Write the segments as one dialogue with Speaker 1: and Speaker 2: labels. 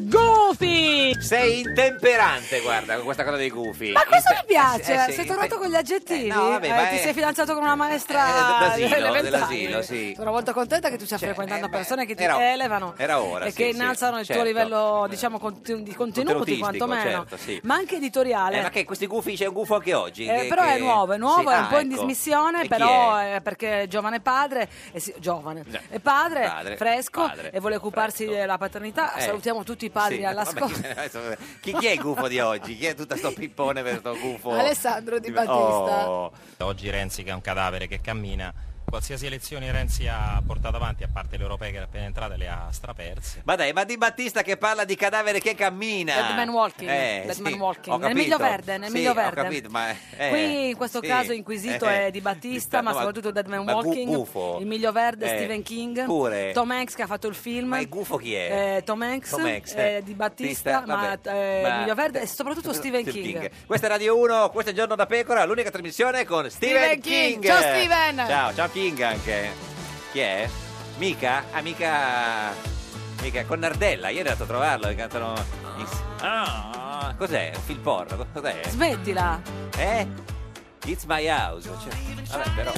Speaker 1: Goofy!
Speaker 2: Sei intemperante, guarda, con questa cosa dei gufi.
Speaker 1: Ma questo mi
Speaker 2: Inte-
Speaker 1: piace,
Speaker 2: eh,
Speaker 1: sei
Speaker 2: sì, inte-
Speaker 1: tornato con gli aggettivi,
Speaker 2: Eh, no, vabbè,
Speaker 1: eh,
Speaker 2: ma
Speaker 1: ti
Speaker 2: è-
Speaker 1: sei fidanzato con una
Speaker 2: eh,
Speaker 1: maestra
Speaker 2: d- d'asilo,
Speaker 1: elementare.
Speaker 2: dell'asilo, sì.
Speaker 1: Sono molto contenta che tu stia frequentando persone che ti
Speaker 2: eh, era-
Speaker 1: elevano
Speaker 2: era ora,
Speaker 1: e
Speaker 2: sì,
Speaker 1: che
Speaker 2: sì,
Speaker 1: innalzano il tuo
Speaker 2: certo.
Speaker 1: livello diciamo, conti- di contenuti
Speaker 2: Contenutistico,
Speaker 1: quantomeno,
Speaker 2: certo, sì.
Speaker 1: ma anche editoriale.
Speaker 2: Eh, ma che questi gufi, c'è un gufo anche oggi.
Speaker 1: Eh,
Speaker 2: che-
Speaker 1: però
Speaker 2: che-
Speaker 1: è nuovo, è nuovo,
Speaker 2: Sì,
Speaker 1: è un
Speaker 2: ah,
Speaker 1: po' in
Speaker 2: ecco.
Speaker 1: dismissione,
Speaker 2: E chi
Speaker 1: però
Speaker 2: è?
Speaker 1: eh, perché è giovane padre, eh sì, giovane,
Speaker 2: Già,
Speaker 1: è padre,
Speaker 2: padre,
Speaker 1: fresco
Speaker 2: padre,
Speaker 1: e vuole occuparsi della paternità.
Speaker 2: Eh.
Speaker 1: Ah, Salutiamo tutti i padri
Speaker 2: Sì, vabbè,
Speaker 1: all'ascolto.
Speaker 2: chi- adesso- chi, chi è il gufo di oggi? Chi è tutto sto pippone per sto gufo?
Speaker 1: Alessandro Di Battista.
Speaker 2: Oh.
Speaker 3: Oggi Renzi che è un cadavere che cammina, qualsiasi elezione Renzi ha portato avanti, a parte le europee che era appena entrata, le ha straperse.
Speaker 2: Ma dai, ma Di Battista che parla di cadavere che cammina.
Speaker 1: Dead Man Walking,
Speaker 2: Eh,
Speaker 1: Dead
Speaker 2: sì,
Speaker 1: Man Walking.
Speaker 2: ho
Speaker 1: nel
Speaker 2: capito.
Speaker 1: miglio verde, nel
Speaker 2: Sì,
Speaker 1: miglio
Speaker 2: ho
Speaker 1: verde.
Speaker 2: capito, ma, eh,
Speaker 1: Qui in questo
Speaker 2: sì.
Speaker 1: caso inquisito
Speaker 2: Eh,
Speaker 1: è Di Battista,
Speaker 2: no,
Speaker 1: ma soprattutto Dead Man
Speaker 2: ma gu-
Speaker 1: Walking,
Speaker 2: gufo.
Speaker 1: il miglio verde,
Speaker 2: Eh,
Speaker 1: Stephen King,
Speaker 2: pure.
Speaker 1: Tom Hanks che ha fatto il film.
Speaker 2: Ma il gufo chi è?
Speaker 1: eh, Tom Hanks,
Speaker 2: Tom Hanks,
Speaker 1: eh,
Speaker 2: eh.
Speaker 1: Di Battista,
Speaker 2: Battista,
Speaker 1: ma,
Speaker 2: vabbè.
Speaker 1: eh,
Speaker 2: Ma- eh,
Speaker 1: il miglio verde e soprattutto Stephen King.
Speaker 2: Questa è Radio 1, questo è Giorno da Pecora, l'unica trasmissione con Steven,
Speaker 1: Stephen King. Ciao, Steven.
Speaker 2: Ciao, ciao King anche. Chi è? Mica? Ah, mica... mica con Nardella, ieri è andato a trovarlo, e cantano... It's- Ah, cos'è? Un film porno? Cos'è?
Speaker 1: Smettila.
Speaker 2: Eh? It's my house. Cioè, vabbè, però...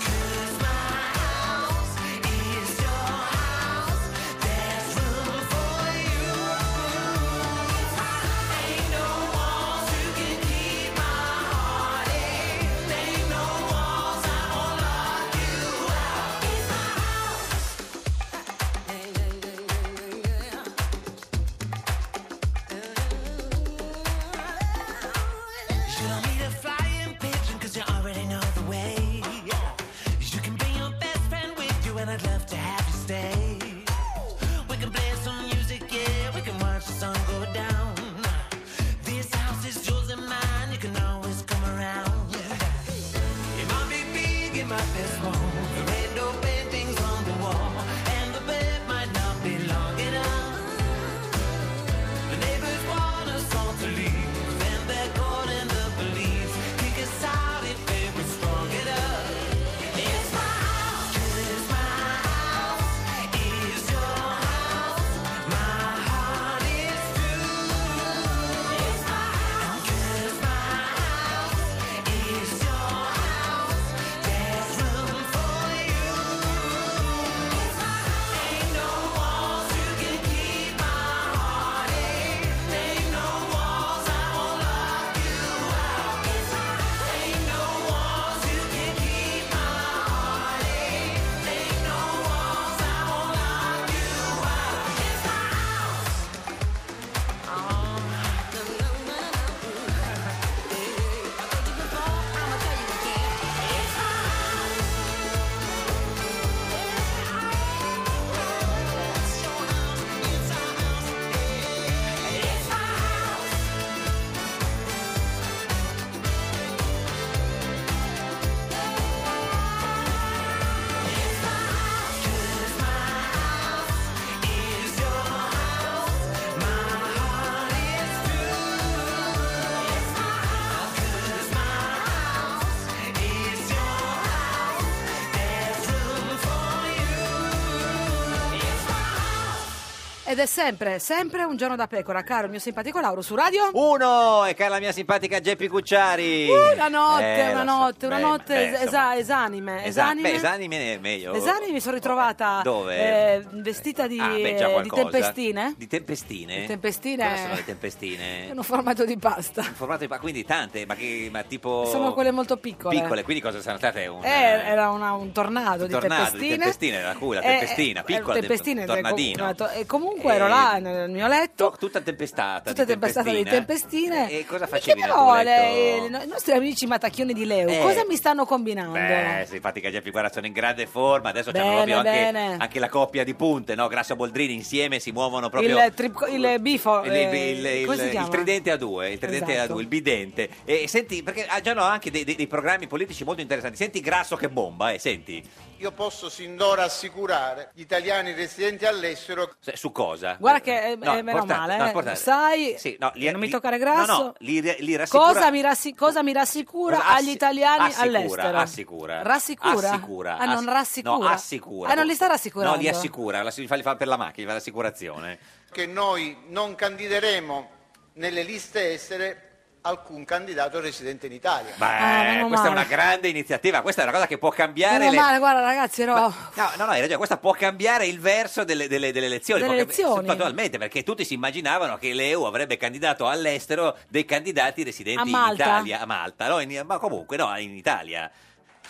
Speaker 4: It's my house. It's your house. There's room for you. It's my house. It's my house. It's your house. There's room for you. It's my house. It's my house. It's your house. There's room for you. It's my house. It's my house. It's your house. There's room for you. It's my house. It's my house. It's your house. There's room for you. It's my house. It's my house. It's your house. There's room for you. It's my house. It's my house. It's your house. There's room for you. It's my house. It's my house. It's your house. There's room for you. It's my house. It's my house. It's your house. There's room for you. It's my house. It's my house. It's your house. There's room for you. It's my house. It's my house. It's your house. There's room for you. It's my house. It's my house. It's your house. There's room for you. It's my house. It's my house. It's your house. There's room for you. It's my house. It's my house. It's your house. There's room for you. It's my house. It's
Speaker 1: Ed è sempre, sempre un giorno da pecora, caro il mio simpatico Lauro su radio.
Speaker 2: Uno e cara la mia simpatica Geppi Cucciari.
Speaker 1: Uh, Una notte,
Speaker 2: Eh,
Speaker 1: una
Speaker 2: lo so.
Speaker 1: notte, una
Speaker 2: Beh,
Speaker 1: notte
Speaker 2: beh,
Speaker 1: es-
Speaker 2: insomma,
Speaker 1: esa- esanime.
Speaker 2: Esa- beh,
Speaker 1: Esanime. Esatto,
Speaker 2: esanime è meglio.
Speaker 1: Esanime mi sono ritrovata
Speaker 2: Dove?
Speaker 1: eh, vestita di,
Speaker 2: Ah, beh, già
Speaker 1: eh, di
Speaker 2: qualcosa.
Speaker 1: tempestine.
Speaker 2: Di tempestine?
Speaker 1: Di tempestine.
Speaker 2: Cosa sono le tempestine?
Speaker 1: In un formato di pasta.
Speaker 2: In formato di- ma quindi tante, ma, che, ma tipo...
Speaker 1: Sono quelle molto piccole.
Speaker 2: Oh. Piccole, quindi cosa sono state? Un,
Speaker 1: Eh, era una- un tornado,
Speaker 2: un
Speaker 1: di
Speaker 2: tornado di
Speaker 1: tempestine.
Speaker 2: tempestine, era cui, la
Speaker 1: Eh,
Speaker 2: tempestina,
Speaker 1: eh,
Speaker 2: piccola
Speaker 1: tempestine,
Speaker 2: tem- tornadino. Eh,
Speaker 1: una to- E comunque ero là nel mio letto.
Speaker 2: Tutta tempestata.
Speaker 1: Tutta
Speaker 2: di
Speaker 1: tempestata di tempestine.
Speaker 2: E cosa
Speaker 1: Mi
Speaker 2: facevi nel tuo
Speaker 1: chiederò,
Speaker 2: letto?
Speaker 1: le- i nostri amici matacchioni di Leo,
Speaker 2: Eh.
Speaker 1: cosa mi stanno combinando?
Speaker 2: Beh, simpatica Geppi, guarda, sono in grande forma. Adesso
Speaker 1: Bene,
Speaker 2: c'hanno proprio anche,
Speaker 1: bene.
Speaker 2: anche la coppia di punte, no? Grasso Boldrini insieme si muovono proprio.
Speaker 1: il, trip- il bifo,
Speaker 2: il,
Speaker 1: eh,
Speaker 2: il- il-
Speaker 1: come si
Speaker 2: il
Speaker 1: chiama?
Speaker 2: tridente a due, il tridente a
Speaker 1: Esatto.
Speaker 2: due, il bidente. E senti, perché ah, già no, anche dei, dei- dei programmi politici molto interessanti. Senti Grasso che bomba, eh, senti.
Speaker 3: Io posso sin d'ora assicurare gli italiani residenti all'estero
Speaker 2: Se- Su cosa?
Speaker 1: Guarda che eh,
Speaker 2: No,
Speaker 1: eh, meno
Speaker 2: importante,
Speaker 1: male,
Speaker 2: no,
Speaker 1: eh.
Speaker 2: importante.
Speaker 1: sai,
Speaker 2: Sì, no, li-
Speaker 1: che non mi
Speaker 2: li-
Speaker 1: toccare grasso.
Speaker 2: no, no, li- li rassicura-
Speaker 1: cosa, mi rassi- cosa mi rassicura
Speaker 2: Cosa- assi-
Speaker 1: agli italiani
Speaker 2: assicura,
Speaker 1: all'estero?
Speaker 2: Assicura.
Speaker 1: Rassicura?
Speaker 2: Assicura.
Speaker 1: Ah, non
Speaker 2: ass-
Speaker 1: rassicura.
Speaker 2: No, assicura.
Speaker 1: Ah, non li sta rassicurando.
Speaker 2: No, li assicura, la- li fa, li fa per la macchina, gli fa l'assicurazione.
Speaker 3: che noi non candideremo nelle liste estere alcun candidato residente in Italia.
Speaker 2: Beh,
Speaker 1: Ah, meno
Speaker 2: questa è
Speaker 1: male.
Speaker 2: una grande iniziativa, questa è una cosa che può cambiare
Speaker 1: Meno
Speaker 2: le-
Speaker 1: male, guarda ragazzi, ero...
Speaker 2: No, no, no, hai ragione, questa può cambiare il verso delle, delle- delle elezioni.
Speaker 1: Delle
Speaker 2: può cambi-
Speaker 1: elezioni.
Speaker 2: Totalmente, perché tutti si immaginavano che l'EU avrebbe candidato all'estero dei candidati
Speaker 1: A
Speaker 2: residenti in
Speaker 1: Malta.
Speaker 2: Italia, a Malta, no, in- ma comunque no, in Italia.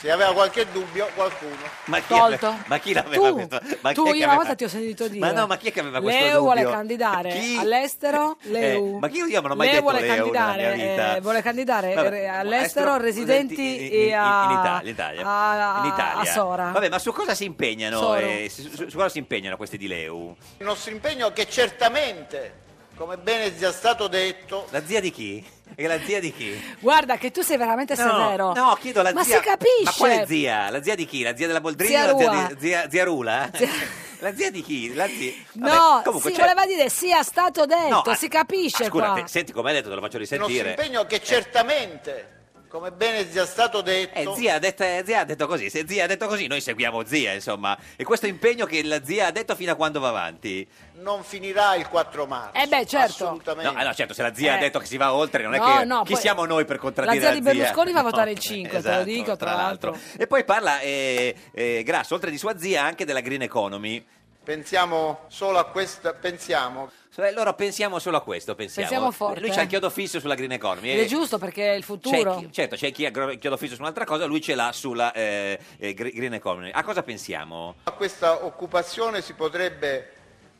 Speaker 3: Se aveva qualche dubbio, qualcuno.
Speaker 2: Ma chi,
Speaker 1: Tolto.
Speaker 2: aveva- ma chi l'aveva
Speaker 1: Tu.
Speaker 2: questo? Ma
Speaker 1: Tu,
Speaker 2: chi
Speaker 1: io una
Speaker 2: è che aveva-
Speaker 1: volta ti ho sentito dire.
Speaker 2: Ma no, ma chi è che aveva questo
Speaker 1: Leo
Speaker 2: dubbio?
Speaker 1: vuole candidare all'estero,
Speaker 2: Eh,
Speaker 1: Leu.
Speaker 2: ma chi io non ho mai
Speaker 1: Leo
Speaker 2: detto
Speaker 1: vuole
Speaker 2: Leu
Speaker 1: candidare,
Speaker 2: nella mia vita.
Speaker 1: eh, vuole candidare,
Speaker 2: Vabbè,
Speaker 1: eh, all'estero residenti
Speaker 2: in,
Speaker 1: e
Speaker 2: in-
Speaker 1: a-
Speaker 2: in Italia, in Italia.
Speaker 1: a-
Speaker 2: In Italia.
Speaker 1: a Sora.
Speaker 2: Vabbè, ma su cosa si impegnano?
Speaker 1: Soro.
Speaker 2: eh, su, su- su cosa si impegnano questi di Leu?
Speaker 3: Il nostro impegno è che certamente, come bene è già stato detto,
Speaker 2: La zia di chi? E la zia di chi?
Speaker 1: Guarda che tu sei veramente severo.
Speaker 2: no, chiedo la
Speaker 1: ma
Speaker 2: zia.
Speaker 1: si capisce.
Speaker 2: Ma quale zia? La zia di chi? La zia della Boldrini?
Speaker 1: Zia
Speaker 2: o la
Speaker 1: Rua.
Speaker 2: zia, di- zia, zia Rula? La zia di chi? La zia... Vabbè,
Speaker 1: No,
Speaker 2: comunque
Speaker 1: si
Speaker 2: c'è-
Speaker 1: voleva dire sia stato detto,
Speaker 2: ah-
Speaker 1: si capisce
Speaker 2: ah, Scusa,
Speaker 1: qua.
Speaker 2: te- senti come hai detto, te lo faccio
Speaker 3: il nostro
Speaker 2: risentire.
Speaker 3: impegno è che certamente, come bene è già stato detto,
Speaker 2: Eh, zia, ha detto, eh, zia ha detto così, se zia ha detto così noi seguiamo zia, insomma. E questo impegno che la zia ha detto fino a quando va avanti?
Speaker 3: non finirà il 4 marzo.
Speaker 1: Eh beh, certo.
Speaker 3: Assolutamente.
Speaker 2: No, ah, no, certo, se la zia
Speaker 1: Eh.
Speaker 2: ha detto che si va oltre, non è
Speaker 1: No,
Speaker 2: che
Speaker 1: no,
Speaker 2: chi
Speaker 1: poi-
Speaker 2: siamo noi per contraddire
Speaker 1: la zia
Speaker 2: la Esatto.
Speaker 1: di Berlusconi va a votare il cinque, te lo dico, tra l'altro.
Speaker 2: E poi parla eh, eh, Grasso, oltre di sua zia, anche della green economy.
Speaker 3: Pensiamo solo a questa, pensiamo
Speaker 2: Cioè, loro pensiamo solo a questo, pensiamo.
Speaker 1: Pensiamo forte,
Speaker 2: Lui c'ha
Speaker 1: eh.
Speaker 2: il chiodo fisso sulla green economy.
Speaker 1: Ed
Speaker 2: e-
Speaker 1: è giusto perché è il
Speaker 2: C'è
Speaker 1: futuro.
Speaker 2: chi- certo, c'è chi ha il chiodo fisso su un'altra cosa, lui ce l'ha sulla eh, eh, gre- green economy. A cosa pensiamo?
Speaker 3: a questa occupazione si potrebbe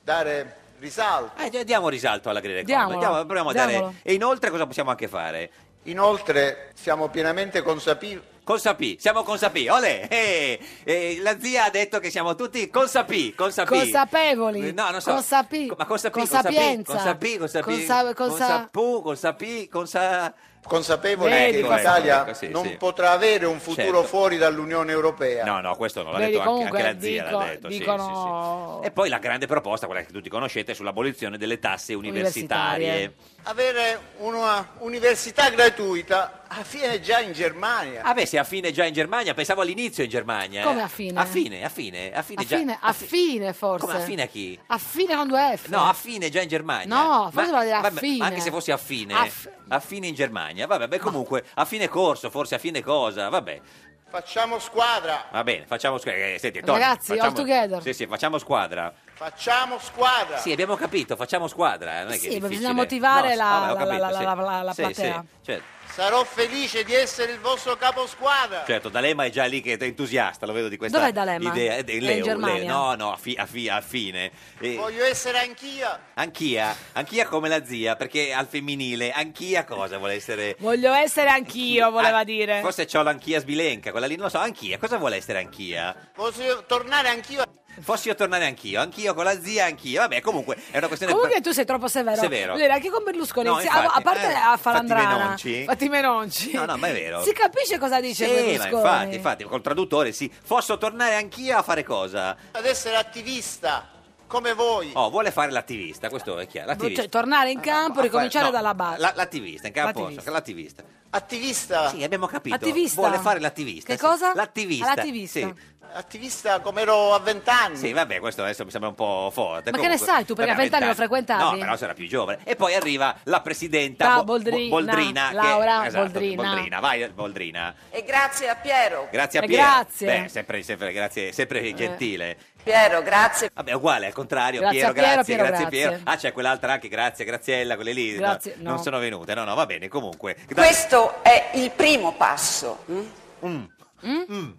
Speaker 3: dare risalto.
Speaker 2: Eh, diamo risalto alla green economy.
Speaker 1: Diamolo.
Speaker 2: Andiamo- proviamo a
Speaker 1: Diamolo.
Speaker 2: dare. E inoltre cosa possiamo anche fare?
Speaker 3: Inoltre siamo pienamente consapevoli
Speaker 2: Consapì, siamo consapì, olè! eh, eh, la zia ha detto che siamo tutti consapì, consapì.
Speaker 1: Consapevoli,
Speaker 2: Eh, No, non so.
Speaker 1: consapì,
Speaker 2: Co- Ma consapì,
Speaker 1: con
Speaker 2: consapì,
Speaker 1: sapienza,
Speaker 2: consapì, consapì,
Speaker 1: consa- consa-
Speaker 2: consapù, consapì, consa...
Speaker 3: consapevoli
Speaker 1: Vedi,
Speaker 3: che
Speaker 1: ecco,
Speaker 3: l'Italia
Speaker 2: ecco, sì,
Speaker 3: non
Speaker 2: sì.
Speaker 3: potrà avere un futuro
Speaker 2: Certo.
Speaker 3: fuori dall'Unione Europea.
Speaker 2: No, no, questo non l'ha
Speaker 1: Vedi,
Speaker 2: detto anche,
Speaker 1: Certo. comunque,
Speaker 2: anche la zia, l'ha
Speaker 1: dico-
Speaker 2: detto. sì,
Speaker 1: dicono-
Speaker 2: sì, sì. E poi la grande proposta, quella che tutti conoscete, sull'abolizione delle tasse universitarie.
Speaker 1: Universitarie.
Speaker 3: Avere una università gratuita avviene già in Germania.
Speaker 2: Ah beh, se a fine già in Germania, pensavo all'inizio in Germania.
Speaker 1: Come
Speaker 2: eh.
Speaker 1: a fine?
Speaker 2: A fine, a fine, a fine
Speaker 1: A
Speaker 2: già-
Speaker 1: fine,
Speaker 2: a
Speaker 1: a
Speaker 2: fi-
Speaker 1: fine forse.
Speaker 2: Come a fine a chi?
Speaker 1: A fine con due F.
Speaker 2: No, a fine già in Germania.
Speaker 1: No, forse voleva dire a
Speaker 2: vabbè,
Speaker 1: fine.
Speaker 2: Anche se fosse a fine.
Speaker 1: A f-
Speaker 2: A fine in Germania. Vabbè, beh, comunque, a fine corso, forse a fine cosa. Vabbè,
Speaker 3: Facciamo squadra,
Speaker 2: va bene, facciamo squadra. Eh, senti, Tony,
Speaker 1: Ragazzi, all
Speaker 2: facciamo...
Speaker 1: together.
Speaker 2: Sì, sì, facciamo squadra.
Speaker 3: facciamo squadra.
Speaker 2: Sì, abbiamo capito, facciamo squadra. eh, Non è che è
Speaker 1: Sì,
Speaker 2: difficile.
Speaker 1: bisogna motivare
Speaker 2: No,
Speaker 1: Ah, la- la- la-
Speaker 2: vabbè, ho capito,
Speaker 1: la-
Speaker 2: sì.
Speaker 1: la- la
Speaker 2: Sì,
Speaker 1: platea.
Speaker 2: sì, certo.
Speaker 3: Sarò felice di essere il vostro capo squadra.
Speaker 2: Certo, D'Alema è già lì che è entusiasta, lo vedo di questa
Speaker 1: Dov'è D'Alema?
Speaker 2: idea. Eh, de-
Speaker 1: È in
Speaker 2: Leo, Leo.
Speaker 1: Germania?
Speaker 2: No, no, a, fi- a fi- a fine. Eh,
Speaker 3: Voglio essere anch'io.
Speaker 2: anch'ia, anch'ia come la zia, perché al femminile, anch'ia cosa vuole essere...
Speaker 1: Voglio essere anch'io, voleva
Speaker 2: Ah,
Speaker 1: dire.
Speaker 2: Forse c'ho l'anchia sbilenca, quella lì, non lo so, anch'ia, cosa vuole essere anch'ia?
Speaker 3: Posso tornare anch'io.
Speaker 2: Fossi io tornare anch'io, anch'io con la zia, anch'io, vabbè, comunque è una questione...
Speaker 1: Comunque tu sei troppo severo.
Speaker 2: Severo.
Speaker 1: Lui era anche con Berlusconi.
Speaker 2: No,
Speaker 1: si-
Speaker 2: infatti,
Speaker 1: a, a parte
Speaker 2: eh,
Speaker 1: a
Speaker 2: fatti
Speaker 1: Falandrana.
Speaker 2: menonci.
Speaker 1: Fatti menonci.
Speaker 2: No, no, ma è vero.
Speaker 1: Si capisce cosa dice
Speaker 2: Sì, ma
Speaker 1: Berlusconi.
Speaker 2: infatti, infatti, col traduttore, sì, posso tornare anch'io a fare cosa?
Speaker 3: ad essere attivista come voi.
Speaker 2: Oh, vuole fare l'attivista, questo è chiaro, l'attivista.
Speaker 1: Cioè, tornare in campo,
Speaker 2: Ah,
Speaker 1: ricominciare
Speaker 2: no,
Speaker 1: dalla base.
Speaker 2: la- l'attivista, in campo,
Speaker 1: L'attivista.
Speaker 2: l'attivista.
Speaker 3: Attivista.
Speaker 2: Sì, abbiamo capito.
Speaker 1: Attivista.
Speaker 2: Vuole fare l'attivista.
Speaker 1: Che
Speaker 2: sì.
Speaker 1: cosa?
Speaker 2: L'attivista.
Speaker 1: L'attivista.
Speaker 2: Sì.
Speaker 3: Attivista come ero a vent'anni.
Speaker 2: Sì, vabbè, questo adesso mi sembra un po' forte.
Speaker 1: Ma che ne sai tu, perché a
Speaker 2: vabbè,
Speaker 1: vent'anni lo
Speaker 2: No,
Speaker 1: frequentavi?
Speaker 2: però sarà più giovane. E poi arriva la presidenta
Speaker 1: Ah,
Speaker 2: Bo- Bo-
Speaker 1: Boldrina,
Speaker 2: Boldrina, che-
Speaker 1: Laura
Speaker 2: esatto,
Speaker 1: Boldrina.
Speaker 2: Vai, Boldrina.
Speaker 5: E grazie a Piero.
Speaker 2: Grazie a
Speaker 1: Eh,
Speaker 2: Piero.
Speaker 1: grazie. Eh.
Speaker 2: Beh, sempre, sempre, grazie, sempre gentile.
Speaker 5: Piero, grazie.
Speaker 2: Vabbè, uguale, al contrario.
Speaker 1: Grazie
Speaker 2: Piero,
Speaker 1: a Piero,
Speaker 2: grazie,
Speaker 1: Piero,
Speaker 2: grazie,
Speaker 1: grazie.
Speaker 2: Piero. Ah, c'è quell'altra anche, grazie, Graziella, quelle lì. no,
Speaker 1: Grazie, no.
Speaker 2: Non sono venute, no, no, va bene, comunque. Da-
Speaker 5: Questo è il primo passo. mm?
Speaker 1: Mm?
Speaker 2: Mm.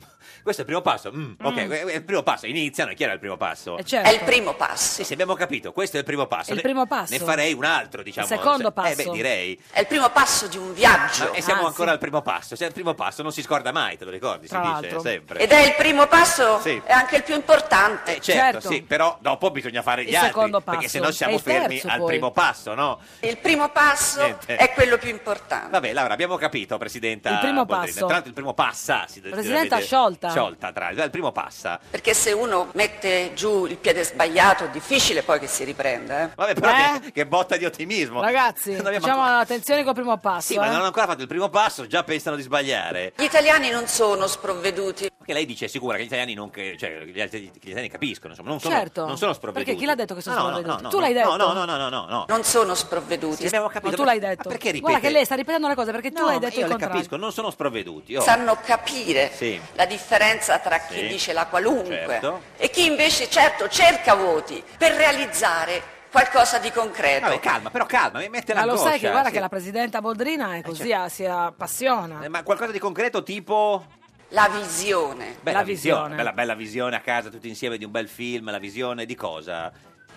Speaker 2: questo è il primo passo. mm, Ok, que- è il primo passo. Iniziano, è chiaro è il primo passo.
Speaker 1: Eh, certo.
Speaker 5: È il primo passo.
Speaker 2: Sì, sì, abbiamo capito, questo è il primo passo.
Speaker 1: È il
Speaker 2: Ne-
Speaker 1: primo passo.
Speaker 2: Ne farei un altro, diciamo.
Speaker 1: Il secondo
Speaker 2: Se- Eh,
Speaker 1: passo.
Speaker 2: beh, direi.
Speaker 5: È il primo passo di un viaggio.
Speaker 2: Ma- e siamo
Speaker 1: Ah,
Speaker 2: ancora
Speaker 1: sì.
Speaker 2: al primo passo. Cioè, il primo passo non si scorda mai, te lo ricordi?
Speaker 1: Tra
Speaker 2: si
Speaker 1: l'altro.
Speaker 2: dice sempre.
Speaker 5: Ed è il primo passo,
Speaker 2: Sì.
Speaker 5: è anche il più importante.
Speaker 2: Eh, certo,
Speaker 1: Certo.
Speaker 2: sì, però dopo bisogna fare gli
Speaker 1: Il
Speaker 2: altri.
Speaker 1: secondo
Speaker 2: Perché
Speaker 1: passo.
Speaker 2: se no
Speaker 1: È
Speaker 2: siamo
Speaker 1: il
Speaker 2: fermi
Speaker 1: terzo,
Speaker 2: al
Speaker 1: poi.
Speaker 2: primo passo, no?
Speaker 5: Il primo passo
Speaker 2: Niente.
Speaker 5: è quello più importante.
Speaker 2: Ah, Vabbè, Laura, abbiamo capito, Presidenta.
Speaker 1: Il primo
Speaker 2: Boldrini.
Speaker 1: passo.
Speaker 2: Tra l'altro il primo passa. Si deve-
Speaker 1: Presidenta
Speaker 2: deve-
Speaker 1: sciolta.
Speaker 2: Sciolta, tra l'altro. Il primo passa.
Speaker 5: Perché se uno mette giù il piede sbagliato è difficile poi che si riprenda. eh.
Speaker 2: Vabbè, però
Speaker 1: Eh?
Speaker 2: che, che botta di ottimismo.
Speaker 1: Ragazzi,
Speaker 2: Non abbiamo
Speaker 1: facciamo
Speaker 2: ancora-
Speaker 1: attenzione col primo passo.
Speaker 2: Sì, ma
Speaker 1: eh.
Speaker 2: non hanno ancora fatto il primo passo, già pensano di sbagliare.
Speaker 5: Gli italiani non sono sprovveduti.
Speaker 2: Perché lei dice è sicura che gli italiani non che- cioè, gli altri- che gli italiani capiscono, insomma, non sono,
Speaker 1: Certo.
Speaker 2: non sono sprovveduti.
Speaker 1: Perché chi l'ha detto che sono
Speaker 2: No, no, no,
Speaker 1: sprovveduti?
Speaker 2: no,
Speaker 1: Tu
Speaker 2: no,
Speaker 1: l'hai detto?
Speaker 2: No, no, no, no, no, no.
Speaker 5: Non sono
Speaker 2: Sì,
Speaker 5: sprovveduti.
Speaker 2: abbiamo
Speaker 1: Ma
Speaker 2: capito.
Speaker 1: tu
Speaker 2: ma-
Speaker 1: l'hai detto.
Speaker 2: ma perché ripete?
Speaker 1: Guarda che lei Eh, sta ripetendo una cosa perché tu
Speaker 2: No,
Speaker 1: hai
Speaker 2: ma
Speaker 1: detto
Speaker 2: io
Speaker 1: il
Speaker 2: le
Speaker 1: contrario.
Speaker 2: capisco, non sono sprovveduti. oh.
Speaker 5: sanno capire
Speaker 2: Sì.
Speaker 5: la differenza tra chi
Speaker 2: Sì.
Speaker 5: dice la qualunque
Speaker 2: Certo.
Speaker 5: e chi invece certo cerca voti per realizzare qualcosa di concreto.
Speaker 2: Vabbè, calma, però calma, mi mette
Speaker 1: Eh, ecco. Ma lo sai
Speaker 2: l'angoscia,
Speaker 1: che guarda
Speaker 2: Oh, cioè, sì.
Speaker 1: che la presidenta Boldrina è così,
Speaker 2: certo.
Speaker 1: ah, si appassiona.
Speaker 2: Eh, Ma qualcosa di concreto tipo...
Speaker 5: La visione,
Speaker 2: Bella
Speaker 1: La
Speaker 2: visione.
Speaker 1: visione.
Speaker 2: Bella, bella visione a casa tutti insieme di un bel film, la visione di cosa?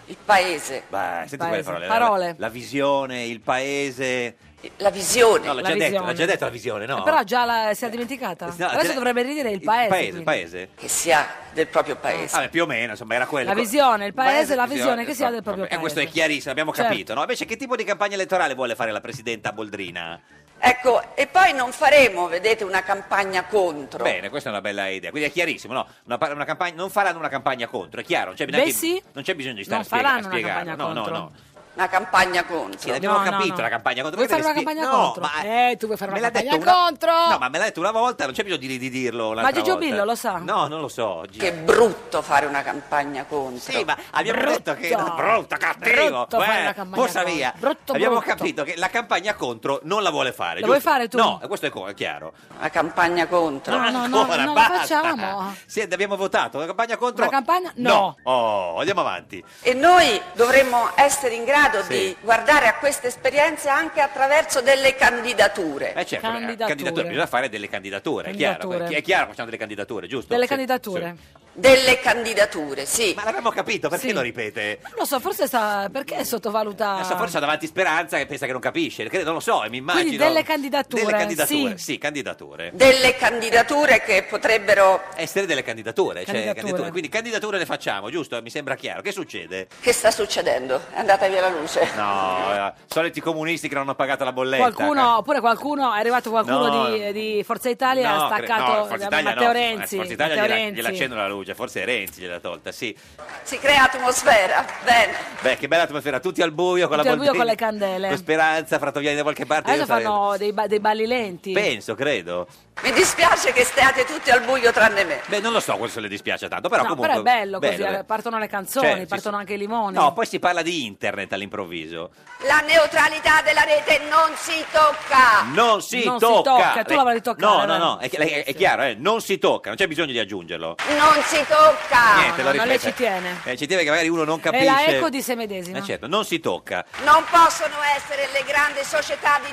Speaker 5: il paese,
Speaker 2: Beh, senti quelle
Speaker 1: Paese.
Speaker 2: parole.
Speaker 1: Parole.
Speaker 2: La, la visione, il paese.
Speaker 5: la visione.
Speaker 2: No, l'ha
Speaker 1: La
Speaker 2: già detto,
Speaker 1: visione.
Speaker 2: l'ha già detto la visione, no?
Speaker 1: Eh, però già la, si è dimenticata.
Speaker 2: No, te
Speaker 1: Adesso
Speaker 2: la-
Speaker 1: dovrebbe ridire il paese.
Speaker 2: Il paese, il
Speaker 1: quindi.
Speaker 2: paese. Ah,
Speaker 5: che sia del proprio paese.
Speaker 2: Vabbè, più o meno, insomma, era quello.
Speaker 1: La visione, il paese, la visione che si ha del proprio
Speaker 2: E Eh, questo è
Speaker 1: paese.
Speaker 2: chiarissimo, abbiamo
Speaker 1: Certo.
Speaker 2: capito, no? Invece che tipo di campagna elettorale vuole fare la presidenta Boldrina?
Speaker 5: Ecco, e poi non faremo, vedete, una campagna contro.
Speaker 2: Bene, questa è una bella idea. Quindi è chiarissimo, no? Una, par- una campagna, non faranno una campagna contro, è chiaro. Non c'è,
Speaker 1: Beh,
Speaker 2: neanche-
Speaker 1: sì.
Speaker 2: non c'è bisogno di stare
Speaker 1: Non
Speaker 2: a spiega-
Speaker 1: faranno
Speaker 2: a
Speaker 1: una
Speaker 2: spiegare.
Speaker 1: campagna
Speaker 2: no,
Speaker 1: contro.
Speaker 2: no, no.
Speaker 5: Una campagna
Speaker 2: Sì,
Speaker 5: contro.
Speaker 2: l'abbiamo
Speaker 1: No, no,
Speaker 2: capito
Speaker 1: no.
Speaker 2: la campagna contro.
Speaker 1: Vuoi
Speaker 2: Perché
Speaker 1: fare
Speaker 2: le
Speaker 1: una
Speaker 2: spie-
Speaker 1: campagna
Speaker 2: no,
Speaker 1: contro?
Speaker 2: Ma...
Speaker 1: Eh, tu vuoi fare
Speaker 2: me
Speaker 1: una
Speaker 2: l'ha detto
Speaker 1: campagna
Speaker 2: una-
Speaker 1: contro!
Speaker 2: No, ma me l'ha detto una volta, non c'è bisogno di, di dirlo un'altra
Speaker 1: Gigio
Speaker 2: volta.
Speaker 1: Billo lo sa?
Speaker 2: No, non lo so. Gigio.
Speaker 5: Che è brutto fare una campagna contro.
Speaker 2: Sì, ma abbiamo detto che
Speaker 1: Brutto.
Speaker 2: brutto, cattivo,
Speaker 1: Brutto fare
Speaker 2: eh,
Speaker 1: la campagna
Speaker 2: bussa
Speaker 1: contro.
Speaker 2: via.
Speaker 1: Brutto,
Speaker 2: abbiamo
Speaker 1: brutto.
Speaker 2: capito che la campagna contro non la vuole fare.
Speaker 1: La
Speaker 2: giusto?
Speaker 1: vuoi fare tu?
Speaker 2: No, questo è co- è chiaro.
Speaker 5: Una campagna contro.
Speaker 1: No, no, no,
Speaker 2: Ancora,
Speaker 1: non la
Speaker 2: basta.
Speaker 1: facciamo.
Speaker 2: Sì, abbiamo votato la campagna contro.
Speaker 1: La campagna?
Speaker 2: No.
Speaker 1: No.
Speaker 2: Oh, andiamo avanti.
Speaker 5: E noi dovremmo essere in grado
Speaker 2: Sì.
Speaker 5: di guardare a questa esperienza anche attraverso delle candidature.
Speaker 2: Eh certo,
Speaker 1: Candidature.
Speaker 2: candidature, bisogna fare delle candidature, è chiaro.
Speaker 1: Candidature.
Speaker 2: È chiaro che facciamo delle candidature, giusto?
Speaker 1: Delle
Speaker 2: Sì,
Speaker 1: candidature.
Speaker 2: sì.
Speaker 5: Delle candidature, sì.
Speaker 2: Ma l'abbiamo capito, perché
Speaker 1: Sì. Ah.
Speaker 2: lo ripete?
Speaker 1: Non lo so, forse sa perché sottovaluta
Speaker 2: Adesso Eh, forse ha davanti Speranza che pensa che non capisce, credo, non lo so, e mi immagino.
Speaker 1: Quindi delle candidature,
Speaker 2: Delle candidature,
Speaker 1: sì.
Speaker 2: sì, candidature.
Speaker 5: Delle candidature che potrebbero,
Speaker 2: essere delle candidature, cioè
Speaker 1: Candidature.
Speaker 2: candidature. Quindi candidature le facciamo, giusto? Mi sembra chiaro. Che succede?
Speaker 5: Che sta succedendo? È andata via la luce.
Speaker 2: No, eh, soliti comunisti che non hanno pagato la bolletta.
Speaker 1: qualcuno, oppure qualcuno, è arrivato qualcuno
Speaker 2: No.
Speaker 1: di, di Forza Italia e ha
Speaker 2: No, cre-
Speaker 1: staccato
Speaker 2: no, Forza Italia
Speaker 1: Matteo
Speaker 2: no,
Speaker 1: Renzi.
Speaker 2: Forza Italia
Speaker 1: Matteo
Speaker 2: gliela,
Speaker 1: Renzi.
Speaker 2: gliela accendono la luce, forse Renzi gliela tolta, sì.
Speaker 5: Si crea atmosfera. Bene.
Speaker 2: Beh, che bella atmosfera, tutti al buio con
Speaker 1: Tutti
Speaker 2: la
Speaker 1: al buio
Speaker 2: bolletta.
Speaker 1: con le candele.
Speaker 2: Con speranza, fratoviani da qualche parte.
Speaker 1: Adesso
Speaker 2: io sarei-
Speaker 1: fanno dei, ba- dei balli lenti.
Speaker 2: Penso, credo.
Speaker 5: Mi dispiace che stiate tutti al buio tranne me.
Speaker 2: Beh, non lo so questo le dispiace tanto, però
Speaker 1: No,
Speaker 2: comunque...
Speaker 1: però è bello così,
Speaker 2: beh.
Speaker 1: eh, partono le canzoni,
Speaker 2: Certo, sì,
Speaker 1: partono
Speaker 2: sì.
Speaker 1: anche i limoni.
Speaker 2: No, poi si parla di internet all'improvviso.
Speaker 5: La neutralità della rete non si tocca.
Speaker 2: Non si
Speaker 1: Ah, Non si
Speaker 2: tocca.
Speaker 1: tocca, tu la vuoi
Speaker 2: No,
Speaker 1: toccare,
Speaker 2: no,
Speaker 1: dai.
Speaker 2: no, è, chi- è- è
Speaker 1: Sì.
Speaker 2: chiaro, eh, non si tocca, non c'è bisogno di aggiungerlo.
Speaker 5: Non si tocca.
Speaker 2: Niente,
Speaker 1: no,
Speaker 2: lo
Speaker 1: Ah, no,
Speaker 2: ripete.
Speaker 1: lei ci tiene.
Speaker 2: Eh, ci tiene che magari uno non capisce.
Speaker 1: È la eco di se medesima.
Speaker 2: Eh, certo, non si tocca.
Speaker 5: Non possono essere le grandi società di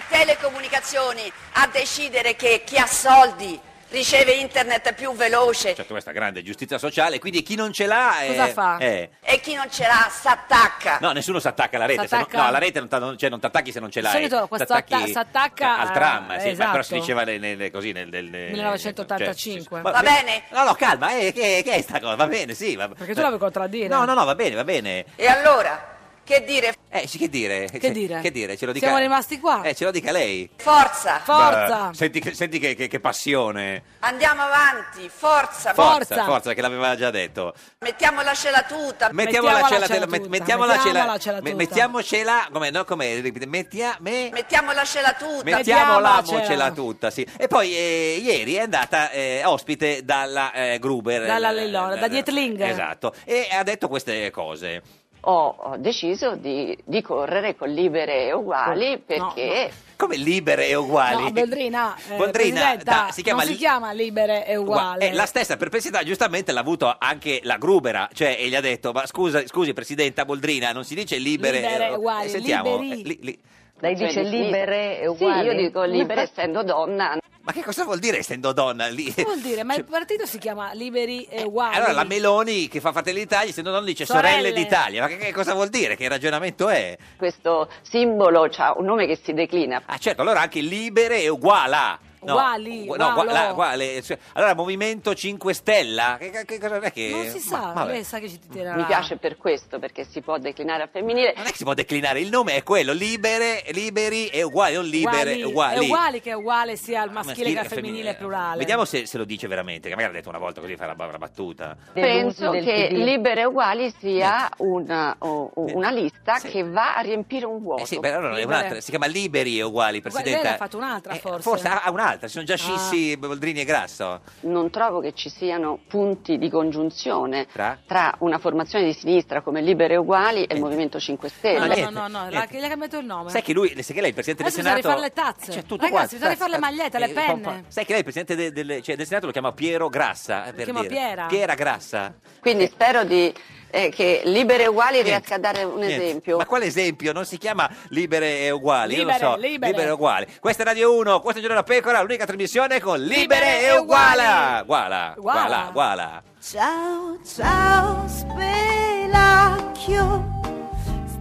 Speaker 5: telecomunicazioni a decidere che chi ha soldi riceve internet più veloce
Speaker 2: Certo, questa grande giustizia sociale, quindi chi non ce l'ha eh,
Speaker 1: Cosa fa?
Speaker 2: eh,
Speaker 5: e chi non ce l'ha s'attacca.
Speaker 2: No, nessuno si attacca alla rete, se
Speaker 1: S'attacca-
Speaker 2: no, no, alla rete non, t'a- non- cioè, non ti attacchi se non ce
Speaker 1: Di
Speaker 2: l'hai.
Speaker 1: solito questo
Speaker 2: T'attacchi cioè,
Speaker 1: atta- s'attacca
Speaker 2: al tram,
Speaker 1: a-
Speaker 2: sì, ma però si
Speaker 1: esatto.
Speaker 2: diceva nel, nel- così nel, nel- nel- cioè,
Speaker 1: 1985.
Speaker 2: Ma-
Speaker 5: Va bene?
Speaker 2: No, no, calma, eh, che, che è sta cosa? Va bene, sì, va-
Speaker 1: Perché tu la vuoi contraddire.
Speaker 2: No, no, no, va bene, va bene.
Speaker 5: E allora,
Speaker 6: Che dire?
Speaker 2: Eh, sì, che dire?
Speaker 1: Che dire?
Speaker 2: Che dire? Ce lo dica...
Speaker 1: Siamo rimasti qua.
Speaker 2: Eh, ce lo dica lei.
Speaker 6: Forza!
Speaker 1: Forza!
Speaker 2: Beh, senti che, senti che- che- che passione.
Speaker 6: Andiamo avanti, forza!
Speaker 1: Forza.
Speaker 2: forza, che l'aveva già detto.
Speaker 6: Mettiamo la scelatuta!
Speaker 2: Mettiamo la
Speaker 1: Mettiamola
Speaker 2: cela,
Speaker 1: cela
Speaker 2: te- met-
Speaker 1: tutta,
Speaker 2: mettiamola cela,
Speaker 1: mettiamola cela
Speaker 2: me-
Speaker 1: tutta.
Speaker 2: mettiamocela, come no, come ripete, mettia- me-
Speaker 6: Mettiamo la scelatuta!
Speaker 2: Mettiamola
Speaker 1: Mettiamocela.
Speaker 2: mocela tutta, sì. E poi eh, ieri è andata eh, ospite dalla eh, Gruber.
Speaker 1: Dalla
Speaker 2: eh,
Speaker 1: Lellona, da Dietling.
Speaker 2: Esatto, e ha detto queste cose.
Speaker 5: ho, ho deciso di, di correre con libere e uguali perché
Speaker 2: Come libere e uguali.
Speaker 1: No, Boldrina, eh,
Speaker 2: Boldrina,
Speaker 1: Presidenta,
Speaker 2: da- si chiama
Speaker 1: non si
Speaker 2: li-
Speaker 1: chiama libere e uguale.
Speaker 2: Eh, la stessa perplessità giustamente l'ha avuto anche la Grubera, cioè e gli ha detto "Ma scusa, scusi Presidenta Boldrina, non si dice libere,
Speaker 1: Libere,
Speaker 2: eh,
Speaker 1: uguali,
Speaker 2: eh, sentiamo,
Speaker 1: liberi.
Speaker 2: eh, li- li-
Speaker 5: lei
Speaker 7: dice libere e
Speaker 5: Cioè, Sì, io
Speaker 7: uguali?
Speaker 5: dico libere essendo donna.
Speaker 2: ma che cosa vuol dire essendo donna lì?
Speaker 1: Che vuol dire? Ma il partito si chiama liberi e uguali.
Speaker 2: Cioè, eh, Allora la Meloni che fa Fratelli d'Italia, essendo donna dice sorelle,
Speaker 1: Ah, Sorelle.
Speaker 2: d'Italia, ma che, che cosa vuol dire? Che ragionamento è?
Speaker 5: Questo simbolo ha un nome che si declina.
Speaker 2: Ah certo, allora anche libere e uguala. No,
Speaker 1: Uguali, oh.
Speaker 2: ugu- no,
Speaker 1: ugualo.
Speaker 2: guala- uguale, cioè, allora Movimento 5 Stella, che, che- che cosa non è che...
Speaker 1: non si sa, eh.
Speaker 2: ma- vabbè.
Speaker 1: lei sa che ci tirerà.
Speaker 5: Mi piace per questo, perché si può declinare al femminile.
Speaker 2: Non è che si può declinare, il nome è quello, libere, liberi e uguali, non libere,
Speaker 1: uguali,
Speaker 2: uguali. Ah,
Speaker 1: È uguale che è uguale sia al maschile, che al
Speaker 2: e
Speaker 1: femminile, plurale.
Speaker 2: Vediamo se, se lo dice veramente, che magari ha detto una volta così, fa una, una battuta.
Speaker 5: Penso
Speaker 7: del
Speaker 5: che
Speaker 7: PD.
Speaker 5: libere e uguali sia una, o- o- una lista
Speaker 2: Sì.
Speaker 5: che va a riempire un vuoto.
Speaker 2: Eh sì, beh, allora è
Speaker 1: libere.
Speaker 2: un'altra, si chiama liberi e uguali,
Speaker 1: Guarda,
Speaker 2: Presidente. eh.
Speaker 1: lei l'ha fatto un'altra, forse. Ah.
Speaker 2: Forse ha ha un'altra, si sono già scissi Boldrini e Grasso.
Speaker 5: Non trovo che ci siano punti di congiunzione
Speaker 2: Tra?
Speaker 5: una formazione di sinistra come Libere e Uguali e
Speaker 2: Eh.
Speaker 5: il Movimento 5
Speaker 1: No,
Speaker 2: Ah,
Speaker 5: Stelle.
Speaker 1: no,
Speaker 2: niente,
Speaker 1: no, no, la-
Speaker 2: niente.
Speaker 1: gli ha cambiato il nome.
Speaker 2: Sai che lui, sai che lei è il Presidente del
Speaker 1: Adesso bisogna
Speaker 2: Senato...
Speaker 1: rifare le tazze.
Speaker 2: Cioè, tutto
Speaker 1: Ragazzi,
Speaker 2: qua,
Speaker 1: bisogna rifare le magliette, le
Speaker 2: eh, pom-
Speaker 1: penne.
Speaker 2: pom- Sai che lei è il Presidente de- del, cioè, del Senato lo chiama Piero Grassa, eh, per
Speaker 1: chiama
Speaker 2: dire.
Speaker 1: Piera.
Speaker 2: Piera Grassa.
Speaker 5: Quindi spero di, eh, che Libere e Uguali
Speaker 2: Niente,
Speaker 5: riesca a dare un
Speaker 2: niente.
Speaker 5: esempio.
Speaker 2: Ma quale esempio? Non si chiama libere e uguali, io
Speaker 1: Libere,
Speaker 2: lo so.
Speaker 1: libere.
Speaker 2: e uguali. Questa è Radio 1, questa è Giorno da Pecora, l'unica trasmissione con libere,
Speaker 1: Libere
Speaker 2: e
Speaker 1: e
Speaker 2: uguali.
Speaker 1: uguali.
Speaker 2: Uguala,
Speaker 1: Uguala.
Speaker 2: uguala, uguala.
Speaker 8: Ciao, ciao, spelacchio,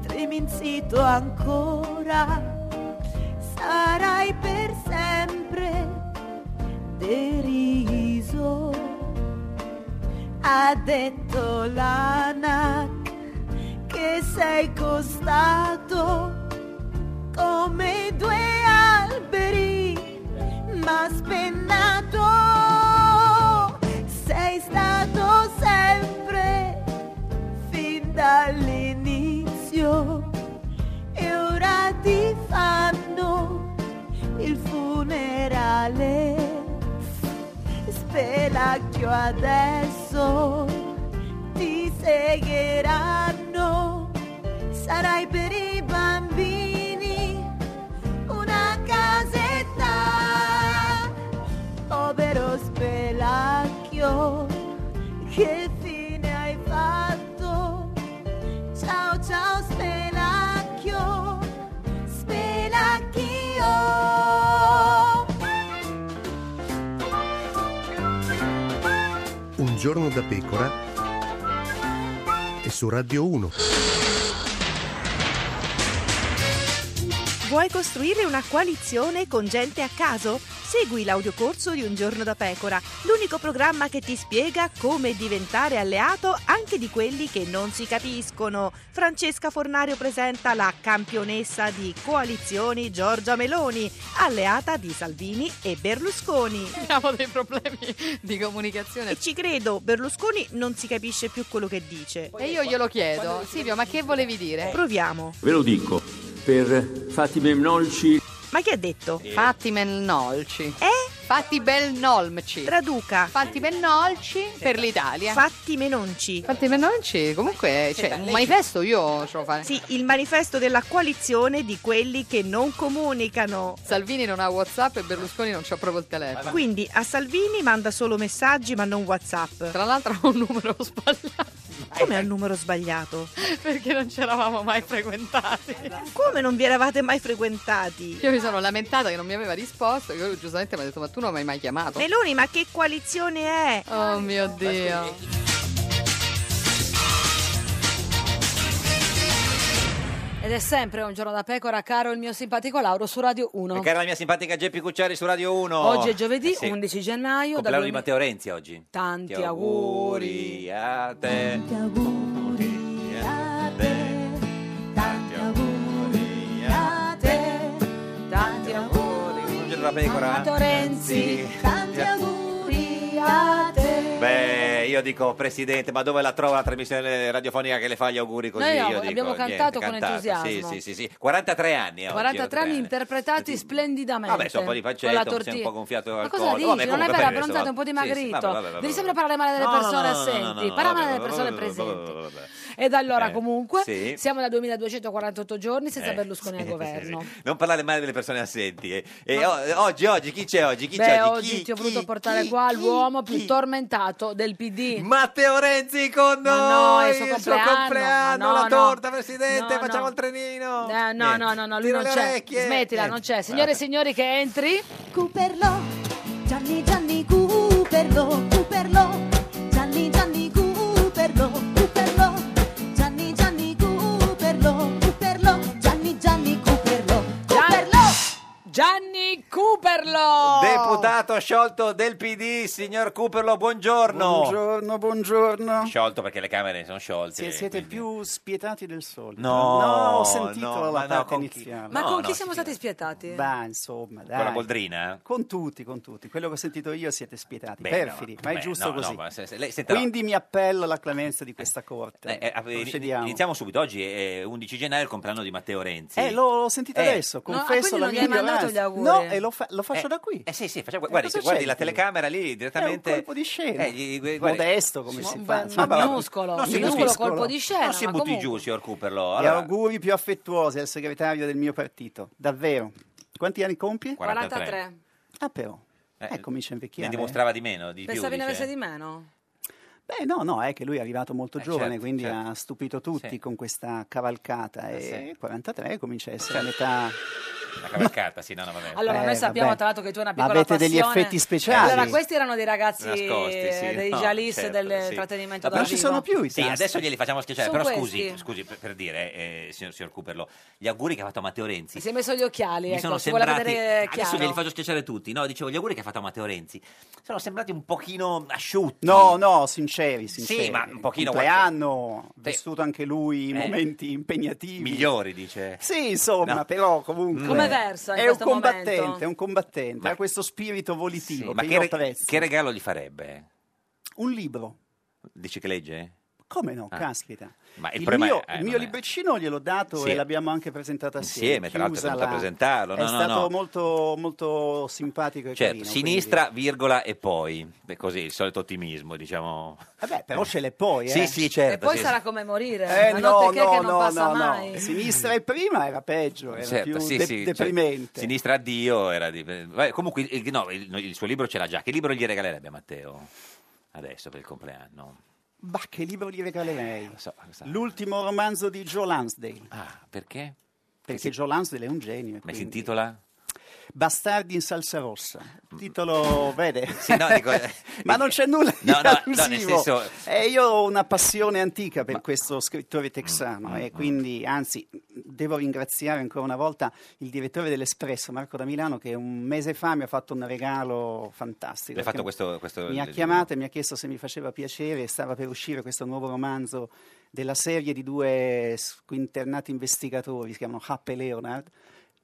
Speaker 8: streminzito ancora, sarai per sempre deriso. Ha detto l'ANAC che sei costato come due alberi, ma spennato sei stato sempre fin dall'inizio e ora ti fanno il funerale. Spelacchio adesso ti segheranno, sarai per i bambini una casetta, povero spelacchio, che fine hai fatto? Ciao ciao spelacchio, spelacchio.
Speaker 9: Un giorno da pecora e su Radio 1.
Speaker 8: Vuoi costruire una coalizione con gente a caso? Segui l'audiocorso di Un giorno da pecora, l'unico programma che ti spiega come diventare alleato anche di quelli che non si capiscono. Francesca Fornario presenta la campionessa di coalizioni Giorgia Meloni, alleata di Salvini e Berlusconi.
Speaker 7: Abbiamo dei problemi di comunicazione.
Speaker 8: E ci credo, Berlusconi non si capisce più quello che dice.
Speaker 7: E io glielo chiedo, Silvio, ma che volevi dire?
Speaker 8: Proviamo.
Speaker 10: Ve lo dico, per Fatime Mnolci
Speaker 8: Ma chi ha detto?
Speaker 7: Fatti ben nolci.
Speaker 8: Eh?
Speaker 7: Fatti bel nolci.
Speaker 8: Traduca.
Speaker 7: Fatti ben nolci per l'Italia.
Speaker 8: Fatti menonci.
Speaker 7: Fatti ben nolci,
Speaker 2: Eh,
Speaker 7: comunque, cioè, un manifesto io ce lo farei.
Speaker 8: Sì, il manifesto della coalizione di quelli che non comunicano.
Speaker 7: Salvini non ha WhatsApp e Berlusconi non c'ha proprio il telefono.
Speaker 8: Quindi a Salvini manda solo messaggi ma non Whatsapp.
Speaker 7: Tra l'altro ho un numero sbagliato
Speaker 8: Come al numero sbagliato?
Speaker 7: perché non ci eravamo mai frequentati.
Speaker 8: Esatto. Come non vi eravate mai frequentati?
Speaker 7: Io mi sono lamentata che non mi aveva risposto. Io giustamente mi ha detto: Ma tu non mi hai mai chiamato?
Speaker 8: Meloni, ma che coalizione è?
Speaker 7: Oh mio Dio.
Speaker 1: Ed è sempre un giorno da pecora, caro il mio simpatico Lauro su Radio 1.
Speaker 2: E cara la mia simpatica Geppi Cucciari su Radio 1.
Speaker 1: Oggi è giovedì
Speaker 2: Eh sì.
Speaker 1: 11 gennaio.
Speaker 2: Compleanno
Speaker 1: da
Speaker 2: di
Speaker 1: due-
Speaker 2: Matteo Renzi oggi.
Speaker 1: Tanti
Speaker 2: Ti
Speaker 1: auguri.
Speaker 2: a te.
Speaker 8: Tanti auguri
Speaker 2: a te.
Speaker 8: Tanti
Speaker 2: Pecora.
Speaker 1: Amato Renzi,
Speaker 2: Eh.
Speaker 1: tanti auguri a te.
Speaker 2: Beh, io dico presidente, ma dove la trova la trasmissione radiofonica che le fa gli auguri così?
Speaker 1: Noi
Speaker 2: io
Speaker 1: abbiamo-
Speaker 2: dico,
Speaker 1: abbiamo
Speaker 2: niente,
Speaker 1: cantato con
Speaker 2: Sì,
Speaker 1: entusiasmo.
Speaker 2: sì, sì, sì. 43 anni. oggi,
Speaker 1: 43 anni interpretati splendidamente.
Speaker 2: Vabbè, sono un po' di
Speaker 1: Con la
Speaker 2: faccetto, mi
Speaker 1: tortilla.
Speaker 2: sei un po' gonfiato
Speaker 1: Ma
Speaker 2: al
Speaker 1: cosa
Speaker 2: collo.
Speaker 1: dici? non
Speaker 2: Vabbè,
Speaker 1: è
Speaker 2: comunque,
Speaker 1: per
Speaker 2: bene,
Speaker 1: abbronzato,
Speaker 2: insomma,
Speaker 1: un po'
Speaker 2: sì, sì,
Speaker 1: dimagrito.
Speaker 2: vabbè, vabbè, vabbè,
Speaker 1: Devi
Speaker 2: vabbè.
Speaker 1: sempre parlare male delle
Speaker 2: No, no,
Speaker 1: persone
Speaker 2: no, no,
Speaker 1: assenti.
Speaker 2: no, no,
Speaker 1: Parla male
Speaker 2: vabbè,
Speaker 1: delle persone
Speaker 2: vabbè,
Speaker 1: presenti.
Speaker 2: vabbè, vabbè, vabbè.
Speaker 1: E da allora,
Speaker 2: Eh,
Speaker 1: comunque,
Speaker 2: sì.
Speaker 1: siamo da 2248 giorni senza
Speaker 2: Eh,
Speaker 1: Berlusconi al
Speaker 2: sì, sì, sì.
Speaker 1: governo.
Speaker 2: Non parlare male delle persone assenti. eh. E o- oggi, oggi, chi c'è oggi? Chi
Speaker 1: Beh,
Speaker 2: c'è
Speaker 1: oggi
Speaker 2: Chi-
Speaker 1: ti ho voluto portare qua l'uomo più tormentato del PD.
Speaker 2: Matteo Renzi con
Speaker 1: noi,
Speaker 2: noi,
Speaker 1: il suo
Speaker 2: il suo
Speaker 1: compleanno,
Speaker 2: compleanno,
Speaker 1: ma no,
Speaker 2: la
Speaker 1: no.
Speaker 2: torta, presidente,
Speaker 1: No,
Speaker 2: facciamo
Speaker 1: no.
Speaker 2: il trenino.
Speaker 1: Eh, no,
Speaker 2: Niente.
Speaker 1: no, no, no, lui
Speaker 2: Tira
Speaker 1: non
Speaker 2: le
Speaker 1: c'è.
Speaker 2: orecchie.
Speaker 1: Smettila,
Speaker 2: Niente.
Speaker 1: non c'è. Signore e signori che entri.
Speaker 11: Cooperlo, Gianni Gianni Cooperlo, Cooperlo, Gianni Gianni Cooperlo, Cooperlo, Gianni Gianni Cooperlo, Cooperlo, Gianni Gianni Cooperlo, Cooperlo.
Speaker 1: Gianni Cooperlo.
Speaker 2: Deputato sciolto del PD, signor Cooperlo, buongiorno.
Speaker 12: Buongiorno, buongiorno.
Speaker 2: Sciolto perché le camere sono sciolte.
Speaker 12: Sie- siete più spietati del solito.
Speaker 2: No,
Speaker 12: ho sentito
Speaker 2: no, ma
Speaker 12: la
Speaker 2: no,
Speaker 12: parte
Speaker 2: con chi-
Speaker 12: iniziale.
Speaker 1: Ma con chi siamo stati spietati?
Speaker 12: Bah, insomma, dai.
Speaker 2: Con la Boldrina?
Speaker 12: Con tutti, con tutti. Quello che ho sentito io siete spietati,
Speaker 2: Beh,
Speaker 12: perfidi,
Speaker 2: no,
Speaker 12: ma è
Speaker 2: beh,
Speaker 12: giusto
Speaker 2: no, no,
Speaker 12: così.
Speaker 2: ma se- se- lei- senta, no.
Speaker 12: Quindi mi appello alla clemenza di questa corte.
Speaker 2: Eh, eh, eh,
Speaker 12: Procediamo.
Speaker 2: iniziamo subito, oggi è 11 gennaio, il compleanno di Matteo Renzi.
Speaker 12: Eh, l'ho, l'ho sentito
Speaker 2: Eh.
Speaker 12: adesso,
Speaker 2: No, ah,
Speaker 12: confesso
Speaker 2: quindi
Speaker 12: la
Speaker 2: non gli
Speaker 12: mia
Speaker 2: hai mandato
Speaker 12: ignoranza.
Speaker 2: gli
Speaker 12: No,
Speaker 2: auguri?
Speaker 12: e lo, fa- lo faccio
Speaker 2: Eh,
Speaker 12: da qui.
Speaker 2: Eh sì, sì, facciamo, guardi, se
Speaker 12: cosa
Speaker 2: guardi
Speaker 12: c'è
Speaker 2: la
Speaker 12: di più?
Speaker 2: telecamera lì direttamente...
Speaker 12: È un colpo di scena.
Speaker 2: Eh, gli- gui- guardi-
Speaker 12: Modesto, come
Speaker 2: Sì,
Speaker 12: si
Speaker 2: ma-
Speaker 12: fa.
Speaker 2: ma- ma-
Speaker 1: minuscolo,
Speaker 2: non si
Speaker 1: minuscolo
Speaker 2: butti-
Speaker 1: colpo di scena,
Speaker 2: Non si
Speaker 1: ma
Speaker 2: butti
Speaker 1: comunque-
Speaker 2: giù, signor Cooperlo.
Speaker 12: Gli
Speaker 2: Allora,
Speaker 12: auguri più affettuosi al segretario del mio partito, davvero. Quanti anni compie?
Speaker 2: 43.
Speaker 12: Ah, però.
Speaker 2: Eh,
Speaker 12: Eh, comincia a
Speaker 2: Ne
Speaker 12: invecchiare.
Speaker 2: dimostrava di meno, di
Speaker 1: Pensavi
Speaker 2: più,
Speaker 1: ne
Speaker 2: dice.
Speaker 1: avesse di meno?
Speaker 12: Beh, no, no, è che lui è arrivato molto
Speaker 2: Eh,
Speaker 12: giovane,
Speaker 2: certo,
Speaker 12: quindi
Speaker 2: certo.
Speaker 12: ha stupito tutti
Speaker 2: Sì. Eh,
Speaker 12: con questa cavalcata. e
Speaker 2: sì.
Speaker 12: 43 comincia a essere
Speaker 2: Certo.
Speaker 12: metà.
Speaker 2: La cavalcata, sì, no, no, vabbè.
Speaker 1: Allora,
Speaker 12: Eh,
Speaker 1: noi sappiamo
Speaker 12: vabbè.
Speaker 1: tra l'altro che tu hai una
Speaker 12: Ma
Speaker 1: piccola
Speaker 12: avete
Speaker 1: passione.
Speaker 12: degli effetti speciali.
Speaker 1: Allora, questi erano dei ragazzi
Speaker 2: Nascosti, sì,
Speaker 1: eh, dei
Speaker 2: no,
Speaker 1: jalis
Speaker 2: certo,
Speaker 1: del
Speaker 2: sì.
Speaker 1: trattenimento
Speaker 2: Vabbè,
Speaker 1: dal vivo.
Speaker 2: Sì, adesso glieli facciamo schiacciare.
Speaker 1: Sono
Speaker 2: Però scusi,
Speaker 1: questi.
Speaker 2: scusi, per, per dire, eh, signor, signor Cooperlo, gli auguri che ha fatto Matteo Renzi.
Speaker 1: Si è messo gli occhiali,
Speaker 2: Mi
Speaker 1: ecco,
Speaker 2: sono
Speaker 1: se vuole
Speaker 2: sembrati
Speaker 1: vedere
Speaker 2: adesso
Speaker 1: chiaro.
Speaker 2: glieli faccio schiacciare tutti no dicevo gli auguri che ha fatto Matteo Renzi sono sembrati un pochino asciutti
Speaker 12: No, no, sinceri, sinceri.
Speaker 2: ma un pochino- Eh.
Speaker 12: Compleanno, vissuto anche lui momenti impegnativi.
Speaker 2: migliori dice
Speaker 12: Sì, insomma,
Speaker 2: No.
Speaker 12: però comunque.
Speaker 1: Come versa in
Speaker 12: È un
Speaker 1: questo
Speaker 12: combattente,
Speaker 1: momento?
Speaker 12: è un combattente, ha questo spirito volitivo.
Speaker 2: ma
Speaker 12: che
Speaker 2: che,
Speaker 12: io
Speaker 2: re-
Speaker 12: apprezzo.
Speaker 2: che regalo gli farebbe
Speaker 12: Un libro.
Speaker 2: dice che legge
Speaker 12: Come no,
Speaker 2: Ah.
Speaker 12: caspetta.
Speaker 2: ma il,
Speaker 12: il,
Speaker 2: problema
Speaker 12: mio,
Speaker 2: è, eh,
Speaker 12: il mio
Speaker 2: non è-
Speaker 12: libricino gliel'ho dato
Speaker 2: Sì.
Speaker 12: e l'abbiamo anche presentato assieme.
Speaker 2: Insieme, tra l'altro, è
Speaker 12: Chiusa
Speaker 2: venuto a
Speaker 12: la-
Speaker 2: presentarlo. No,
Speaker 12: è
Speaker 2: no,
Speaker 12: stato
Speaker 2: no.
Speaker 12: Molto, molto simpatico e
Speaker 2: certo
Speaker 12: carino.
Speaker 2: sinistra virgola e poi È così il solito ottimismo diciamo
Speaker 12: quindi- Vabbè, però ce l'è poi, eh.
Speaker 2: sì sì certo
Speaker 1: e poi
Speaker 2: sì,
Speaker 1: sarà come morire,
Speaker 12: Eh,
Speaker 1: una
Speaker 12: no,
Speaker 1: notte che,
Speaker 12: no,
Speaker 1: che non
Speaker 12: no,
Speaker 1: passa
Speaker 12: no,
Speaker 1: mai.
Speaker 12: no. Sinistra e prima era peggio, era
Speaker 2: Certo,
Speaker 12: più
Speaker 2: sì,
Speaker 12: de-
Speaker 2: sì,
Speaker 12: deprimente.
Speaker 2: cioè, sinistra addio era di- vabbè, comunque il, no, il- il suo libro ce l'ha già che libro gli regalerebbe a Matteo adesso per il compleanno
Speaker 12: Ma che libro gli regalerei? L'ultimo romanzo di Joe Lansdale.
Speaker 2: perché?
Speaker 12: Perché Joe Lansdale è un genio.
Speaker 2: Ah, ma si
Speaker 12: quindi-
Speaker 2: intitola?
Speaker 12: Bastardi in salsa rossa. Titolo, vede?
Speaker 2: Sì, no, dico- eh,
Speaker 12: Ma non c'è nulla di
Speaker 2: No, no, no, nel
Speaker 12: allusivo.
Speaker 2: senso-
Speaker 12: Eh, io ho una passione antica per questo scrittore
Speaker 2: Mm,
Speaker 12: texano e quindi, anzi, devo ringraziare ancora una volta il direttore dell'Espresso, Marco da Milano, che un mese fa mi ha fatto un regalo fantastico.
Speaker 2: Certo, Le ha fatto
Speaker 12: perché
Speaker 2: questo, questo
Speaker 12: Mi ha chiamato e mi ha chiesto se mi faceva piacere, stava per uscire questo nuovo romanzo della serie di due squinternati investigatori, si chiamano Happ e Leonard,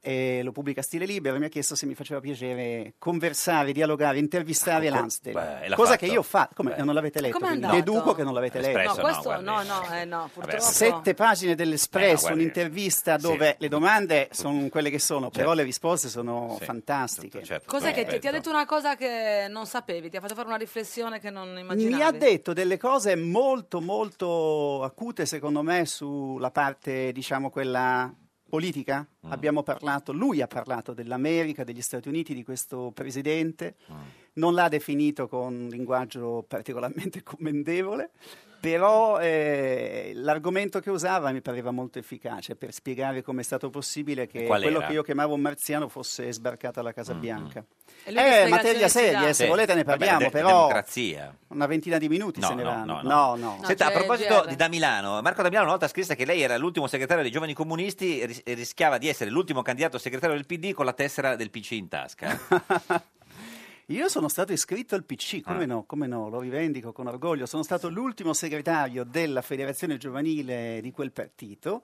Speaker 12: e lo pubblica a Stile Libero, e mi ha chiesto se mi faceva piacere conversare, dialogare, intervistare
Speaker 2: Ecco,
Speaker 12: Lansdale,
Speaker 2: beh, e l'ha
Speaker 12: cosa
Speaker 2: fatto.
Speaker 12: che io ho fatto, come
Speaker 2: Beh.
Speaker 12: non l'avete letto,
Speaker 1: Com'è
Speaker 12: quindi
Speaker 1: andato?
Speaker 12: deduco che non l'avete letto.
Speaker 1: no, questo no, no, eh, no, purtroppo.
Speaker 12: Sette pagine
Speaker 2: Eh, no,
Speaker 12: dell'Espresso,
Speaker 2: guardi.
Speaker 12: un'intervista dove le domande sono quelle che sono, però le risposte sono fantastiche.
Speaker 2: Certo,
Speaker 1: Cos'è che ti, ti ha detto una cosa che non sapevi? Ti ha fatto fare una riflessione che non immaginavi?
Speaker 12: Mi ha detto delle cose molto molto acute secondo me sulla parte, diciamo, quella politica.
Speaker 2: Mm.
Speaker 12: Abbiamo parlato, lui ha parlato dell'America, degli Stati Uniti, di questo presidente.
Speaker 2: Mm.
Speaker 12: Non l'ha definito con un linguaggio particolarmente commendevole, però eh, l'argomento che usava mi pareva molto efficace per spiegare come è stato possibile che
Speaker 2: E qual
Speaker 12: quello
Speaker 2: era? Mm,
Speaker 12: che io chiamavo marziano fosse sbarcato alla Casa Bianca.
Speaker 1: mm. E lui che
Speaker 12: È
Speaker 1: spiegazioni
Speaker 12: materia
Speaker 1: ci
Speaker 12: seria,
Speaker 1: dà?
Speaker 12: eh, se
Speaker 1: Sì.
Speaker 12: volete ne
Speaker 1: Vabbè,
Speaker 12: parliamo,
Speaker 2: de-
Speaker 12: però
Speaker 2: democrazia
Speaker 12: una ventina di minuti se ne vanno. no.
Speaker 2: Senta, a
Speaker 12: Cioè,
Speaker 2: proposito
Speaker 12: GR.
Speaker 2: di Da Milano, Marco Da Milano una volta scrisse che lei era l'ultimo segretario dei giovani comunisti e ris- e rischiava di essere l'ultimo candidato segretario del PD con la tessera del PC in tasca.
Speaker 12: Io sono stato iscritto al PC,
Speaker 2: Ah.
Speaker 12: come no, come no, lo rivendico con orgoglio. Sono stato l'ultimo segretario della federazione giovanile di quel partito.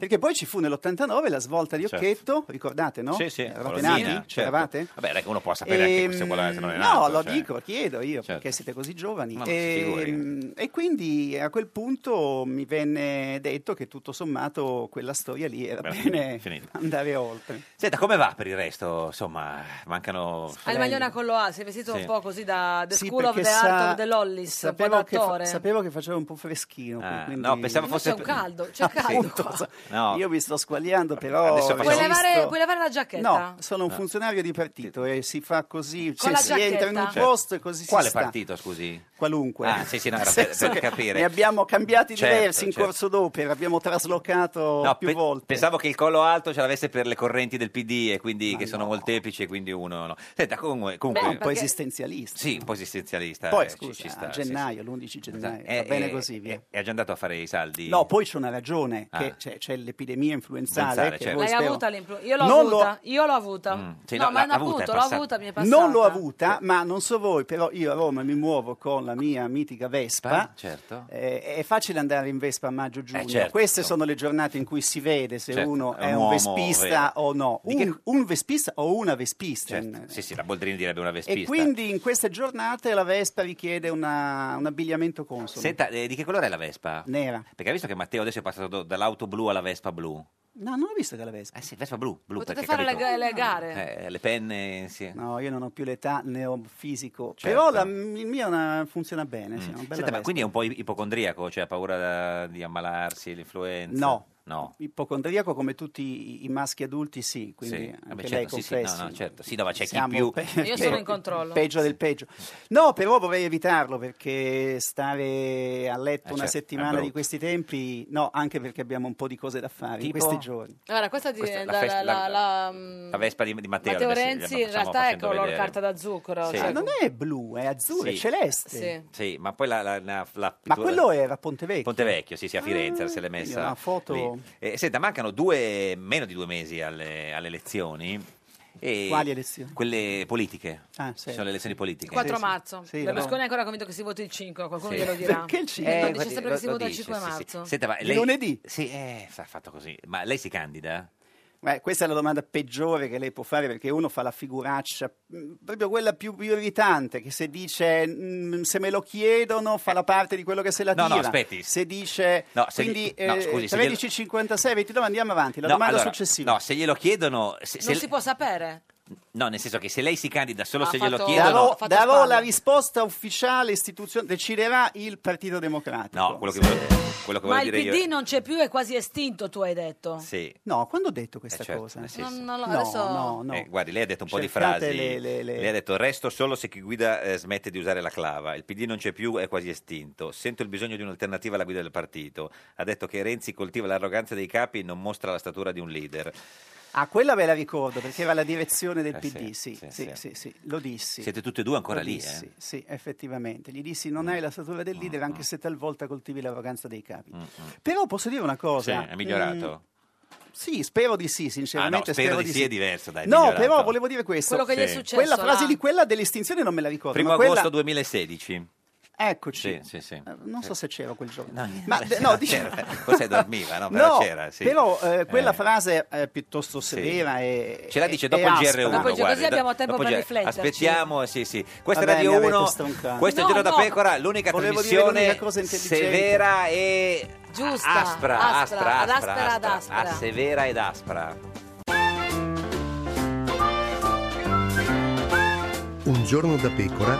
Speaker 12: Perché poi ci fu nell'89 la svolta di
Speaker 2: Certo.
Speaker 12: Occhetto, ricordate, no?
Speaker 2: Sì, sì,
Speaker 12: Eravate
Speaker 2: Colossina,
Speaker 12: nati?
Speaker 2: certo.
Speaker 12: Eravate?
Speaker 2: Vabbè, dai, uno può sapere anche
Speaker 12: Ehm,
Speaker 2: se vuole- se non è
Speaker 12: No,
Speaker 2: nato,
Speaker 12: lo
Speaker 2: cioè.
Speaker 12: dico, lo chiedo io, perché siete così giovani. Ehm,
Speaker 2: Ma no,
Speaker 12: e, e quindi a quel punto mi venne detto che tutto sommato quella storia lì era
Speaker 2: Era
Speaker 12: bene
Speaker 2: finito.
Speaker 12: andare oltre.
Speaker 2: Senta, come va per il resto? Insomma, mancano... Cioè,
Speaker 1: Ha il maglione con lo A, si è vestito
Speaker 2: Sì.
Speaker 1: un po' così da The
Speaker 12: Sì,
Speaker 1: School of the
Speaker 12: perché sa-
Speaker 1: Art of the Lollis, un po'
Speaker 12: sapevo,
Speaker 1: da
Speaker 12: che fa-
Speaker 1: attore.
Speaker 12: sapevo che faceva un po' freschino. qui, quindi...
Speaker 2: Eh, no, pensavo
Speaker 1: Ma c'è un caldo,
Speaker 12: Ah,
Speaker 1: c'è un caldo.
Speaker 12: Appunto, so- Io mi sto squagliando, però.
Speaker 2: Adesso Eh.
Speaker 1: Puoi
Speaker 12: resisto.
Speaker 1: lavare, puoi lavare la giacchetta?
Speaker 12: No, sono un funzionario di partito e si fa
Speaker 1: Con
Speaker 12: così, cioè,
Speaker 1: la
Speaker 12: si entra in un
Speaker 1: giacchetta.
Speaker 12: posto e così
Speaker 2: Quale
Speaker 12: si sta.
Speaker 2: partito, scusi?
Speaker 12: Qualunque.
Speaker 2: Ah, sì, sì, no, era
Speaker 12: Nel
Speaker 2: per,
Speaker 12: senso
Speaker 2: per
Speaker 12: che
Speaker 2: capire.
Speaker 12: Ne abbiamo cambiati
Speaker 2: Certo,
Speaker 12: diversi in
Speaker 2: certo.
Speaker 12: corso d'opera, abbiamo traslocato
Speaker 2: No,
Speaker 12: più
Speaker 2: pe-
Speaker 12: volte.
Speaker 2: Pensavo che il collo alto ce l'avesse per le correnti del PD e quindi che sono molteplici e quindi uno no. Senta, comunque... comunque-
Speaker 12: Beh, un po' esistenzialista.
Speaker 2: Sì, un po' esistenzialista.
Speaker 12: Poi,
Speaker 2: eh, ci-
Speaker 12: scusa,
Speaker 2: ci sta,
Speaker 12: a
Speaker 2: sì, sì.
Speaker 12: gennaio, l'11 gennaio,
Speaker 2: Eh,
Speaker 12: va bene
Speaker 2: eh,
Speaker 12: così, via.
Speaker 2: eh, È già andato a fare i saldi?
Speaker 12: No, poi c'è una ragione,
Speaker 2: Ah.
Speaker 12: che c'è, c'è l'epidemia influenzale.
Speaker 2: Influenzale,
Speaker 12: che
Speaker 2: certo.
Speaker 12: voi
Speaker 1: L'hai
Speaker 12: spero-
Speaker 1: avuta l'influenza? Io l'ho
Speaker 12: Non l'ho-
Speaker 1: avuta, io l'ho avuta.
Speaker 12: Mm, sì,
Speaker 1: no,
Speaker 12: no,
Speaker 1: ma
Speaker 12: l'ha avuta,
Speaker 1: appunto,
Speaker 12: è
Speaker 1: l'ho
Speaker 12: passata.
Speaker 1: avuta, mi è passata.
Speaker 12: Non l'ho avuta, ma non so voi, però io a Roma mi muovo con la mia mitica Vespa.
Speaker 2: Certo.
Speaker 12: Eh, è facile andare in Vespa a maggio-giugno.
Speaker 2: Eh, certo.
Speaker 12: Queste sono le giornate in cui si vede se
Speaker 2: Certo,
Speaker 12: uno è
Speaker 2: è un
Speaker 12: un,
Speaker 2: uomo
Speaker 12: vespista
Speaker 2: vero.
Speaker 12: o no.
Speaker 2: Di che-
Speaker 12: Un, un vespista o una vespista. eh.
Speaker 2: Certo. Sì, sì, la Boldrini direbbe una vespista.
Speaker 12: E quindi in queste giornate la Vespa richiede una- un abbigliamento consono.
Speaker 2: Senta, eh, di che colore è la Vespa?
Speaker 12: Nera.
Speaker 2: Perché ha visto che Matteo adesso è passato do- dall'auto blu alla Vespa blu?
Speaker 12: No, non ho visto che la Vespa.
Speaker 2: Eh sì, Vespa blu, blu
Speaker 1: Potete
Speaker 2: perché,
Speaker 1: fare le,
Speaker 2: capito?
Speaker 1: ga- le gare.
Speaker 2: Eh, le penne, sì.
Speaker 12: No, io non ho più l'età né ho fisico,
Speaker 2: Certo. Mm.
Speaker 12: però la il mio è una- funziona bene. sì, è una bella
Speaker 2: Senta, ma
Speaker 12: Vespa.
Speaker 2: quindi è un po' i- ipocondriaco, cioè ha paura da- di ammalarsi, l'influenza?
Speaker 12: No.
Speaker 2: No.
Speaker 12: Ipocondriaco come tutti i- i maschi adulti, sì, quindi
Speaker 2: Sì.
Speaker 12: anche
Speaker 2: Vabbè,
Speaker 12: lei
Speaker 2: certo, sì, sì, no,
Speaker 12: confessi.
Speaker 2: no, certo. Sì, no, ma c'è chi
Speaker 12: Siamo
Speaker 2: più-
Speaker 1: Io sono in controllo.
Speaker 12: Peggio del peggio. No, però vorrei evitarlo perché stare a letto
Speaker 2: Eh,
Speaker 12: una
Speaker 2: certo, è
Speaker 12: settimana
Speaker 2: brutto.
Speaker 12: di questi tempi, no, anche perché abbiamo un po' di cose da fare in
Speaker 2: Tipo?
Speaker 12: questi giorni.
Speaker 1: Guarda, questa, di-
Speaker 2: Questa- la
Speaker 1: da-
Speaker 2: festa-
Speaker 1: la,
Speaker 2: la-
Speaker 1: la- mm,
Speaker 2: La Vespa di, di Matteo.
Speaker 1: Matteo
Speaker 2: adesso
Speaker 1: Renzi
Speaker 2: gliela
Speaker 1: in
Speaker 2: stiamo
Speaker 1: realtà ecco, è
Speaker 2: facendo
Speaker 1: color
Speaker 2: vedere.
Speaker 1: carta da zucchero.
Speaker 2: Sì.
Speaker 12: Ah, non è blu, è azzurro, è
Speaker 2: Cioè, Sì.
Speaker 12: celeste.
Speaker 1: Sì.
Speaker 2: Sì, ma poi la... la- la- la
Speaker 12: Ma
Speaker 2: pittura-
Speaker 12: quello era a Ponte Vecchio.
Speaker 2: Pontevecchio, sì, sì, a Firenze se l'è messa.
Speaker 12: una foto-
Speaker 2: lì. Eh, senta, mancano due, meno di due mesi alle, alle elezioni. E
Speaker 12: Quali elezioni?
Speaker 2: Quelle politiche.
Speaker 12: Ah,
Speaker 2: Ci sono le elezioni politiche.
Speaker 1: 4 marzo.
Speaker 2: Sì,
Speaker 1: Berlusconi
Speaker 2: no.
Speaker 1: è ancora convinto che si voti il 5, qualcuno
Speaker 2: Sì.
Speaker 1: glielo dirà.
Speaker 2: Perché il cinque?
Speaker 1: Eh,
Speaker 2: Eh,
Speaker 1: dice
Speaker 2: infatti,
Speaker 1: sempre
Speaker 2: lo-
Speaker 1: che si
Speaker 2: lo
Speaker 1: vota il
Speaker 2: dice,
Speaker 1: 5
Speaker 2: sì, sì.
Speaker 1: marzo.
Speaker 2: Senta, ma
Speaker 12: Di
Speaker 2: lei-
Speaker 12: lunedì?
Speaker 2: Sì, eh, ha fatto così. Ma lei si candida?
Speaker 12: Beh, questa è la domanda peggiore che lei può fare perché uno fa la figuraccia, mh, proprio quella più, più irritante, che se dice "Mm, se me lo chiedono fa la parte di quello che se la
Speaker 2: No,
Speaker 12: tira.
Speaker 2: no, aspetti.
Speaker 12: Se dice
Speaker 2: No, se
Speaker 12: quindi eh,
Speaker 2: gli- no, scusi, se glielo-
Speaker 12: 13.56, 29 andiamo avanti, la
Speaker 2: No,
Speaker 12: domanda
Speaker 2: allora,
Speaker 12: successiva.
Speaker 2: No, se glielo chiedono... se- se-
Speaker 1: Non si può sapere.
Speaker 2: No, nel senso che se lei si candida solo
Speaker 1: Ha
Speaker 2: se
Speaker 1: fatto-
Speaker 2: glielo
Speaker 12: Darò,
Speaker 2: chiedono...
Speaker 12: darò la risposta ufficiale istituzionale, deciderà il Partito Democratico.
Speaker 2: No, quello che volevo, quello che
Speaker 1: Ma
Speaker 2: volevo
Speaker 1: il
Speaker 2: dire
Speaker 1: PD
Speaker 2: io...
Speaker 1: non c'è più, è quasi estinto, tu hai detto.
Speaker 2: Sì.
Speaker 12: No, quando ho detto questa
Speaker 2: Eh, certo,
Speaker 12: cosa?
Speaker 2: eh, sì,
Speaker 1: Non-
Speaker 2: sì.
Speaker 1: non lo-
Speaker 12: No,
Speaker 1: adesso-
Speaker 12: no, no.
Speaker 2: Eh, guardi, lei ha detto un po' di
Speaker 12: Cercate
Speaker 2: frasi.
Speaker 12: le- le- le-
Speaker 2: Lei ha detto: resto solo se chi guida eh, smette di usare la clava. Il PD non c'è più, è quasi estinto. Sento il bisogno di un'alternativa alla guida del partito. Ha detto che Renzi coltiva l'arroganza dei capi e non mostra la statura di un leader.
Speaker 12: Ah, quella ve la ricordo perché era la direzione del
Speaker 2: Eh,
Speaker 12: PD, sì,
Speaker 2: sì, sì,
Speaker 12: sì,
Speaker 2: sì.
Speaker 12: sì, sì, lo dissi.
Speaker 2: Siete tutti e due ancora
Speaker 12: Lo
Speaker 2: lì,
Speaker 12: dissi,
Speaker 2: eh? Mm.
Speaker 12: Sì, effettivamente. Gli dissi non hai la statura del leader anche se talvolta coltivi l'arroganza dei capi. Però posso dire una
Speaker 2: Mm, Sì,
Speaker 12: cosa.
Speaker 2: è migliorato.
Speaker 12: Mm, sì, spero di sì,
Speaker 2: ah, no,
Speaker 12: sinceramente.
Speaker 2: spero, di sì, è diverso. Dai, è
Speaker 12: No,
Speaker 2: migliorato.
Speaker 12: però volevo dire questo.
Speaker 1: Quello che gli è Sì. successo,
Speaker 12: Quella frase
Speaker 1: là.
Speaker 12: di quella dell'estinzione non me la ricordo.
Speaker 2: Primo
Speaker 12: ma quella-
Speaker 2: agosto 2016.
Speaker 12: Eccoci. Eh,
Speaker 2: Sì, sì, sì.
Speaker 12: Non so se c'era quel giorno.
Speaker 2: Ma
Speaker 12: no,
Speaker 2: dice...
Speaker 12: dice-
Speaker 2: Forse dormiva, no? Però
Speaker 12: No,
Speaker 2: c'era. Sì.
Speaker 12: però, eh, quella
Speaker 2: Eh.
Speaker 12: frase è piuttosto severa e
Speaker 2: Ce la dice
Speaker 12: e-
Speaker 2: dopo
Speaker 12: e
Speaker 2: il
Speaker 12: aspra.
Speaker 2: GR1. guardi,
Speaker 1: così abbiamo tempo
Speaker 2: dopo
Speaker 1: per
Speaker 2: il GR1.
Speaker 1: rifletterci.
Speaker 2: Aspettiamo, sì, sì. Questa
Speaker 12: Vabbè,
Speaker 2: è Radio
Speaker 12: mi avete
Speaker 2: 1,
Speaker 12: stroncato.
Speaker 2: questo è il
Speaker 12: No,
Speaker 2: Giro da
Speaker 12: no.
Speaker 2: Pecora, l'unica
Speaker 12: Volevo dire
Speaker 2: trasmissione
Speaker 12: l'unica cosa intelligente.
Speaker 2: severa e
Speaker 1: Giusta, aspra,
Speaker 2: aspra, aspra,
Speaker 1: ad
Speaker 2: aspra,
Speaker 1: aspra, ad
Speaker 2: aspra.
Speaker 1: aspra.
Speaker 2: Ah, severa ed aspra.
Speaker 9: Un giorno da pecora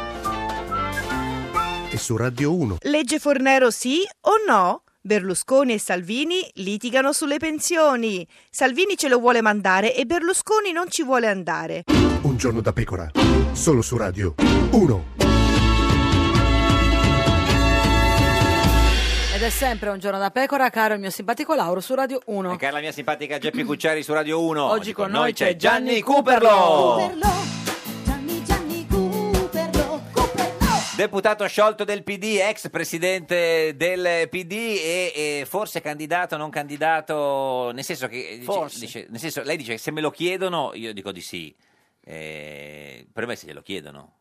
Speaker 9: e su Radio 1.
Speaker 13: Legge Fornero sì o no? Berlusconi e Salvini litigano sulle pensioni. Salvini ce lo vuole mandare e Berlusconi non ci vuole andare.
Speaker 9: Un giorno da pecora. Solo su Radio 1.
Speaker 1: Ed è sempre un giorno da pecora, caro il mio simpatico Lauro su Radio 1.
Speaker 2: E cara la mia simpatica Geppi Cucciari su Radio 1.
Speaker 1: Oggi con noi c'è Gianni
Speaker 2: Cooperlo,
Speaker 11: Cooperlo, Gianni Gianni Cooperlo,
Speaker 2: deputato sciolto del PD, ex presidente del PD e, e forse candidato, non candidato, nel senso che eh, dice-
Speaker 12: Forse.
Speaker 2: dice- nel senso, lei dice che se me lo chiedono io dico di sì. Eh, il problema è se glielo chiedono.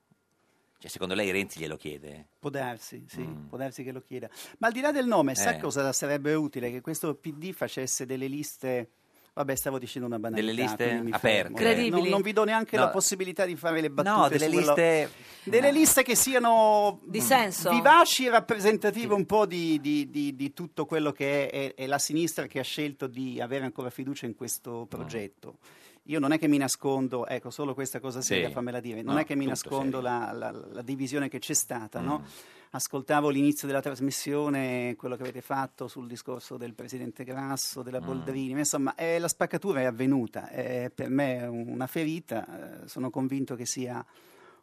Speaker 2: Cioè, secondo lei Renzi glielo chiede?
Speaker 12: Può darsi, sì, può darsi che lo chieda. Ma al di là del nome, sa
Speaker 2: Mm. Eh.
Speaker 12: cosa sarebbe utile? Che questo PD facesse delle liste... Vabbè, stavo dicendo una banalità.
Speaker 2: Delle liste
Speaker 12: quindi mi
Speaker 2: aperte.
Speaker 12: fermo. Eh,
Speaker 2: Credibili.
Speaker 12: Non, non vi do neanche
Speaker 2: No. Eh?
Speaker 12: la possibilità di fare le battute.
Speaker 2: No, delle
Speaker 12: su quello-
Speaker 2: liste-
Speaker 12: Delle liste che siano...
Speaker 1: Di senso.
Speaker 12: Vivaci e rappresentative un po' di, di- di- di tutto quello che è, è- è la sinistra che ha scelto di avere ancora fiducia in
Speaker 2: Mm.
Speaker 12: questo progetto. Io non è che mi nascondo, ecco, solo questa cosa
Speaker 14: Sì.
Speaker 12: seria, fammela dire, non
Speaker 14: No,
Speaker 12: è che mi
Speaker 14: tutto
Speaker 12: nascondo la, la- la divisione che c'è stata, no?
Speaker 2: Mm.
Speaker 12: Ascoltavo l'inizio della trasmissione, quello che avete fatto sul discorso del presidente Grasso, della
Speaker 14: Mm.
Speaker 12: Boldrini, ma insomma eh, la spaccatura è avvenuta, è per me è una ferita, eh, sono convinto che sia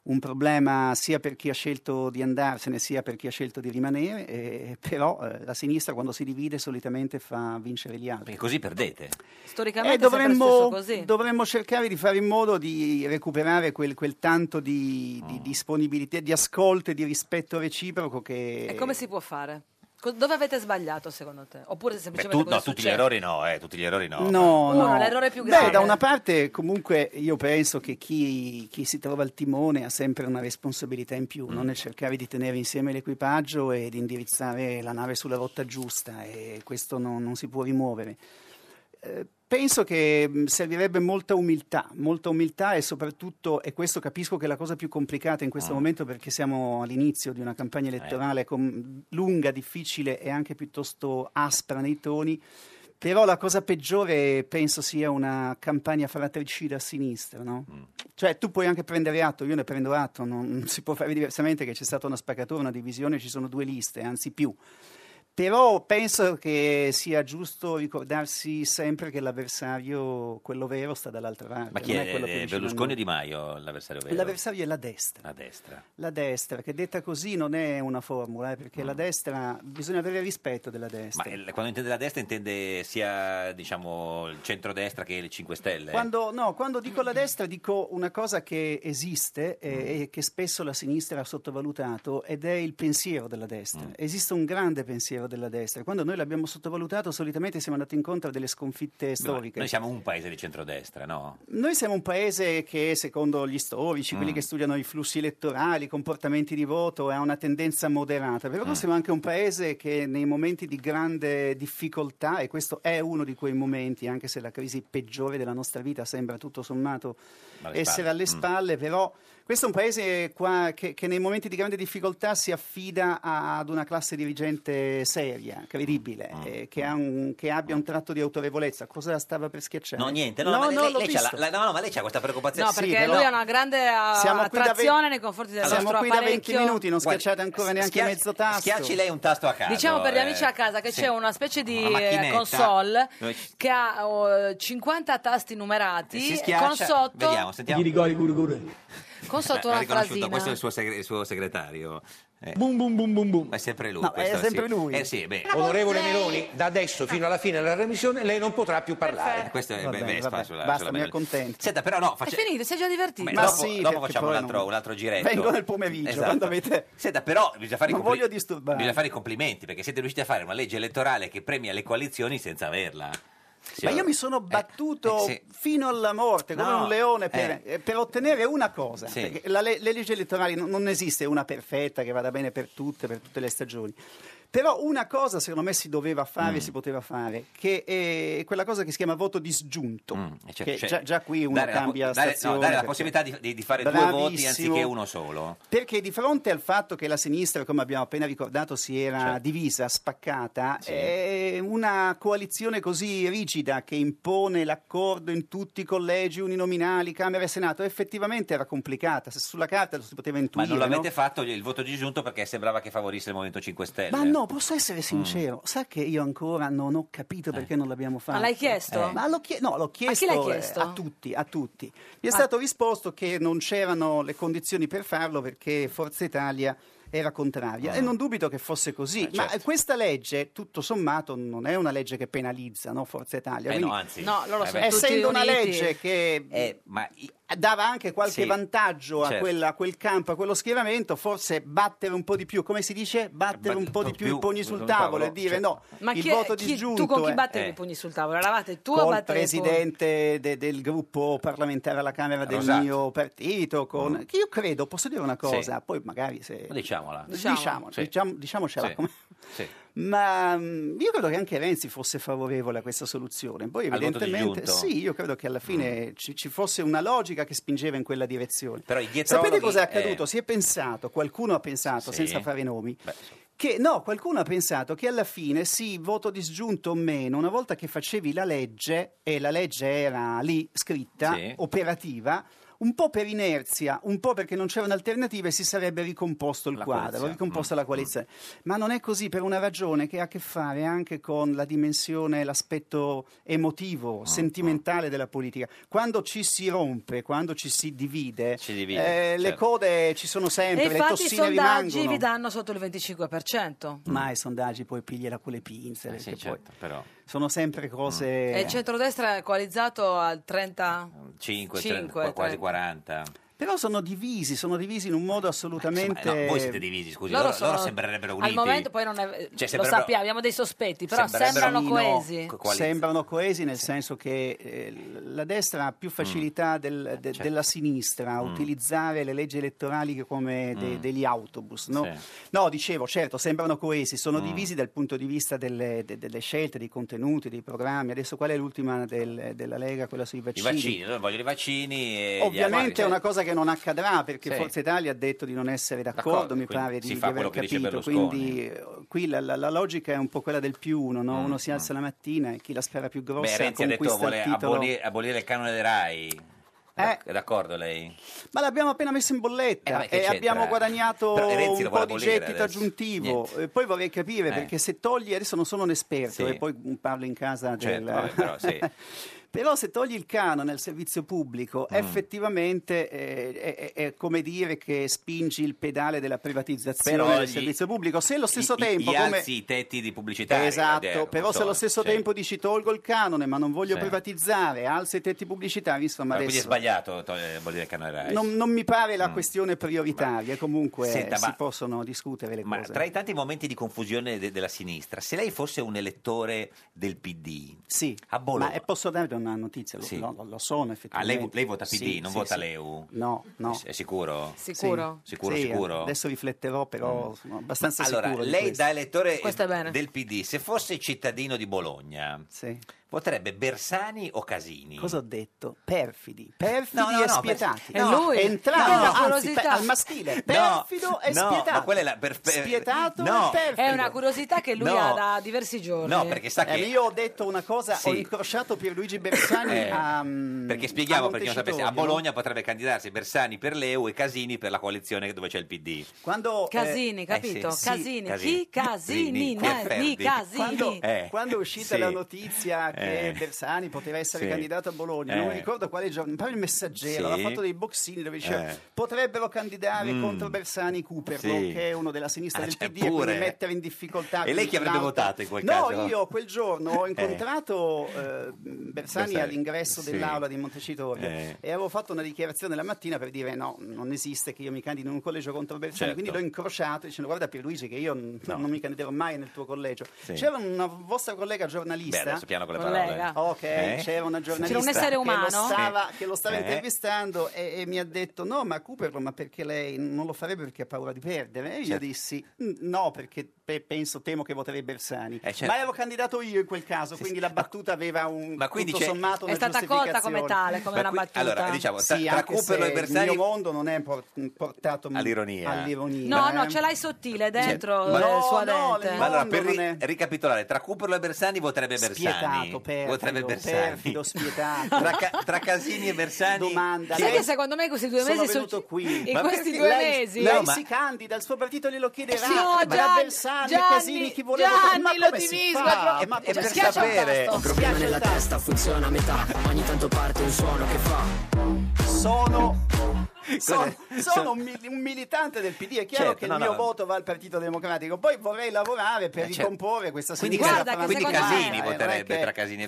Speaker 12: un problema sia per chi ha scelto di andarsene sia per chi ha scelto di rimanere, eh, però eh, la sinistra quando si divide solitamente fa vincere gli altri.
Speaker 2: Perché così perdete.
Speaker 1: Storicamente
Speaker 12: Eh,
Speaker 1: è sempre
Speaker 12: dovremmo,
Speaker 1: successo così.
Speaker 12: dovremmo cercare di fare in modo di recuperare quel, quel tanto di, di disponibilità, di ascolto e di rispetto reciproco che...
Speaker 1: E come si può fare? Co- Dove avete sbagliato secondo te? Oppure
Speaker 2: Beh,
Speaker 1: semplicemente
Speaker 2: tu-
Speaker 1: cosa
Speaker 2: no,
Speaker 1: è
Speaker 2: tutti gli
Speaker 1: successo?
Speaker 2: errori no, eh, tutti gli errori no.
Speaker 12: No,
Speaker 1: Uno,
Speaker 12: no.
Speaker 1: l'errore più
Speaker 12: Beh,
Speaker 1: grave.
Speaker 12: da una parte comunque io penso che chi, chi si trova al timone ha sempre una responsabilità in più, non è cercare di tenere insieme l'equipaggio e di indirizzare la nave sulla rotta giusta e questo non, non si può rimuovere. Eh, Penso che mh, servirebbe molta umiltà, molta umiltà e soprattutto, e questo capisco che è la cosa più complicata in questo
Speaker 14: Mm.
Speaker 12: momento perché siamo all'inizio di una campagna elettorale com- lunga, difficile e anche piuttosto aspra nei toni, però la cosa peggiore penso sia una campagna fratricida a sinistra, no?
Speaker 2: Mm.
Speaker 12: Cioè tu puoi anche prendere atto, io ne prendo atto, non, non si può fare diversamente che c'è stata una spaccatura, una divisione, ci sono due liste, anzi più. Però penso che sia giusto ricordarsi sempre che l'avversario, quello vero, sta dall'altra parte.
Speaker 2: Ma chi
Speaker 12: non
Speaker 2: è,
Speaker 12: quello che
Speaker 2: eh,
Speaker 12: vicino a
Speaker 2: Berlusconi o
Speaker 12: noi.
Speaker 2: Di Maio l'avversario vero?
Speaker 12: L'avversario è la destra.
Speaker 2: La destra.
Speaker 12: La destra, che detta così non è una formula, eh, perché la destra, bisogna avere rispetto della
Speaker 2: Mm. Ma
Speaker 12: destra.
Speaker 2: eh, quando intende la destra intende sia diciamo il centrodestra che le 5 Stelle?
Speaker 12: Quando, no, quando dico la destra dico una cosa che esiste eh,
Speaker 2: Mm.
Speaker 12: e, che spesso la sinistra ha sottovalutato ed è il pensiero della
Speaker 2: Mm.
Speaker 12: destra. Esiste un grande pensiero della destra. Quando noi l'abbiamo sottovalutato solitamente siamo andati incontro a delle sconfitte
Speaker 2: Beh,
Speaker 12: storiche.
Speaker 2: Noi siamo un paese di centrodestra, no?
Speaker 12: Noi siamo un paese che, secondo gli storici, quelli
Speaker 2: Mm.
Speaker 12: che studiano i flussi elettorali, i comportamenti di voto, ha una tendenza moderata,
Speaker 2: Mm.
Speaker 12: però siamo anche un paese che nei momenti di grande difficoltà, e questo è uno di quei momenti, anche se la crisi peggiore della nostra vita sembra tutto sommato
Speaker 14: Alle
Speaker 12: essere
Speaker 14: spalle.
Speaker 12: alle
Speaker 14: Mm.
Speaker 12: spalle, però questo è un paese qua che, che nei momenti di grande difficoltà si affida a- ad una classe dirigente seria, credibile,
Speaker 2: Mm.
Speaker 12: eh, che, ha un- che abbia un tratto di autorevolezza. Cosa stava per schiacciare?
Speaker 1: Eh.
Speaker 2: No, niente, no, no, ma lei, lei-
Speaker 12: l'ho
Speaker 2: lei c'ha la-
Speaker 12: visto.
Speaker 2: la- no, no, ma lei c'ha questa preoccupazione.
Speaker 1: No, perché lui ha una grande ah,
Speaker 12: Siamo qui da
Speaker 1: attrazione
Speaker 12: ve-
Speaker 1: nei confronti del
Speaker 12: Siamo
Speaker 1: nostro
Speaker 12: qui da 20
Speaker 1: apparecchio.
Speaker 12: minuti, non schiacciate ancora neanche
Speaker 2: schia-
Speaker 12: mezzo tasto.
Speaker 2: Schiacci lei un tasto a caso.
Speaker 1: Diciamo per gli
Speaker 2: eh.
Speaker 1: amici a casa che
Speaker 2: Sì.
Speaker 1: c'è una specie di
Speaker 2: Una
Speaker 1: eh,
Speaker 2: macchinetta.
Speaker 1: console
Speaker 2: Noi-
Speaker 1: che ha oh, 50 tasti numerati
Speaker 2: Si schiaccia.
Speaker 1: con sotto,
Speaker 2: Vediamo, sentiamo.
Speaker 1: con sotto
Speaker 2: Eh, ha
Speaker 1: una frasina.
Speaker 2: riconosciuto, questo è il suo, segre- il suo segretario. Eh.
Speaker 15: Boom, boom, boom, boom, boom.
Speaker 2: Ma è sempre lui.
Speaker 15: No, è
Speaker 2: questo,
Speaker 15: sempre
Speaker 2: sì.
Speaker 15: lui.
Speaker 2: Eh sì, beh.
Speaker 15: Onorevole Meloni, da adesso fino alla fine della remissione lei non potrà più
Speaker 2: Eh,
Speaker 15: parlare.
Speaker 2: Questo è
Speaker 15: Va
Speaker 2: beh,
Speaker 15: bene,
Speaker 2: Vespa
Speaker 15: va bene.
Speaker 2: sulla-
Speaker 12: Basta,
Speaker 2: sulla
Speaker 12: mi
Speaker 2: Meloni.
Speaker 12: accontento.
Speaker 2: Senta, però no,
Speaker 1: È
Speaker 2: faccia-
Speaker 1: finito, si è già divertito.
Speaker 2: Beh, dopo, dopo facciamo un altro, un altro giretto.
Speaker 12: Vengo nel pomeriggio,
Speaker 2: Esatto.
Speaker 12: quando avete...
Speaker 2: Senta, però bisogna fare, i
Speaker 12: Non
Speaker 2: compli-
Speaker 12: voglio disturbare.
Speaker 2: bisogna fare i complimenti perché siete riusciti a fare una legge elettorale che premia le coalizioni senza averla.
Speaker 12: Ma io mi sono battuto
Speaker 2: eh,
Speaker 12: fino alla morte, come
Speaker 2: No,
Speaker 12: un leone, per, eh, per ottenere una cosa.
Speaker 2: Sì.
Speaker 12: Perché la le- le leggi elettorali non, non esiste una perfetta che vada bene per tutte, per tutte le stagioni. Però una cosa secondo me si doveva fare,
Speaker 2: Mm.
Speaker 12: si poteva fare, che è quella cosa che si chiama voto disgiunto.
Speaker 2: Cioè,
Speaker 12: che
Speaker 2: cioè,
Speaker 12: già, già qui uno
Speaker 2: dare la po-
Speaker 12: cambia
Speaker 2: dare, no,
Speaker 12: stazione. cioè
Speaker 2: dare la
Speaker 12: perché-
Speaker 2: possibilità di, di- di fare due voti
Speaker 12: Bravissimo.
Speaker 2: anziché uno solo.
Speaker 12: Perché di fronte al fatto che la sinistra, come abbiamo appena ricordato, si era divisa, spaccata,
Speaker 2: Certo. Sì.
Speaker 12: è una coalizione così rigida che impone l'accordo in tutti i collegi uninominali, Camera e Senato, effettivamente era complicata. Se Sulla carta lo si poteva
Speaker 2: Ma
Speaker 12: intuire.
Speaker 2: non l'avete
Speaker 12: no?
Speaker 2: fatto il voto disgiunto perché sembrava che favorisse il Movimento 5 Stelle. Mm.
Speaker 12: Ma no, posso essere sincero, sa che io ancora non ho capito perché
Speaker 2: Eh.
Speaker 12: non l'abbiamo fatto. Eh.
Speaker 1: l'hai chiesto?
Speaker 12: Ma l'ho chie- no, l'ho chiesto,
Speaker 1: l'hai
Speaker 12: eh,
Speaker 1: chiesto?
Speaker 12: a tutti, a tutti. Gli è stato risposto che non c'erano le condizioni per farlo perché Forza Italia era contraria.
Speaker 14: Ah.
Speaker 12: E non dubito che fosse così.
Speaker 14: Eh,
Speaker 12: Ma
Speaker 14: certo.
Speaker 12: questa legge, tutto sommato, non è una legge che penalizza no, Forza Italia.
Speaker 2: Eh, no,
Speaker 12: Quindi,
Speaker 2: anzi. No, loro sono tutti
Speaker 12: essendo una
Speaker 2: uniti.
Speaker 12: legge che
Speaker 2: Eh, ma
Speaker 12: dava anche qualche
Speaker 2: Sì,
Speaker 12: vantaggio a,
Speaker 2: certo.
Speaker 12: quella- a quel campo, a quello schieramento, forse battere un po' di più, come si dice? Battere un po' di più i pugni sul tavolo e
Speaker 2: cioè,
Speaker 12: dire
Speaker 4: certo.
Speaker 12: no,
Speaker 4: Ma
Speaker 12: il
Speaker 4: chi è-
Speaker 12: voto
Speaker 4: chi-
Speaker 12: disgiunto
Speaker 4: Tu con chi
Speaker 12: è- eh.
Speaker 4: battevi i pugni sul tavolo? Eravate tu a
Speaker 12: col
Speaker 4: battere i pugni?
Speaker 12: presidente de- del gruppo parlamentare alla Camera del
Speaker 2: Rosato.
Speaker 12: mio partito, con, che io credo, posso dire una cosa,
Speaker 2: Sì.
Speaker 12: poi magari se...
Speaker 2: Diciamola.
Speaker 12: Diciamo,
Speaker 2: Sì.
Speaker 12: diciamo- diciamocela
Speaker 2: Sì.
Speaker 12: come-
Speaker 2: Sì.
Speaker 12: Ma mm, io credo che anche Renzi fosse favorevole a questa soluzione. Poi
Speaker 2: Al voto
Speaker 12: evidentemente
Speaker 2: disgiunto?
Speaker 12: sì, io credo che alla fine ci, ci fosse una logica che spingeva in quella direzione.
Speaker 2: Però i dietrologhi,
Speaker 12: Sapete cosa è accaduto?
Speaker 2: eh.
Speaker 12: Si è pensato, qualcuno ha pensato,
Speaker 2: Sì.
Speaker 12: senza fare nomi, che no, qualcuno ha pensato che alla fine sì, voto disgiunto o meno, una volta che facevi la legge e la legge era lì scritta,
Speaker 14: Sì.
Speaker 12: operativa, un po' per inerzia, un po' perché non c'erano alternative, si sarebbe ricomposto il quadro,
Speaker 14: coalizione.
Speaker 12: ricomposta la coalizione. Ma non è così per una ragione che ha a che fare anche con la dimensione, l'aspetto
Speaker 2: Ah,
Speaker 12: emotivo, sentimentale della politica. Quando ci si rompe, quando ci si divide,
Speaker 2: divide,
Speaker 12: eh, le
Speaker 2: certo.
Speaker 12: code ci sono
Speaker 4: E
Speaker 12: sempre, le
Speaker 4: infatti i
Speaker 12: tossine
Speaker 4: sondaggi
Speaker 12: rimangono. Mm.
Speaker 4: vi danno sotto il 25%.
Speaker 12: Ma i sondaggi poi pigliala con le pinze, perché poi
Speaker 2: Eh certo, però. Mm.
Speaker 12: sono sempre cose...
Speaker 4: E il centrodestra è coalizzato al 30...
Speaker 2: 5,
Speaker 4: Cinque,
Speaker 2: quasi
Speaker 4: tre.
Speaker 2: 40.
Speaker 12: Però sono divisi, sono divisi in un modo assolutamente...
Speaker 2: Insomma, Eh, no, voi siete divisi, scusi, loro, loro sembrerebbero uniti.
Speaker 4: Al momento poi non è,
Speaker 2: Cioè,
Speaker 4: lo
Speaker 2: sembrerebbero-
Speaker 4: sappiamo, abbiamo dei sospetti, però sembrano
Speaker 2: sembrerebbero-
Speaker 4: coesi.
Speaker 2: Co- coaliz-
Speaker 12: Sembrano coesi nel senso che eh, l- la destra ha
Speaker 2: Mm.
Speaker 12: più facilità
Speaker 2: Eh,
Speaker 12: del-
Speaker 2: certo.
Speaker 12: de- della sinistra a
Speaker 14: Mm.
Speaker 12: utilizzare le leggi elettorali che come de-
Speaker 14: Mm.
Speaker 12: degli autobus. No? No, dicevo, certo, sembrano coesi,
Speaker 2: Mm.
Speaker 12: sono divisi dal punto di vista delle, de- delle scelte, dei contenuti, dei programmi. Adesso qual è l'ultima del- della Lega, quella sui
Speaker 2: I vaccini, loro vogliono i vaccini e gli altri.
Speaker 12: Ovviamente è una cosa che non accadrà perché
Speaker 2: Sì.
Speaker 12: Forza Italia ha detto di non essere d'accordo,
Speaker 2: D'accordo,
Speaker 12: mi
Speaker 2: quindi
Speaker 12: pare di,
Speaker 2: si
Speaker 12: di
Speaker 2: fa
Speaker 12: aver
Speaker 2: quello che dice
Speaker 12: capito.
Speaker 2: Berlusconi.
Speaker 12: Quindi eh, qui la, la- la logica è un po' quella del più uno, no? uno si alza la mattina e chi la spera più grossa
Speaker 2: Mm, Beh, Renzi ha detto
Speaker 12: conquista
Speaker 2: vuole
Speaker 12: il titolo. Eh.
Speaker 2: abolire, abolire il canone dei Rai. D'ac- È d'accordo lei?
Speaker 12: Ma l'abbiamo appena messo in
Speaker 2: Eh,
Speaker 12: bolletta
Speaker 2: ma che
Speaker 12: e
Speaker 2: c'entra?
Speaker 12: abbiamo guadagnato
Speaker 2: Però Renzi lo
Speaker 12: un
Speaker 2: vuole
Speaker 12: po' di
Speaker 2: abolire
Speaker 12: gettito
Speaker 2: adesso.
Speaker 12: aggiuntivo.
Speaker 2: Niente.
Speaker 12: Eh, Poi vorrei capire
Speaker 2: Eh.
Speaker 12: perché se togli, adesso non sono un esperto
Speaker 2: Sì.
Speaker 12: e poi parlo in casa
Speaker 2: Certo,
Speaker 12: del...
Speaker 2: vabbè, però sì.
Speaker 12: Però se togli il canone al servizio pubblico,
Speaker 2: Mm.
Speaker 12: effettivamente eh, è, è- è come dire che spingi il pedale della privatizzazione
Speaker 2: Però
Speaker 12: del
Speaker 2: gli-
Speaker 12: servizio pubblico. Se allo stesso
Speaker 2: I- i-
Speaker 12: tempo,
Speaker 2: gli
Speaker 12: come...
Speaker 2: alzi i tetti di pubblicità.
Speaker 12: Esatto, però se allo stesso tempo dici tolgo il canone ma non voglio
Speaker 2: Sì.
Speaker 12: privatizzare, alzo i tetti pubblicitari, insomma
Speaker 2: Quindi è
Speaker 12: adesso
Speaker 2: sbagliato togliere- abolire il canone Rai.
Speaker 12: non, non mi pare la questione prioritaria, comunque
Speaker 2: mm. Senta,
Speaker 12: si
Speaker 2: ma-
Speaker 12: possono discutere le
Speaker 2: Ma
Speaker 12: cose.
Speaker 2: tra i tanti momenti di confusione de- della sinistra, se lei fosse un elettore del PD,
Speaker 12: Sì,
Speaker 2: a Bologna,
Speaker 12: ma eh, posso darvi una notizia? Lo,
Speaker 2: Sì.
Speaker 12: lo- lo sono
Speaker 2: Ah,
Speaker 12: effettivamente.
Speaker 2: lei, lei vota PD,
Speaker 12: Sì,
Speaker 2: non
Speaker 12: sì,
Speaker 2: vota
Speaker 12: sì.
Speaker 2: Leu?
Speaker 12: No, no.
Speaker 2: È sicuro?
Speaker 12: Sicuro?
Speaker 2: Sì. Sicuro,
Speaker 12: Sì,
Speaker 2: sicuro? Mm.
Speaker 12: Adesso rifletterò, però sono abbastanza
Speaker 2: allora,
Speaker 12: sicuro. di
Speaker 2: lei
Speaker 12: questo.
Speaker 2: da elettore eh, del PD, se fosse cittadino di Bologna, voterebbe Bersani o Casini?
Speaker 12: Cosa ho detto? Perfidi, perfidi
Speaker 2: No, no,
Speaker 12: e
Speaker 2: no,
Speaker 12: spietati.
Speaker 2: per- E lui?
Speaker 12: Entrambi,
Speaker 2: No,
Speaker 12: anzi,
Speaker 2: curiosità.
Speaker 12: pe- al maschile,
Speaker 2: No,
Speaker 12: perfido e
Speaker 2: no,
Speaker 12: spietato.
Speaker 2: ma quella è la per- per-
Speaker 12: Spietato
Speaker 2: no.
Speaker 12: e perfido.
Speaker 4: È una curiosità che lui
Speaker 2: No.
Speaker 4: ha da diversi giorni.
Speaker 2: No, perché sa
Speaker 12: Eh,
Speaker 2: che-
Speaker 12: io ho detto una cosa,
Speaker 2: Sì.
Speaker 12: ho incrociato Pierluigi Bersani
Speaker 2: Eh,
Speaker 12: a... mm,
Speaker 2: perché spieghiamo
Speaker 12: a
Speaker 2: per chi non sapesse, a
Speaker 12: Montecitorio.
Speaker 2: Bologna potrebbe candidarsi Bersani per Leu e Casini per la coalizione dove c'è il PD.
Speaker 12: Quando,
Speaker 4: Casini, capito?
Speaker 2: eh sì, sì.
Speaker 4: Casini.
Speaker 2: Casini.
Speaker 4: Chi? Casini.
Speaker 2: Zini, chi è
Speaker 4: Nani,
Speaker 2: Ferdi?
Speaker 4: Casini.
Speaker 12: Quando,
Speaker 2: Eh,
Speaker 12: quando è uscita
Speaker 2: sì.
Speaker 12: la notizia che
Speaker 2: Eh.
Speaker 12: Bersani poteva essere
Speaker 2: Sì.
Speaker 12: candidato a Bologna, non
Speaker 2: Eh.
Speaker 12: mi ricordo quale giorno, mi pare il messaggero,
Speaker 2: Sì.
Speaker 12: aveva fatto dei boxini dove diceva
Speaker 2: Eh.
Speaker 12: potrebbero candidare
Speaker 2: Mm.
Speaker 12: contro Bersani Cooperlo,
Speaker 2: Sì.
Speaker 12: che è uno della sinistra
Speaker 2: Ah,
Speaker 12: del
Speaker 2: cioè,
Speaker 12: PD, e quindi
Speaker 2: pure.
Speaker 12: mettere in difficoltà.
Speaker 2: E lei chi avrebbe
Speaker 12: quell'altro.
Speaker 2: votato in quel
Speaker 12: no,
Speaker 2: caso? Eh.
Speaker 12: io quel giorno ho incontrato eh, Bersani,
Speaker 2: Bersani.
Speaker 12: all'ingresso
Speaker 2: Sì.
Speaker 12: dell'aula di Montecitorio
Speaker 2: Eh.
Speaker 12: e avevo fatto una dichiarazione la mattina per dire no, non esiste che io mi candidi in un collegio contro Bersani,
Speaker 2: Certo.
Speaker 12: quindi l'ho incrociato dicendo guarda Pierluigi che io n-
Speaker 2: No.
Speaker 12: non mi candiderò mai nel tuo collegio.
Speaker 2: Sì.
Speaker 12: C'era una vostra collega giornalista.
Speaker 2: Beh, adesso piano con le
Speaker 12: Collega.
Speaker 2: parole.
Speaker 12: Ok,
Speaker 2: Eh?
Speaker 12: c'era una
Speaker 2: C'era un
Speaker 12: giornalista
Speaker 2: essere umano?
Speaker 12: che lo stava, che lo stava
Speaker 2: Eh.
Speaker 12: intervistando e, e mi ha detto no, ma Cooperlo, ma perché lei non lo farebbe perché ha paura di perdere? E io
Speaker 2: Certo.
Speaker 12: dissi "N- no, perché pe- penso, temo che voterei Bersani.
Speaker 2: Eh, certo.
Speaker 12: Ma ero candidato io in quel caso, quindi la battuta aveva un
Speaker 2: Ma quindi
Speaker 12: tutto
Speaker 2: c'è-
Speaker 12: sommato
Speaker 4: È
Speaker 12: una
Speaker 4: stata accolta come
Speaker 12: giustificazione.
Speaker 4: tale, come
Speaker 2: Ma
Speaker 4: una
Speaker 2: qui-
Speaker 4: battuta.
Speaker 2: allora, diciamo, tra-
Speaker 12: Sì,
Speaker 2: tra
Speaker 12: anche
Speaker 2: Cooperlo
Speaker 12: se
Speaker 2: e Bersani-
Speaker 12: Il mio mondo non è por- portato
Speaker 2: All'ironia.
Speaker 12: all'ironia,
Speaker 4: No,
Speaker 12: eh.
Speaker 4: no, ce l'hai sottile dentro
Speaker 2: Ehm, Ma-
Speaker 4: eh,
Speaker 2: No,
Speaker 4: sua
Speaker 12: no,
Speaker 4: dente.
Speaker 2: Ma allora, per ri- ricapitolare, tra Cooperlo e Bersani voterebbe Bersani.
Speaker 12: Spietato, perfido,
Speaker 2: voterebbe Bersani.
Speaker 12: perfido, spietato.
Speaker 2: tra, Ca- tra Casini e Bersani. Domanda.
Speaker 4: Sai che secondo me questi due
Speaker 12: Sono
Speaker 4: mesi
Speaker 12: venuto
Speaker 4: sono-
Speaker 12: qui.
Speaker 4: in
Speaker 2: Ma
Speaker 4: questi
Speaker 12: perché
Speaker 4: due
Speaker 12: lei-
Speaker 4: mesi
Speaker 12: lei
Speaker 2: No, ma-
Speaker 12: si candida, il suo partito glielo chiederà.
Speaker 4: Eh sì, no,
Speaker 12: tra
Speaker 4: Gianni-
Speaker 12: Bersani,
Speaker 4: Gianni-
Speaker 12: Casini, chi vuole
Speaker 4: Gianni,
Speaker 12: votare? Ma come si
Speaker 4: l'ottimismo
Speaker 12: fa? Eh,
Speaker 4: è troppo-
Speaker 12: Ma
Speaker 4: è
Speaker 12: come
Speaker 4: per
Speaker 12: si fa?
Speaker 4: sapere.
Speaker 12: Schiaccia il
Speaker 16: Ho un problema nella
Speaker 12: tasto.
Speaker 16: testa, funziona a metà. Ogni tanto parte un suono che fa.
Speaker 12: sono, sono-
Speaker 14: Cos'è?
Speaker 12: sono un, mil- un militante del PD, è chiaro
Speaker 2: cioè- Certo,
Speaker 12: che
Speaker 2: no,
Speaker 12: il mio
Speaker 2: no.
Speaker 12: voto va al Partito Democratico, poi vorrei lavorare per
Speaker 2: Eh, certo.
Speaker 12: ricomporre questa
Speaker 2: Quindi,
Speaker 12: sinistra
Speaker 2: Cas- quindi
Speaker 12: fanatica.
Speaker 2: Casini
Speaker 12: Eh, non è
Speaker 2: voterebbe
Speaker 12: che-
Speaker 2: tra Casini e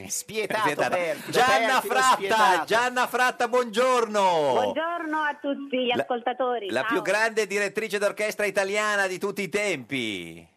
Speaker 12: No, spietato, perfido,
Speaker 2: Gianna
Speaker 12: perfido,
Speaker 2: Fratta,
Speaker 12: spietato.
Speaker 2: Gianna Fratta, buongiorno.
Speaker 16: Buongiorno a tutti gli
Speaker 2: La-
Speaker 16: ascoltatori.
Speaker 2: La
Speaker 16: ciao.
Speaker 2: più grande direttrice d'orchestra italiana di tutti i tempi.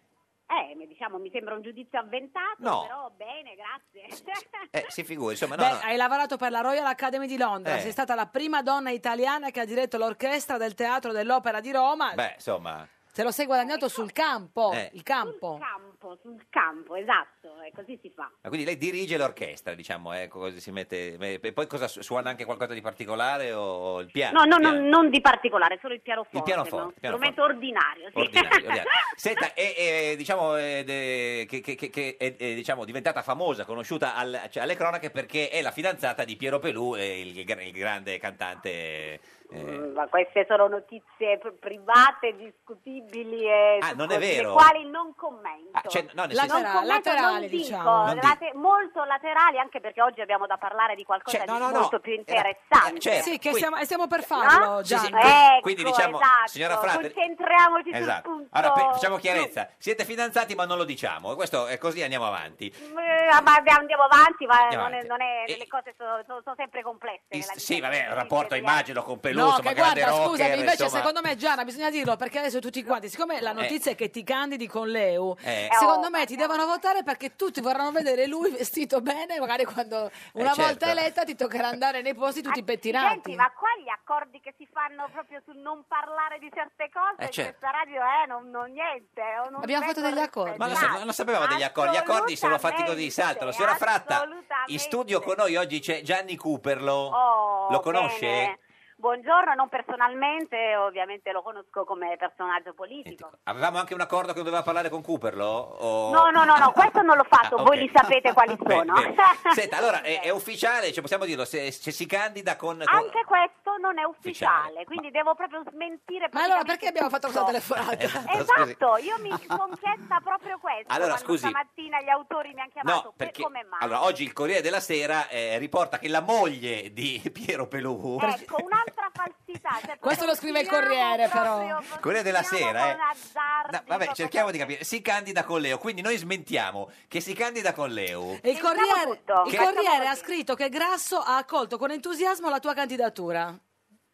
Speaker 16: Eh, mi- diciamo, mi sembra un giudizio avventato,
Speaker 2: No.
Speaker 16: però bene, grazie. Esatto,
Speaker 2: Eh, si figuri, insomma, no,
Speaker 1: Beh,
Speaker 2: no.
Speaker 1: hai lavorato per la Royal Academy di Londra,
Speaker 2: Eh.
Speaker 1: sei stata la prima donna italiana che ha diretto l'orchestra del Teatro dell'Opera di
Speaker 12: ah.
Speaker 1: Roma.
Speaker 2: Beh, insomma,
Speaker 1: Te lo sei guadagnato sul campo,
Speaker 2: Eh.
Speaker 1: il campo.
Speaker 16: campo, sul campo, esatto, e così si fa.
Speaker 2: ma quindi lei dirige l'orchestra, diciamo, ecco, così si mette... E poi cosa su- suona anche qualcosa di particolare o il piano?
Speaker 16: No, no, no,
Speaker 2: piano?
Speaker 16: non di particolare, solo il pianoforte.
Speaker 2: Il pianoforte,
Speaker 16: ma un
Speaker 2: pianoforte.
Speaker 16: strumento ordinario. sì.
Speaker 2: Ordinario, ordinario. Senta, è, è, diciamo, è, de- che, che- che- che è, è, diciamo, diventata famosa, conosciuta al- cioè, alle cronache perché è la fidanzata di Piero Pelù, eh, il, gr- il grande cantante. eh,
Speaker 16: Ma queste sono notizie pr- private, discutibili e
Speaker 2: Ah,
Speaker 16: su-
Speaker 2: non è vero.
Speaker 16: le quali non commento.
Speaker 2: Ah, cioè, no, nel
Speaker 16: Non
Speaker 2: senso-
Speaker 16: commento,
Speaker 1: laterali,
Speaker 16: non dico,
Speaker 1: diciamo.
Speaker 2: Non
Speaker 16: late- molto laterali, anche perché oggi abbiamo da parlare di qualcosa
Speaker 1: Cioè,
Speaker 16: di
Speaker 1: no, no, no,
Speaker 16: molto più interessante.
Speaker 2: eh, certo,
Speaker 1: Sì, che
Speaker 2: quindi-
Speaker 1: stiamo, e stiamo per farlo,
Speaker 16: No?
Speaker 2: Sì, sì,
Speaker 1: Gianni.
Speaker 2: quindi- quindi diciamo,
Speaker 16: esatto,
Speaker 2: signora Frate,
Speaker 16: concentriamoci
Speaker 2: Esatto.
Speaker 16: sul punto.
Speaker 2: Allora, pe- facciamo chiarezza. Siete fidanzati ma non lo diciamo. Questo è così, andiamo avanti.
Speaker 16: Eh, ma andiamo avanti, ma
Speaker 2: Andiamo
Speaker 16: non è-
Speaker 2: avanti.
Speaker 16: non è-
Speaker 2: E-
Speaker 16: le cose sono, sono- sono sempre complesse.
Speaker 2: Is- sì, vabbè, un rapporto immagino con Pelù,
Speaker 1: No,
Speaker 2: insomma,
Speaker 1: che
Speaker 2: grande
Speaker 1: guarda,
Speaker 2: rocker,
Speaker 1: scusami, invece
Speaker 2: insomma.
Speaker 1: secondo me Gianna bisogna dirlo perché adesso tutti quanti, siccome la notizia è che ti candidi con l'EU,
Speaker 2: Eh.
Speaker 16: oh,
Speaker 1: secondo me ti devono votare perché tutti vorranno vedere lui vestito bene, magari quando una
Speaker 2: certo.
Speaker 1: volta eletta ti toccherà andare nei posti tutti pettinati.
Speaker 16: Ah, Senti, ma qua gli accordi che si fanno proprio sul non parlare di certe cose
Speaker 2: Eh,
Speaker 16: in
Speaker 2: certo.
Speaker 16: questa radio eh, non, non niente. eh, non
Speaker 1: Abbiamo fatto
Speaker 16: vengono
Speaker 1: degli accordi.
Speaker 2: Ma lo sa- non lo sapevamo degli accordi, gli accordi sono fatti così, saltano. Signora Fratta, in studio con noi oggi c'è Gianni Cooperlo.
Speaker 16: Oh,
Speaker 2: lo conosce?
Speaker 16: bene. Buongiorno, non personalmente, ovviamente lo conosco come personaggio politico.
Speaker 2: Avevamo anche un accordo che non doveva parlare con Cooperlo? O-
Speaker 16: No, no, no, no, questo non l'ho fatto,
Speaker 2: oh. Ah, ok.
Speaker 16: voi li sapete quali
Speaker 2: Beh,
Speaker 16: sono.
Speaker 2: beh. Senta, allora è, è ufficiale, cioè, possiamo dirlo, se, se si candida con... con-
Speaker 16: Anche questo non è ufficiale,
Speaker 2: Ufficiale,
Speaker 16: quindi devo proprio smentire.
Speaker 1: Ma allora perché abbiamo fatto questa telefonata?
Speaker 16: Esatto, io mi sono chiesta proprio questo.
Speaker 2: Allora,
Speaker 16: quando
Speaker 2: scusi.
Speaker 16: stamattina gli autori mi hanno chiamato.
Speaker 2: No,
Speaker 16: per-
Speaker 2: perché
Speaker 16: come mai?
Speaker 2: allora, oggi il Corriere della Sera eh, riporta che la moglie di Piero Pelù...
Speaker 16: Ecco, un'altra falsità. cioè,
Speaker 1: Questo lo scrive il
Speaker 16: continuiamo
Speaker 1: Corriere,
Speaker 16: proprio-
Speaker 1: però.
Speaker 2: Corriere della Sera, eh.
Speaker 16: con azzardi,
Speaker 2: No, vabbè, cerchiamo di capire. Si candida con Leo, quindi noi smentiamo che si candida con Leo.
Speaker 1: E il Corriere, il
Speaker 2: Che-
Speaker 1: Corriere ha scritto che Grasso ha accolto con entusiasmo la tua candidatura.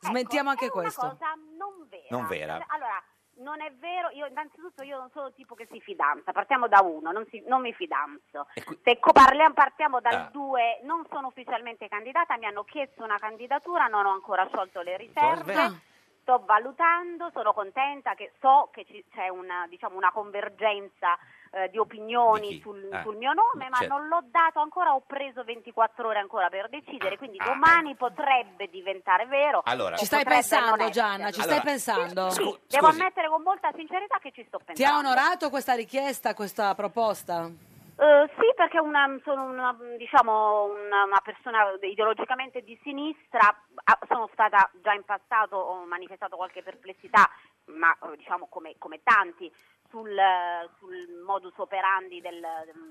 Speaker 1: Smentiamo anche
Speaker 16: Ecco, Una
Speaker 1: questo.
Speaker 16: cosa non vera.
Speaker 2: Non vera.
Speaker 16: Allora, non è vero, io innanzitutto io non sono il tipo che si fidanza, partiamo da uno, non, si- non mi fidanzo. Se co- parliamo, partiamo dal
Speaker 2: Ah.
Speaker 16: due, non sono ufficialmente candidata, mi hanno chiesto una candidatura, non ho ancora sciolto le riserve.
Speaker 2: Ah.
Speaker 16: Sto valutando, sono contenta che so che ci- c'è una, diciamo, una convergenza eh, di opinioni sul,
Speaker 2: Ah.
Speaker 16: sul mio nome, ma
Speaker 2: Certo.
Speaker 16: non l'ho dato ancora, ho preso 24 ore ancora per decidere, quindi
Speaker 2: ah,
Speaker 16: domani potrebbe diventare vero.
Speaker 2: Allora.
Speaker 16: o
Speaker 1: Ci stai
Speaker 16: potrebbe non
Speaker 1: pensando,
Speaker 16: esserlo.
Speaker 1: Gianna, ci
Speaker 2: Allora,
Speaker 1: stai pensando.
Speaker 16: Sì, devo ammettere con molta sincerità che ci sto
Speaker 1: Ti ha
Speaker 16: pensando.
Speaker 1: onorato questa richiesta, questa proposta?
Speaker 16: Eh, sì, perché una- sono una, diciamo, una, una persona ideologicamente di sinistra, Ah, sono stata già in passato, ho manifestato qualche perplessità, ma eh, diciamo come, come tanti, sul, eh, sul modus operandi del,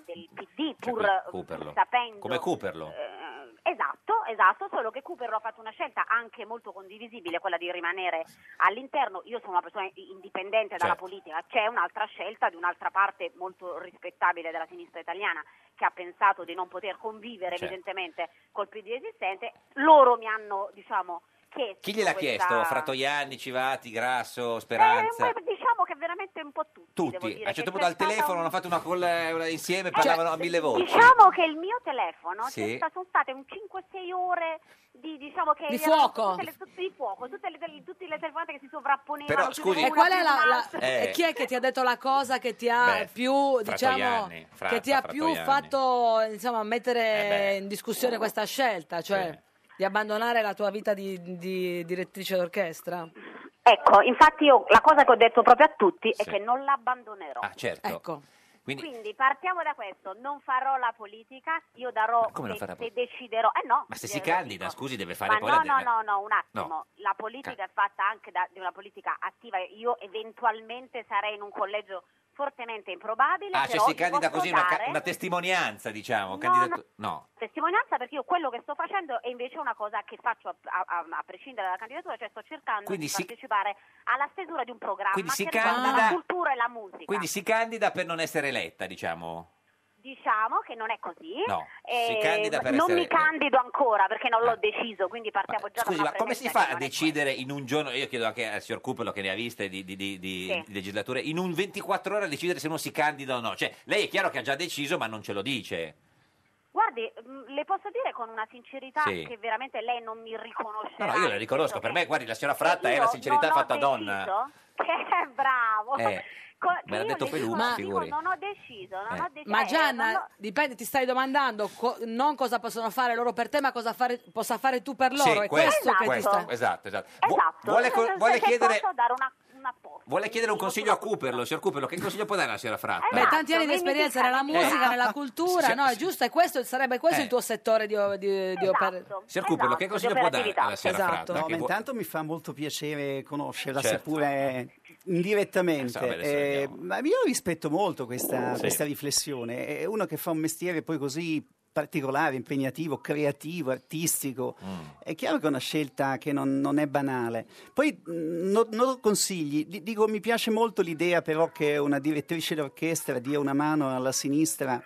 Speaker 16: del PD, pur
Speaker 2: Cioè,
Speaker 16: eh,
Speaker 2: Cooperlo.
Speaker 16: sapendo...
Speaker 2: Come Cooperlo.
Speaker 16: Eh, Esatto, esatto, solo che Cooper ha fatto una scelta anche molto condivisibile, quella di rimanere all'interno. Io sono una persona indipendente dalla
Speaker 8: Certo.
Speaker 16: politica, c'è un'altra scelta di un'altra parte molto rispettabile della sinistra italiana che ha pensato di non poter convivere
Speaker 2: Certo.
Speaker 16: evidentemente col PD esistente. Loro mi hanno, diciamo, chiesto
Speaker 2: Chi gliel'ha
Speaker 16: questa-
Speaker 2: chiesto? Frattoianni, Civati, Grasso, Speranza?
Speaker 16: Eh, ma diciamo che veramente un po' tutti. devo
Speaker 2: Tutti.
Speaker 16: dire,
Speaker 2: A un certo
Speaker 16: che
Speaker 2: punto al
Speaker 16: c'è stata
Speaker 2: telefono
Speaker 16: un- Cioè,
Speaker 2: hanno fatto una colla una- insieme, parlavano a mille voci.
Speaker 16: Diciamo che il mio telefono
Speaker 2: Sì.
Speaker 16: c'è sta- sono state un 5-6 ore di diciamo che
Speaker 1: Di
Speaker 16: erano
Speaker 1: fuoco.
Speaker 16: tutte le, tutte di fuoco, tutte le, delle- tutte le telefonate che si sovrapponevano.
Speaker 2: Però,
Speaker 16: tutte
Speaker 2: scusi-
Speaker 16: una
Speaker 1: E qual è
Speaker 16: più
Speaker 1: la, la-
Speaker 16: un'altra.
Speaker 2: Eh.
Speaker 1: e chi è che ti ha detto la cosa che ti ha
Speaker 2: Beh,
Speaker 1: più, diciamo,
Speaker 2: Frattoianni,
Speaker 1: che
Speaker 2: Fratta,
Speaker 1: ti ha più
Speaker 2: Frattoianni.
Speaker 1: fatto insomma, mettere
Speaker 2: Eh beh.
Speaker 1: in discussione questa scelta, cioè di abbandonare la tua vita di, di direttrice d'orchestra?
Speaker 16: Ecco, infatti io la cosa che ho detto proprio a tutti è che non l'abbandonerò.
Speaker 2: Ah, certo.
Speaker 1: Ecco.
Speaker 2: Quindi,
Speaker 16: Quindi, partiamo da questo, non farò la politica, io darò
Speaker 2: come non
Speaker 16: se,
Speaker 2: farà
Speaker 16: se deciderò. Eh no,
Speaker 2: ma se si
Speaker 16: eh,
Speaker 2: candida, scusi, deve fare
Speaker 16: Ma
Speaker 2: poi
Speaker 16: no,
Speaker 2: la...
Speaker 16: no, no, no, un attimo.
Speaker 2: No.
Speaker 16: La politica è fatta anche da- di una politica attiva. Io eventualmente sarei in un collegio fortemente improbabile.
Speaker 2: Ah, cioè
Speaker 16: però
Speaker 2: si
Speaker 16: vi
Speaker 2: candida
Speaker 16: posso
Speaker 2: così una, ca-
Speaker 16: dare-
Speaker 2: una testimonianza, diciamo.
Speaker 16: No,
Speaker 2: candidatu- no.
Speaker 16: testimonianza perché io quello che sto facendo è invece una cosa che faccio a, a- a prescindere dalla candidatura, cioè sto cercando
Speaker 2: Quindi
Speaker 16: di
Speaker 2: si-
Speaker 16: partecipare alla stesura di un programma
Speaker 2: Quindi si
Speaker 16: che riguarda
Speaker 2: candida-
Speaker 16: la cultura e la musica.
Speaker 2: Quindi si candida per non essere eletta, diciamo.
Speaker 16: Diciamo che non è così.
Speaker 2: No,
Speaker 16: Eh,
Speaker 2: si candida per
Speaker 16: non
Speaker 2: essere- eh, Ah.
Speaker 16: mi candido ancora perché non l'ho deciso, quindi partiamo già
Speaker 2: Scusi,
Speaker 16: da una
Speaker 2: ma come si
Speaker 16: premessa
Speaker 2: fa
Speaker 16: che
Speaker 2: a
Speaker 16: non è-
Speaker 2: decidere in un giorno, io chiedo anche al signor Cupelo che ne ha viste di, di- di- di-
Speaker 16: Sì.
Speaker 2: di legislature, in un 24 ore a decidere se uno si candida o no? Cioè, lei è chiaro che ha già deciso ma non ce lo dice.
Speaker 16: Guardi, mh, le posso dire con una sincerità
Speaker 2: Sì.
Speaker 16: che veramente lei non mi riconosce.
Speaker 2: No, no, io la riconosco, per me, guardi, la signora Fratta è
Speaker 16: Esatto, io
Speaker 2: la sincerità
Speaker 16: non ho
Speaker 2: fatta donna.
Speaker 16: deciso. Che bravo.
Speaker 2: Eh,
Speaker 16: Co-
Speaker 2: me l'ha
Speaker 16: io
Speaker 2: detto
Speaker 16: dico-
Speaker 2: Pelù,
Speaker 16: dico,
Speaker 2: figuri.
Speaker 16: Non ho deciso, non
Speaker 2: Eh.
Speaker 16: ho deciso.
Speaker 1: Ma
Speaker 16: eh,
Speaker 1: Gianna,
Speaker 16: non ho-
Speaker 1: dipende, ti stai domandando co- non cosa possono fare loro per te, ma cosa fare, possa fare tu per loro.
Speaker 2: Sì,
Speaker 1: è questo,
Speaker 2: questo,
Speaker 1: che ti
Speaker 2: questo,
Speaker 1: sta.
Speaker 2: esatto, esatto. Vu-
Speaker 16: Esatto.
Speaker 2: Vuole, co-
Speaker 16: se- se-
Speaker 2: vuole
Speaker 16: se
Speaker 2: chiedere,
Speaker 16: Posso dare una, una posta.
Speaker 2: vuole chiedere un consiglio a Cupelo, signor Cupelo, che consiglio può dare alla signora Fratta?
Speaker 1: Beh, tanti anni di
Speaker 16: quindi
Speaker 1: esperienza
Speaker 16: ti
Speaker 1: nella
Speaker 16: candidi-
Speaker 1: musica,
Speaker 16: Eh.
Speaker 1: nella cultura,
Speaker 2: Sì,
Speaker 1: no, è giusto, è questo, sarebbe questo
Speaker 2: Eh.
Speaker 1: il tuo settore di, di, di opera-
Speaker 16: Esatto.
Speaker 2: Signor Cupelo, che consiglio può dare alla signora
Speaker 12: Esatto.
Speaker 2: Fratta?
Speaker 12: No,
Speaker 2: eh, Che
Speaker 12: ma
Speaker 2: vuo-
Speaker 12: intanto mi fa molto piacere conoscerla,
Speaker 2: Certo.
Speaker 12: seppure
Speaker 2: Eh,
Speaker 12: indirettamente.
Speaker 2: so, beh, adesso
Speaker 12: Eh, ma io rispetto molto questa,
Speaker 2: Sì.
Speaker 12: questa riflessione. È uno che fa un mestiere poi così particolare, impegnativo, creativo, artistico.
Speaker 2: Mm,
Speaker 12: È chiaro che è una scelta che non, non è banale. Poi mh, non, non lo consigli. Di- Dico, mi piace molto l'idea però che una direttrice d'orchestra dia una mano alla sinistra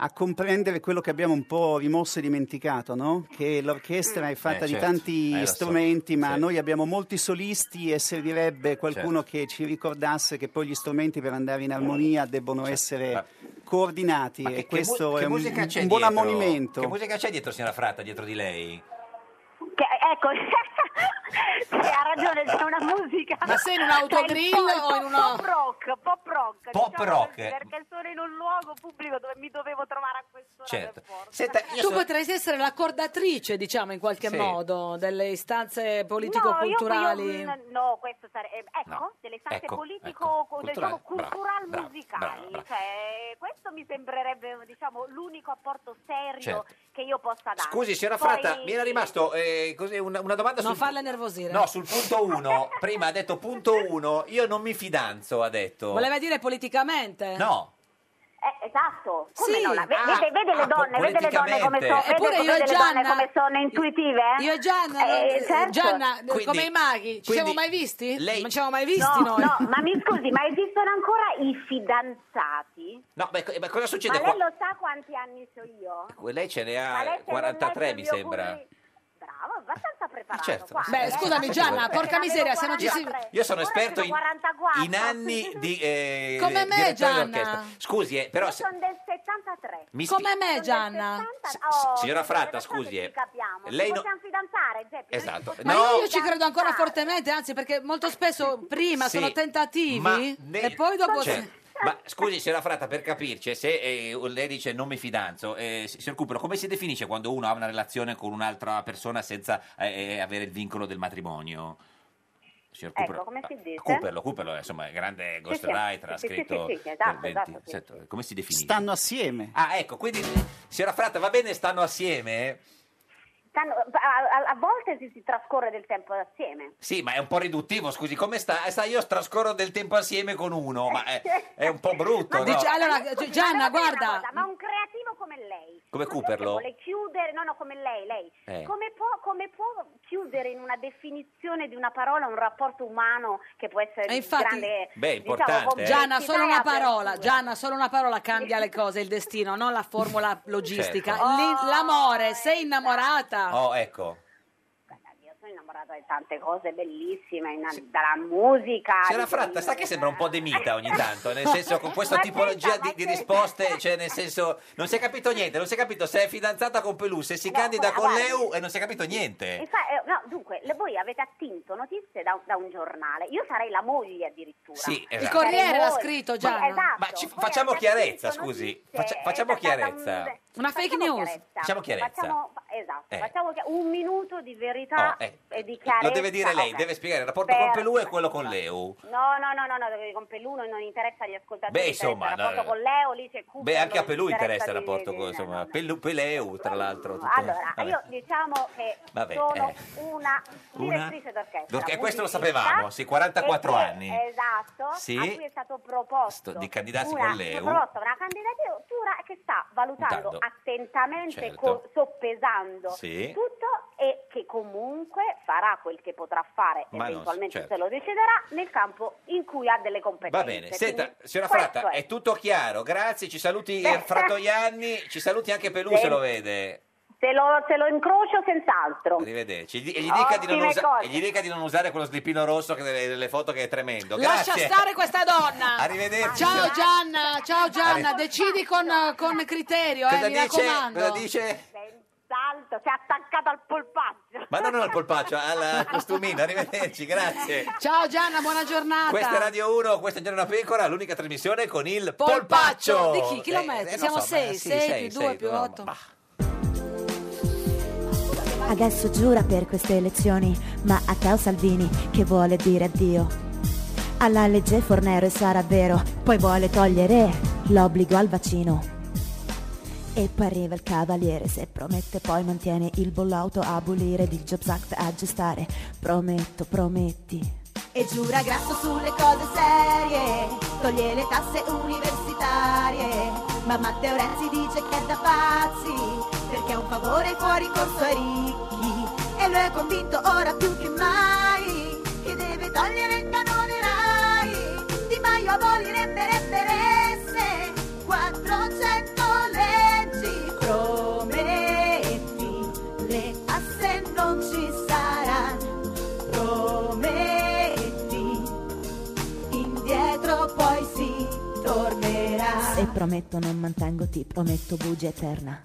Speaker 12: a comprendere quello che abbiamo un po' rimosso e dimenticato, no? Che
Speaker 2: Mm.
Speaker 12: l'orchestra è fatta
Speaker 14: Eh,
Speaker 12: di
Speaker 14: certo. Eh,
Speaker 12: tanti
Speaker 14: lo so.
Speaker 12: strumenti, ma noi abbiamo molti solisti e servirebbe qualcuno
Speaker 2: Certo.
Speaker 12: che ci ricordasse che poi gli strumenti per andare in armonia debbono essere coordinati e
Speaker 2: Certo. Che mu-
Speaker 12: questo
Speaker 2: che
Speaker 12: è un,
Speaker 2: musica c'è
Speaker 12: un buon
Speaker 2: dietro?
Speaker 12: ammonimento.
Speaker 2: Che musica c'è dietro, signora Fratta, dietro di lei?
Speaker 16: Che- ecco, sì, ha ragione, c'è una musica.
Speaker 1: Ma sei in un
Speaker 16: Cioè, il
Speaker 1: autogrill
Speaker 16: po- il
Speaker 1: o in
Speaker 16: po-
Speaker 1: una-
Speaker 16: Pop rock, pop rock.
Speaker 2: Pop
Speaker 16: diciamo
Speaker 2: rock.
Speaker 16: così, Perché sono in un luogo pubblico dove mi dovevo trovare a quest'ora.
Speaker 2: Certo.
Speaker 16: per forza.
Speaker 2: Senta, io
Speaker 1: Tu
Speaker 2: sono-
Speaker 1: potresti essere l'accordatrice, diciamo, in qualche
Speaker 2: Sì.
Speaker 1: modo, delle istanze
Speaker 16: No, io-
Speaker 1: politico-culturali.
Speaker 16: io- no, questo sarebbe ecco,
Speaker 1: No,
Speaker 16: delle istanze
Speaker 1: ecco,
Speaker 16: politico
Speaker 1: ecco,
Speaker 16: diciamo
Speaker 1: culturali,
Speaker 16: cultural
Speaker 1: brava,
Speaker 16: musicali,
Speaker 1: brava, brava.
Speaker 16: cioè questo mi sembrerebbe diciamo l'unico apporto serio
Speaker 2: Certo.
Speaker 16: che io possa dare.
Speaker 2: Scusi, signora
Speaker 16: Poi-
Speaker 2: Fratta, mi era rimasto eh, così una, una domanda
Speaker 1: Non
Speaker 2: sul...
Speaker 1: farla nervosire.
Speaker 2: No, sul punto 1, prima ha detto punto 1, io non mi fidanzo, ha detto.
Speaker 1: Voleva dire politicamente?
Speaker 2: No,
Speaker 16: Eh, esatto, come
Speaker 1: Sì.
Speaker 16: no? La- ve-
Speaker 1: Ah,
Speaker 16: vede, vede le
Speaker 1: ah,
Speaker 16: donne, vede le donne come sono,
Speaker 1: politicamente. Eppure
Speaker 16: vede,
Speaker 1: io e
Speaker 16: vede le donne
Speaker 1: Gianna-
Speaker 16: come sono intuitive.
Speaker 1: Io e Gianna,
Speaker 16: Eh,
Speaker 1: eh,
Speaker 16: certo.
Speaker 1: Gianna,
Speaker 16: Quindi-
Speaker 1: come i maghi, ci siamo mai
Speaker 16: quindi
Speaker 1: visti?
Speaker 2: lei-
Speaker 1: Non ci siamo mai visti
Speaker 16: no,
Speaker 1: noi.
Speaker 16: no, ma mi scusi, ma esistono ancora i fidanzati?
Speaker 2: no, beh, co- ma cosa succede
Speaker 16: ma lei
Speaker 2: qua?
Speaker 16: lo sa quanti anni so io?
Speaker 2: Lei ce ne
Speaker 16: Ma lei
Speaker 2: ha
Speaker 16: se
Speaker 2: 43,
Speaker 16: non
Speaker 2: mi
Speaker 16: legge il mio
Speaker 2: sembra.
Speaker 16: curri- Bravo, abbastanza preparato.
Speaker 2: certo.
Speaker 16: guarda,
Speaker 1: Beh,
Speaker 16: eh.
Speaker 1: scusami, Gianna, porca miseria, se non ci si...
Speaker 16: Io-
Speaker 2: Io sono esperto
Speaker 16: sono
Speaker 2: in,
Speaker 16: 44.
Speaker 2: in anni di eh,
Speaker 1: Come me,
Speaker 2: direttore
Speaker 1: Gianna.
Speaker 2: d'orchestra. Scusi, eh, però
Speaker 16: Io
Speaker 2: se-
Speaker 16: sono del 73.
Speaker 2: Mi spi-
Speaker 1: Come me, Gianna?
Speaker 2: signora Fratta, scusi, eh,
Speaker 16: Ci capiamo.
Speaker 2: lei
Speaker 16: ci
Speaker 2: no-
Speaker 16: possiamo fidanzare, Geppi? noi ci
Speaker 2: Esatto.
Speaker 16: possiamo
Speaker 1: Ma
Speaker 2: No.
Speaker 1: io, io ci credo ancora fortemente, anzi, perché molto spesso prima
Speaker 2: Sì,
Speaker 1: sono tentativi
Speaker 2: ma ne-
Speaker 1: e poi dopo...
Speaker 2: Cioè, ma scusi, signora Fratta, per capirci, se eh, lei dice non mi fidanzo, eh, si- signor Cupero, come si definisce quando uno ha una relazione con un'altra persona senza eh, avere il vincolo del matrimonio? Signor
Speaker 16: Ecco, come si dice?
Speaker 2: Cooperlo, Cooperlo, eh, insomma, è grande ghostwriter, ha
Speaker 16: sì, sì,
Speaker 2: scritto
Speaker 16: sì, sì, sì, esatto,
Speaker 2: per
Speaker 16: esatto, sì.
Speaker 2: sento, come si definisce?
Speaker 12: Stanno assieme.
Speaker 2: Ah, ecco, quindi signora Fratta, va bene stanno assieme?
Speaker 16: Stanno- a, a- a volte si, si trascorre del tempo assieme.
Speaker 2: Sì, ma è un po' riduttivo, scusi, come sta? Eh, Sa, io trascorro del tempo assieme con uno, ma è, è un po' brutto, no?
Speaker 1: Dice- allora,
Speaker 16: Scusi,
Speaker 1: Gianna,
Speaker 16: ma devo dire una
Speaker 1: guarda,
Speaker 16: cosa, ma un creativo come lei,
Speaker 2: Come Cooperlo?
Speaker 16: vuole chiudere, no, no, come lei, lei,
Speaker 2: Eh.
Speaker 16: come, può, come può chiudere in una definizione di una parola un rapporto umano che può essere
Speaker 1: E infatti-
Speaker 16: grande?
Speaker 2: Beh,
Speaker 16: diciamo,
Speaker 2: importante, eh.
Speaker 16: complessità
Speaker 1: Gianna, solo
Speaker 16: e
Speaker 1: una
Speaker 16: apertura.
Speaker 1: parola, Gianna, solo una parola cambia le cose, il destino, non la formula logistica.
Speaker 2: Certo.
Speaker 1: L'in- L'amore, sei innamorata.
Speaker 2: Oh, ecco.
Speaker 16: Io sono innamorata di tante cose bellissime, inna- dalla musica.
Speaker 2: Signora
Speaker 16: di-
Speaker 2: Fratta, sa che sembra un po' demita ogni tanto, nel senso con questa
Speaker 16: Ah, Ma
Speaker 2: tipologia
Speaker 16: senta,
Speaker 2: di,
Speaker 16: ma
Speaker 2: di
Speaker 16: senta.
Speaker 2: risposte, cioè nel senso non si è capito niente, non si è capito se è fidanzata con Pelù, se si candida
Speaker 16: guarda,
Speaker 2: con
Speaker 16: guardi.
Speaker 2: Leu e non si è capito niente.
Speaker 16: Infa- eh, no, dunque, le- voi avete attinto notizie da, da un giornale. Io sarei la moglie addirittura.
Speaker 2: Sì, esatto.
Speaker 1: Il Corriere
Speaker 16: Sarei
Speaker 1: l'ha
Speaker 16: voi.
Speaker 1: scritto
Speaker 16: Ma-
Speaker 1: Gianna.
Speaker 16: esatto.
Speaker 2: Ma ci-
Speaker 16: Voi
Speaker 2: facciamo
Speaker 16: avete attinto
Speaker 2: chiarezza,
Speaker 16: notizie.
Speaker 2: scusi, Faccia-
Speaker 16: Eh, È
Speaker 2: facciamo
Speaker 16: stata un-
Speaker 2: chiarezza.
Speaker 1: Una fake
Speaker 16: Facciamo
Speaker 1: news.
Speaker 16: chiarezza.
Speaker 2: Facciamo chiarezza.
Speaker 16: Facciamo- esatto,
Speaker 2: Eh.
Speaker 16: facciamo chi- un minuto di verità
Speaker 2: Oh, eh,
Speaker 16: e di chiarezza.
Speaker 2: Lo deve dire lei,
Speaker 16: ok.
Speaker 2: deve spiegare il rapporto
Speaker 16: Per-
Speaker 2: con Pelù e quello con Leu.
Speaker 16: No, no, no, no, no, dove con Pelluno non interessa agli ascoltatori.
Speaker 2: Beh,
Speaker 16: interessa
Speaker 2: insomma,
Speaker 16: il rapporto
Speaker 2: no, no.
Speaker 16: con Leo, lì c'è Cucca,
Speaker 2: Beh, anche a
Speaker 16: non
Speaker 2: Pelù interessa il
Speaker 16: di-
Speaker 2: rapporto
Speaker 16: di-
Speaker 2: con insomma, Pelù, Peleu, tra l'altro. tutto-
Speaker 16: Allora,
Speaker 2: vabbè.
Speaker 16: io diciamo che
Speaker 2: Vabbè,
Speaker 16: sono
Speaker 2: eh.
Speaker 16: una
Speaker 2: Una-
Speaker 16: direttrice d'orchestra.
Speaker 2: Perché questo lo
Speaker 16: musicista,
Speaker 2: sapevamo, sì, 44
Speaker 16: e che-
Speaker 2: anni.
Speaker 16: Esatto,
Speaker 2: Sì.
Speaker 16: a cui è stato proposto
Speaker 2: Sto- di candidarsi
Speaker 16: una,
Speaker 2: con l'EU.
Speaker 16: proposta una candidatura che sta valutando
Speaker 2: Valutando.
Speaker 16: attentamente,
Speaker 2: Certo.
Speaker 16: co- soppesando
Speaker 2: Sì.
Speaker 16: tutto e che comunque farà quel che potrà fare,
Speaker 2: Ma non-
Speaker 16: eventualmente
Speaker 2: certo.
Speaker 16: se lo deciderà, nel campo in cui ha delle competenze.
Speaker 2: Va bene, senta,
Speaker 16: Quindi
Speaker 2: signora
Speaker 16: questo
Speaker 2: Fratta, è tutto chiaro, grazie, ci saluti
Speaker 16: Beh.
Speaker 2: eh, Frattoianni, ci saluti anche Pelù se lo vede.
Speaker 16: Se lo, se lo incrocio senz'altro.
Speaker 2: Arrivederci. E gli, e gli dica di non
Speaker 16: Ottime
Speaker 2: usa-
Speaker 16: cose.
Speaker 2: e gli dica di non usare quello slippino rosso che delle, delle foto che è tremendo.
Speaker 1: Lascia
Speaker 2: Grazie.
Speaker 1: stare questa donna.
Speaker 2: Arrivederci.
Speaker 1: Ciao Gianna, ciao Gianna,
Speaker 2: Arri-
Speaker 1: decidi con, con criterio,
Speaker 2: Cosa
Speaker 1: eh, mi
Speaker 2: dice?
Speaker 1: raccomando.
Speaker 2: Cosa dice?
Speaker 16: Senz'altro, si è attaccato al polpaccio.
Speaker 2: Ma non al polpaccio, al costumino. Arrivederci, grazie.
Speaker 1: Ciao Gianna, buona giornata.
Speaker 2: Questa è Radio 1, questa è Giorno una Pecora, l'unica trasmissione con il polpaccio.
Speaker 1: Polpaccio. Di chi? Chi lo
Speaker 2: Eh,
Speaker 1: mette?
Speaker 2: eh, non
Speaker 1: Siamo
Speaker 2: so,
Speaker 1: sei,
Speaker 2: ma sì,
Speaker 1: sei più due
Speaker 2: sei,
Speaker 1: più
Speaker 2: no,
Speaker 1: otto.
Speaker 2: ma-
Speaker 13: Adesso giura per queste elezioni, ma a Teo Salvini che vuole dire addio. Alla legge Fornero e sarà vero, poi vuole togliere l'obbligo al vaccino. E poi arriva il cavaliere, se promette poi mantiene il bollauto a abolire, il Jobs Act a aggiustare. Prometto, prometti.
Speaker 8: E giura grasso sulle cose serie, toglie le tasse universitarie. Ma Matteo Renzi dice che è da pazzi, perché è un favore fuori corso ai ricchi. E lui è convinto ora più che mai, che deve togliere il canone RAI. Di Maio abolirebbe l'FRS, 400 leggi prometti, le tasse non ci saranno prometti, indietro poi si tornerà.
Speaker 13: Se prometto non mantengo, ti prometto bugia eterna.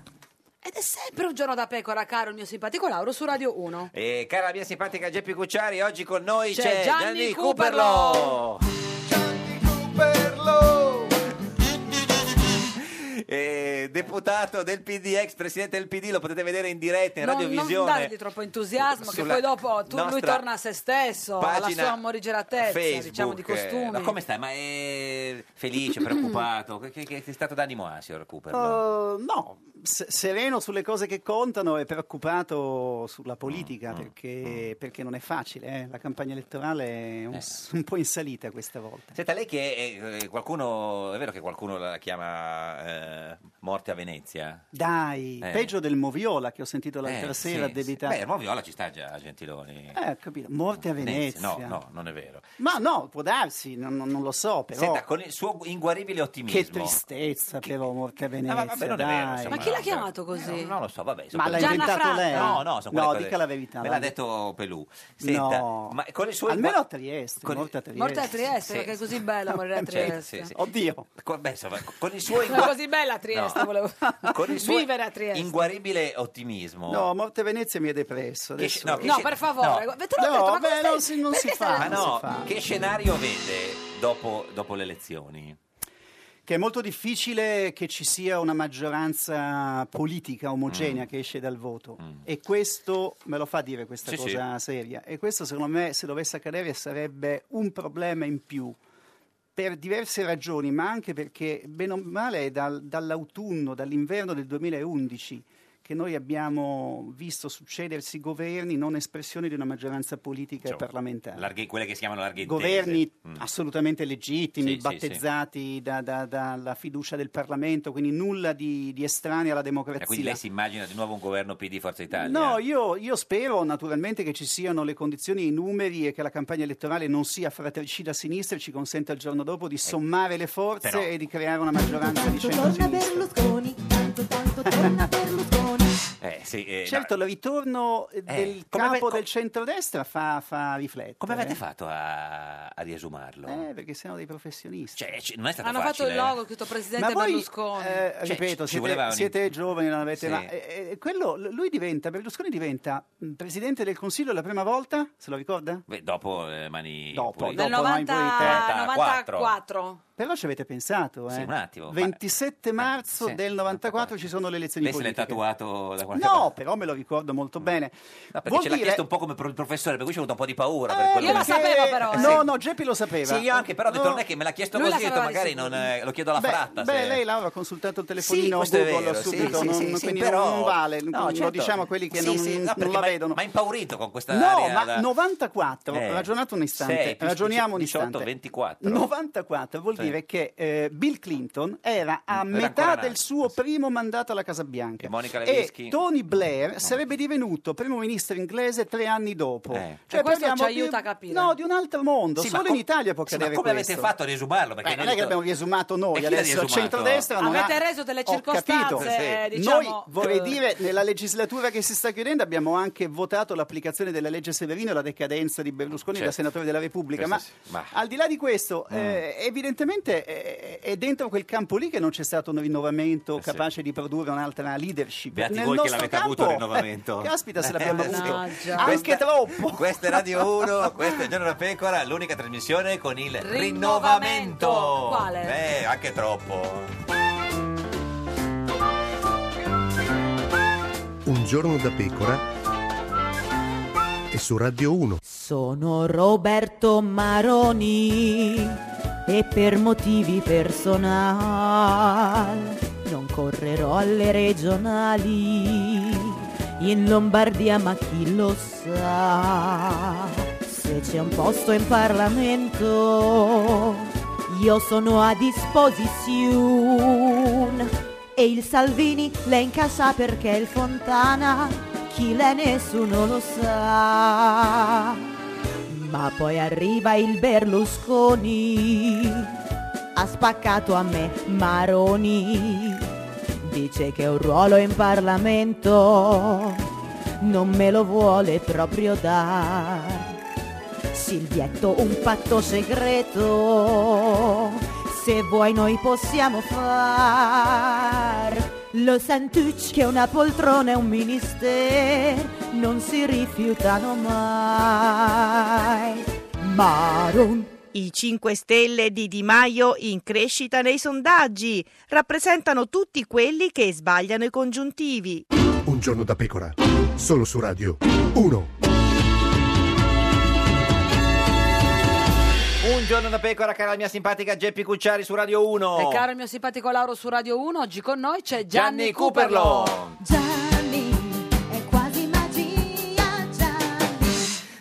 Speaker 1: Ed è sempre un giorno da pecora, caro il mio simpatico Lauro su Radio 1.
Speaker 2: E cara mia simpatica Geppi Cucciari, oggi con noi
Speaker 1: C'è
Speaker 2: c'è,
Speaker 1: Gianni
Speaker 2: Cooperlo.
Speaker 1: Cooperlo.
Speaker 2: Eh, deputato del PD, ex presidente del PD, lo potete vedere in diretta in
Speaker 1: Non, non
Speaker 2: Eh, radiovisione.
Speaker 1: dargli troppo entusiasmo, che
Speaker 2: Sulla
Speaker 1: poi dopo tu- lui
Speaker 2: nostra
Speaker 1: torna a se stesso, alla
Speaker 2: pagina
Speaker 1: sua amorigeratezza,
Speaker 2: Facebook.
Speaker 1: diciamo di
Speaker 2: Eh,
Speaker 1: costumi.
Speaker 2: ma come stai? Ma è felice, preoccupato? Che, che, che stato d'animo ha, signor
Speaker 1: Oh.
Speaker 2: Cooperlo?
Speaker 12: Eh, no, se- sereno sulle cose che contano e preoccupato sulla politica
Speaker 2: Mm,
Speaker 12: perché, perché non è facile. eh. La campagna elettorale
Speaker 2: Eh
Speaker 12: è un, un po' in salita questa volta.
Speaker 2: Senta, lei che eh, eh, qualcuno, è vero che qualcuno la chiama eh, morte a Venezia?
Speaker 12: Dai,
Speaker 2: Eh.
Speaker 12: peggio del Moviola che ho sentito l'altra
Speaker 2: Eh,
Speaker 12: sera
Speaker 2: sì,
Speaker 12: addebitato.
Speaker 2: sì. Beh, Moviola ci sta già, Gentiloni.
Speaker 12: Eh, ho capito. Morte a Venezia.
Speaker 2: No, no, non è vero.
Speaker 12: Ma no, può darsi, non, non- non lo so, però.
Speaker 2: Senta, con il suo inguaribile ottimismo.
Speaker 12: Che tristezza, però, morte a Venezia.
Speaker 2: Ah, ma vabbè, non è
Speaker 12: dai.
Speaker 2: vero, insomma,
Speaker 1: Ma chi l'ha
Speaker 2: vabbè.
Speaker 1: chiamato
Speaker 2: No,
Speaker 1: così?
Speaker 2: non lo so, vabbè.
Speaker 12: Ma l'ha
Speaker 1: Gianna
Speaker 12: inventato
Speaker 1: Fratta.
Speaker 12: lei?
Speaker 2: No, no, sono
Speaker 12: No,
Speaker 2: quelle cose-
Speaker 12: dica la verità.
Speaker 2: Me
Speaker 12: va.
Speaker 2: l'ha detto Pelù. Senta,
Speaker 12: No.
Speaker 2: ma con il suo
Speaker 12: Almeno a
Speaker 2: inguar-
Speaker 12: Trieste,
Speaker 2: con-
Speaker 12: morte a Trieste.
Speaker 1: Morte a Trieste,
Speaker 2: Sì.
Speaker 1: perché è così bella morire a
Speaker 2: Certo,
Speaker 1: Trieste.
Speaker 2: sì, sì.
Speaker 12: Oddio.
Speaker 2: Con, beh, insomma, con il suo,
Speaker 1: Ma
Speaker 2: ingua-
Speaker 1: è così bella a Trieste,
Speaker 2: No.
Speaker 1: volevo
Speaker 2: con il suo
Speaker 1: vivere a Trieste.
Speaker 2: inguaribile ottimismo.
Speaker 12: No, morte a Venezia mi è depresso.
Speaker 2: Che-
Speaker 12: adesso-
Speaker 2: no, che-
Speaker 1: No, per favore,
Speaker 2: No.
Speaker 1: ve te l'ho detto, ma come
Speaker 12: beh,
Speaker 1: stai-
Speaker 12: non si, non si
Speaker 1: perché
Speaker 12: fa.
Speaker 2: ma
Speaker 12: non si
Speaker 2: no,
Speaker 12: fa.
Speaker 2: che scenario vede dopo, dopo le elezioni?
Speaker 12: Che è molto difficile che ci sia una maggioranza politica
Speaker 3: Mm.
Speaker 12: omogenea che esce dal voto. E questo me lo fa dire questa
Speaker 3: Sì,
Speaker 12: cosa seria. E questo, secondo me, se dovesse accadere, sarebbe un problema in più. Per diverse ragioni, ma anche perché, bene o male, è dal- dall'autunno, dall'inverno del 2011 che noi abbiamo visto succedersi governi non espressione di una maggioranza politica
Speaker 3: Diciamo,
Speaker 12: e parlamentare
Speaker 2: Larghe- quelle che si chiamano larghe intese.
Speaker 12: governi
Speaker 2: Mm.
Speaker 12: assolutamente legittimi,
Speaker 2: Sì, sì,
Speaker 12: battezzati da- da- dalla fiducia del Parlamento, quindi nulla di, di estraneo alla
Speaker 2: Eh, Quindi lei
Speaker 12: democrazia.
Speaker 2: si immagina di nuovo un governo PD Forza Italia?
Speaker 12: No, io, io spero naturalmente che ci siano le condizioni, i numeri e che la campagna elettorale non sia fratricida a sinistra e ci consenta il giorno dopo di sommare le forze
Speaker 2: Eh, però-
Speaker 12: e di creare una maggioranza di
Speaker 8: Torna
Speaker 12: centro
Speaker 8: Berlusconi, tanto tanto torna Berlusconi.
Speaker 2: Eh, sì, eh,
Speaker 12: Certo,
Speaker 2: no.
Speaker 12: il ritorno eh,
Speaker 2: Eh,
Speaker 12: del
Speaker 2: come
Speaker 12: capo
Speaker 2: ave-
Speaker 12: del centrodestra fa, fa riflettere.
Speaker 2: Come avete fatto a, a riesumarlo?
Speaker 12: Eh, perché siamo dei professionisti.
Speaker 2: Cioè, c- non è stato
Speaker 1: Hanno fatto
Speaker 2: facile.
Speaker 1: il logo, scritto Presidente
Speaker 12: Ma voi,
Speaker 1: Berlusconi.
Speaker 12: eh,
Speaker 2: Cioè,
Speaker 12: ripeto,
Speaker 2: ci voleva
Speaker 12: siete,
Speaker 2: un-
Speaker 12: siete giovani, non avete
Speaker 2: Sì.
Speaker 12: ma- eh, eh, quello, l- lui diventa, Berlusconi diventa mh, presidente del Consiglio la prima volta, se lo ricorda?
Speaker 2: Beh, dopo eh, mani
Speaker 12: Dopo,
Speaker 2: pulite.
Speaker 12: dopo, Nel mani 90
Speaker 1: 94.
Speaker 2: 94.
Speaker 1: 94.
Speaker 12: Però ci avete pensato, eh?
Speaker 2: Sì, un attimo, ma- Eh,
Speaker 12: 27 marzo
Speaker 2: sì,
Speaker 12: del 94 ci sono le elezioni
Speaker 2: Lei se l'è
Speaker 12: politiche.
Speaker 2: tatuato da qualche Mm.
Speaker 12: No, però me lo ricordo molto bene.
Speaker 2: No, perché
Speaker 12: Vuol
Speaker 2: ce l'ha
Speaker 12: dire-
Speaker 2: chiesto un po' come pro- il professore, per cui c'è avuto un po' di paura. per
Speaker 12: Eh,
Speaker 2: quello che-
Speaker 12: perché- No, no, Geppi lo sapeva.
Speaker 2: Sì, io anche, però ho detto,
Speaker 12: No.
Speaker 2: non è che me l'ha chiesto così, ho detto, magari non, eh, lo chiedo alla
Speaker 12: beh,
Speaker 2: fratta.
Speaker 12: Beh,
Speaker 2: se-
Speaker 12: lei Laura ha consultato il telefonino
Speaker 2: questo è
Speaker 12: Google
Speaker 2: vero, sì,
Speaker 12: subito,
Speaker 2: sì,
Speaker 12: non,
Speaker 2: sì, sì,
Speaker 12: quindi
Speaker 2: però-
Speaker 12: non vale,
Speaker 2: No,
Speaker 12: lo
Speaker 2: certo.
Speaker 12: diciamo a quelli che
Speaker 2: Sì,
Speaker 12: non,
Speaker 2: sì, no,
Speaker 12: non
Speaker 2: perché
Speaker 12: la
Speaker 2: m'ha-
Speaker 12: vedono.
Speaker 2: m'ha impaurito con questa
Speaker 12: No,
Speaker 2: area
Speaker 12: ma
Speaker 2: da-
Speaker 12: 94,
Speaker 2: Eh,
Speaker 12: ragionate un istante,
Speaker 2: sei, più
Speaker 12: ragioniamo un
Speaker 2: 18,
Speaker 12: istante.
Speaker 2: 24.
Speaker 12: 94 vuol
Speaker 2: Sì.
Speaker 12: dire che eh, Bill Clinton era a
Speaker 2: ancora
Speaker 12: metà
Speaker 2: nato,
Speaker 12: del suo primo mandato alla Casa Bianca
Speaker 2: E Monica Lewinsky?
Speaker 12: e Tony Blair sarebbe divenuto primo ministro inglese tre anni dopo.
Speaker 1: Cioè, questo
Speaker 12: parliamo
Speaker 1: ci
Speaker 12: di-
Speaker 1: aiuta a capire.
Speaker 12: No, di un altro mondo,
Speaker 2: Eh. Sì, ma
Speaker 12: solo
Speaker 2: com-
Speaker 12: in Italia può
Speaker 2: sì,
Speaker 12: cadere
Speaker 2: ma come
Speaker 12: questo.
Speaker 2: avete fatto a riesumarlo? Perché
Speaker 12: Beh, non è che
Speaker 2: detto-
Speaker 12: abbiamo riesumato
Speaker 2: E
Speaker 12: noi
Speaker 2: chi l'ha
Speaker 12: adesso, il
Speaker 2: riesumato?
Speaker 12: centrodestra non
Speaker 1: Avete
Speaker 12: ha-
Speaker 1: reso delle
Speaker 12: ho capito.
Speaker 1: circostanze, eh,
Speaker 12: Noi,
Speaker 1: diciamo,
Speaker 12: vorrei
Speaker 1: eh,
Speaker 12: dire, nella legislatura che si sta chiudendo abbiamo anche votato l'applicazione della legge Severino e la decadenza di Berlusconi
Speaker 2: Certo.
Speaker 12: da senatore della Repubblica, ma...
Speaker 2: Questo sì, ma-
Speaker 12: Al di là di questo, eh, evidentemente eh, è dentro quel campo lì che non c'è stato un rinnovamento capace di produrre un'altra leadership.
Speaker 2: Eh, Beati
Speaker 12: Nel
Speaker 2: voi che
Speaker 12: nostro
Speaker 2: l'avete
Speaker 12: campo,
Speaker 2: avuto il rinnovamento.
Speaker 12: eh, caspita, se
Speaker 2: Eh,
Speaker 12: l'abbiamo
Speaker 2: sì.
Speaker 12: avuto.
Speaker 2: Mannaggia.
Speaker 12: Anche troppo.
Speaker 2: Questa è Radio 1, questa è Giorno da Pecora, l'unica trasmissione con il
Speaker 1: Rinnovamento.
Speaker 2: rinnovamento.
Speaker 1: Quale?
Speaker 2: Eh, anche troppo.
Speaker 9: Un giorno da pecora e su Radio 1.
Speaker 8: Sono Roberto Maroni e per motivi personali non correrò alle regionali in Lombardia ma chi lo sa se c'è un posto in Parlamento io sono a disposizione e il Salvini l'è in cassa perché il Fontana chi l'è nessuno lo sa. Ma poi arriva il Berlusconi, ha spaccato a me Maroni, dice che un ruolo in Parlamento non me lo vuole proprio dar. Silvietto un patto segreto, se vuoi noi possiamo far. Lo Santucci che una poltrona e un ministero non si rifiutano mai.
Speaker 13: Maron. I 5 Stelle di Di Maio in crescita nei sondaggi rappresentano tutti quelli che sbagliano i congiuntivi.
Speaker 9: Un giorno da pecora. Solo su Radio 1.
Speaker 2: Un giorno da pecora, cara mia simpatica Geppi Cucciari su Radio 1.
Speaker 4: E caro il mio simpatico Lauro su Radio 1, oggi con noi c'è Gianni,
Speaker 2: Gianni
Speaker 4: Cooperlo.
Speaker 2: Cooperlo.
Speaker 11: Quasi magia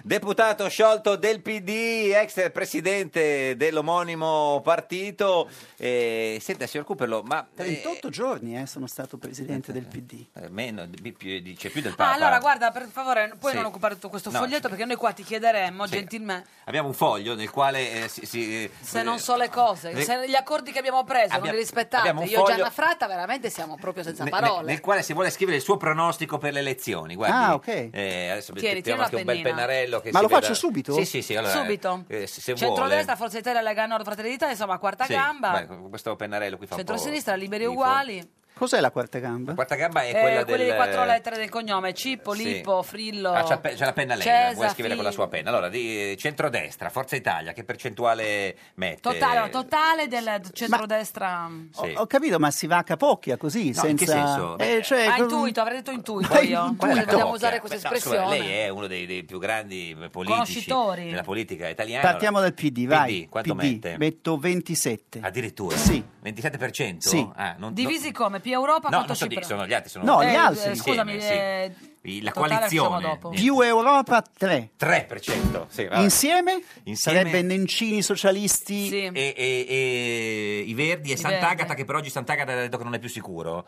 Speaker 2: Deputato sciolto del PD, ex presidente dell'omonimo partito. Eh, senta, signor Cooperlo, ma... eh,
Speaker 12: 38 giorni eh, sono stato presidente del PD.
Speaker 2: eh, meno, di- più- dice più del Papa.
Speaker 4: Ah, allora guarda, per favore, puoi
Speaker 2: Sì.
Speaker 4: non occupare tutto questo
Speaker 2: No,
Speaker 4: foglietto perché noi qua ti chiederemmo gentilmente
Speaker 2: Abbiamo un foglio nel quale eh, si... si-
Speaker 4: se
Speaker 2: eh,
Speaker 4: non so le cose,
Speaker 2: eh,
Speaker 4: se gli accordi che abbiamo preso non
Speaker 2: abbiamo-
Speaker 4: li rispettate.
Speaker 2: abbiamo
Speaker 4: Io
Speaker 2: un
Speaker 4: e Gianna
Speaker 2: foglio-
Speaker 4: Fratta veramente siamo proprio senza
Speaker 2: ne-
Speaker 4: parole.
Speaker 2: ne- Nel quale si vuole scrivere il suo pronostico per le elezioni. Guardi,
Speaker 12: Ah, ok.
Speaker 2: Eh, adesso
Speaker 4: Tieni,
Speaker 2: mettiamo
Speaker 4: tieni la
Speaker 2: anche un bel
Speaker 4: pennina.
Speaker 2: pennarello. Che
Speaker 12: Ma
Speaker 2: si
Speaker 12: lo
Speaker 2: veda-
Speaker 12: faccio subito?
Speaker 2: Sì, sì, sì. Allora,
Speaker 4: Subito.
Speaker 2: eh, se se vuole.
Speaker 4: Centrodestra, Forza Italia, Lega Nord, Fratelli d'Italia, insomma, quarta
Speaker 2: Sì,
Speaker 4: gamba.
Speaker 2: vai, con questo pennarello qui fa un po'.
Speaker 4: Centrosinistra, liberi uguali.
Speaker 12: Cos'è la quarta gamba? La
Speaker 2: quarta gamba è
Speaker 4: Eh,
Speaker 2: quella
Speaker 4: quelle
Speaker 2: del...
Speaker 4: di quattro lettere del cognome, Cippo,
Speaker 2: sì.
Speaker 4: Lippo, Frillo.
Speaker 2: Ah, c'ha pe- c'è la penna lei,
Speaker 4: Certo. Cesa,
Speaker 2: vuole scrivere con la
Speaker 4: Fri-
Speaker 2: sua penna. Allora, di eh, centrodestra, Forza Italia, che percentuale mette?
Speaker 4: Totale, no, totale del centrodestra.
Speaker 2: eh, Sì.
Speaker 12: Ho capito, ma si va a capocchia così,
Speaker 2: No,
Speaker 12: senza...
Speaker 2: in che senso? Beh,
Speaker 12: Eh, cioè,
Speaker 4: ah,
Speaker 12: com-
Speaker 4: intuito, avrei detto intuito
Speaker 12: Beh,
Speaker 4: io.
Speaker 12: intuito.
Speaker 4: Vogliamo
Speaker 12: Tocchia.
Speaker 4: usare questa
Speaker 2: Beh, no, scusa,
Speaker 4: espressione.
Speaker 2: lei è uno dei, dei più grandi politici
Speaker 4: Conoscitori.
Speaker 2: della politica italiana.
Speaker 12: Partiamo dal PD, vai.
Speaker 2: PD, Eh, quanto mette?
Speaker 12: Metto 27.
Speaker 2: Addirittura?
Speaker 12: Sì.
Speaker 2: 27%?
Speaker 12: Sì.
Speaker 2: Ah, non-
Speaker 4: Divisi come? Più Europa,
Speaker 2: No,
Speaker 4: quanto
Speaker 2: non so
Speaker 4: Cipro?
Speaker 2: di- sono gli altri, sono
Speaker 12: No,
Speaker 2: Eh,
Speaker 12: gli altri.
Speaker 4: Eh, scusami,
Speaker 2: insieme, sì.
Speaker 4: eh,
Speaker 2: I- la
Speaker 4: totale facciamo
Speaker 2: coalizione.
Speaker 4: dopo.
Speaker 12: Più Europa 3.
Speaker 2: 3%. Sì, vabbè.
Speaker 12: Insieme?
Speaker 2: Insieme-
Speaker 12: Sarebbe Nencini socialisti.
Speaker 2: E, e- e i Verdi e
Speaker 12: I
Speaker 2: Sant'Agata,
Speaker 12: Verdi.
Speaker 2: che per oggi Sant'Agata ha detto che non è più sicuro.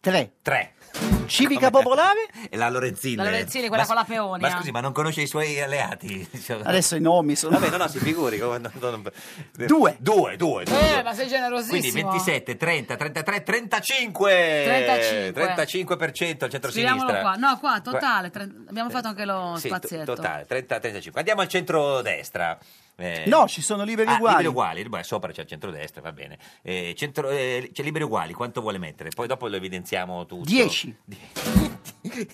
Speaker 12: 3.
Speaker 2: 3.
Speaker 12: Civica Popolare?
Speaker 2: E la Lorenzini.
Speaker 4: La Lorenzini, quella
Speaker 2: Ma-
Speaker 4: con la Peonia.
Speaker 2: Ma scusi, ma non conosce i suoi alleati? Cioè,
Speaker 12: Adesso i nomi sono...
Speaker 2: Vabbè, no, no, si figuri. come- non- non-
Speaker 12: Due.
Speaker 2: Due, due, due.
Speaker 4: Eh, ma sei generosissimo.
Speaker 2: Quindi 27, 30, 33, 35!
Speaker 4: 35.
Speaker 2: 35% al
Speaker 4: Scriviamolo
Speaker 2: centro-sinistra.
Speaker 4: qua. No, qua, totale. tre- Abbiamo fatto anche lo
Speaker 2: Eh, Sì, to-
Speaker 4: spazietto.
Speaker 12: Eh,
Speaker 2: totale, 30, 35. Andiamo al centro-destra. Eh,
Speaker 12: No, ci sono liberi
Speaker 2: ah,
Speaker 12: uguali.
Speaker 2: liberi uguali, liberi- sopra c'è il centrodestra, va bene. Eh, centro, eh, c'è liberi uguali, quanto vuole mettere? Poi dopo lo evidenziamo tutto.
Speaker 12: 10.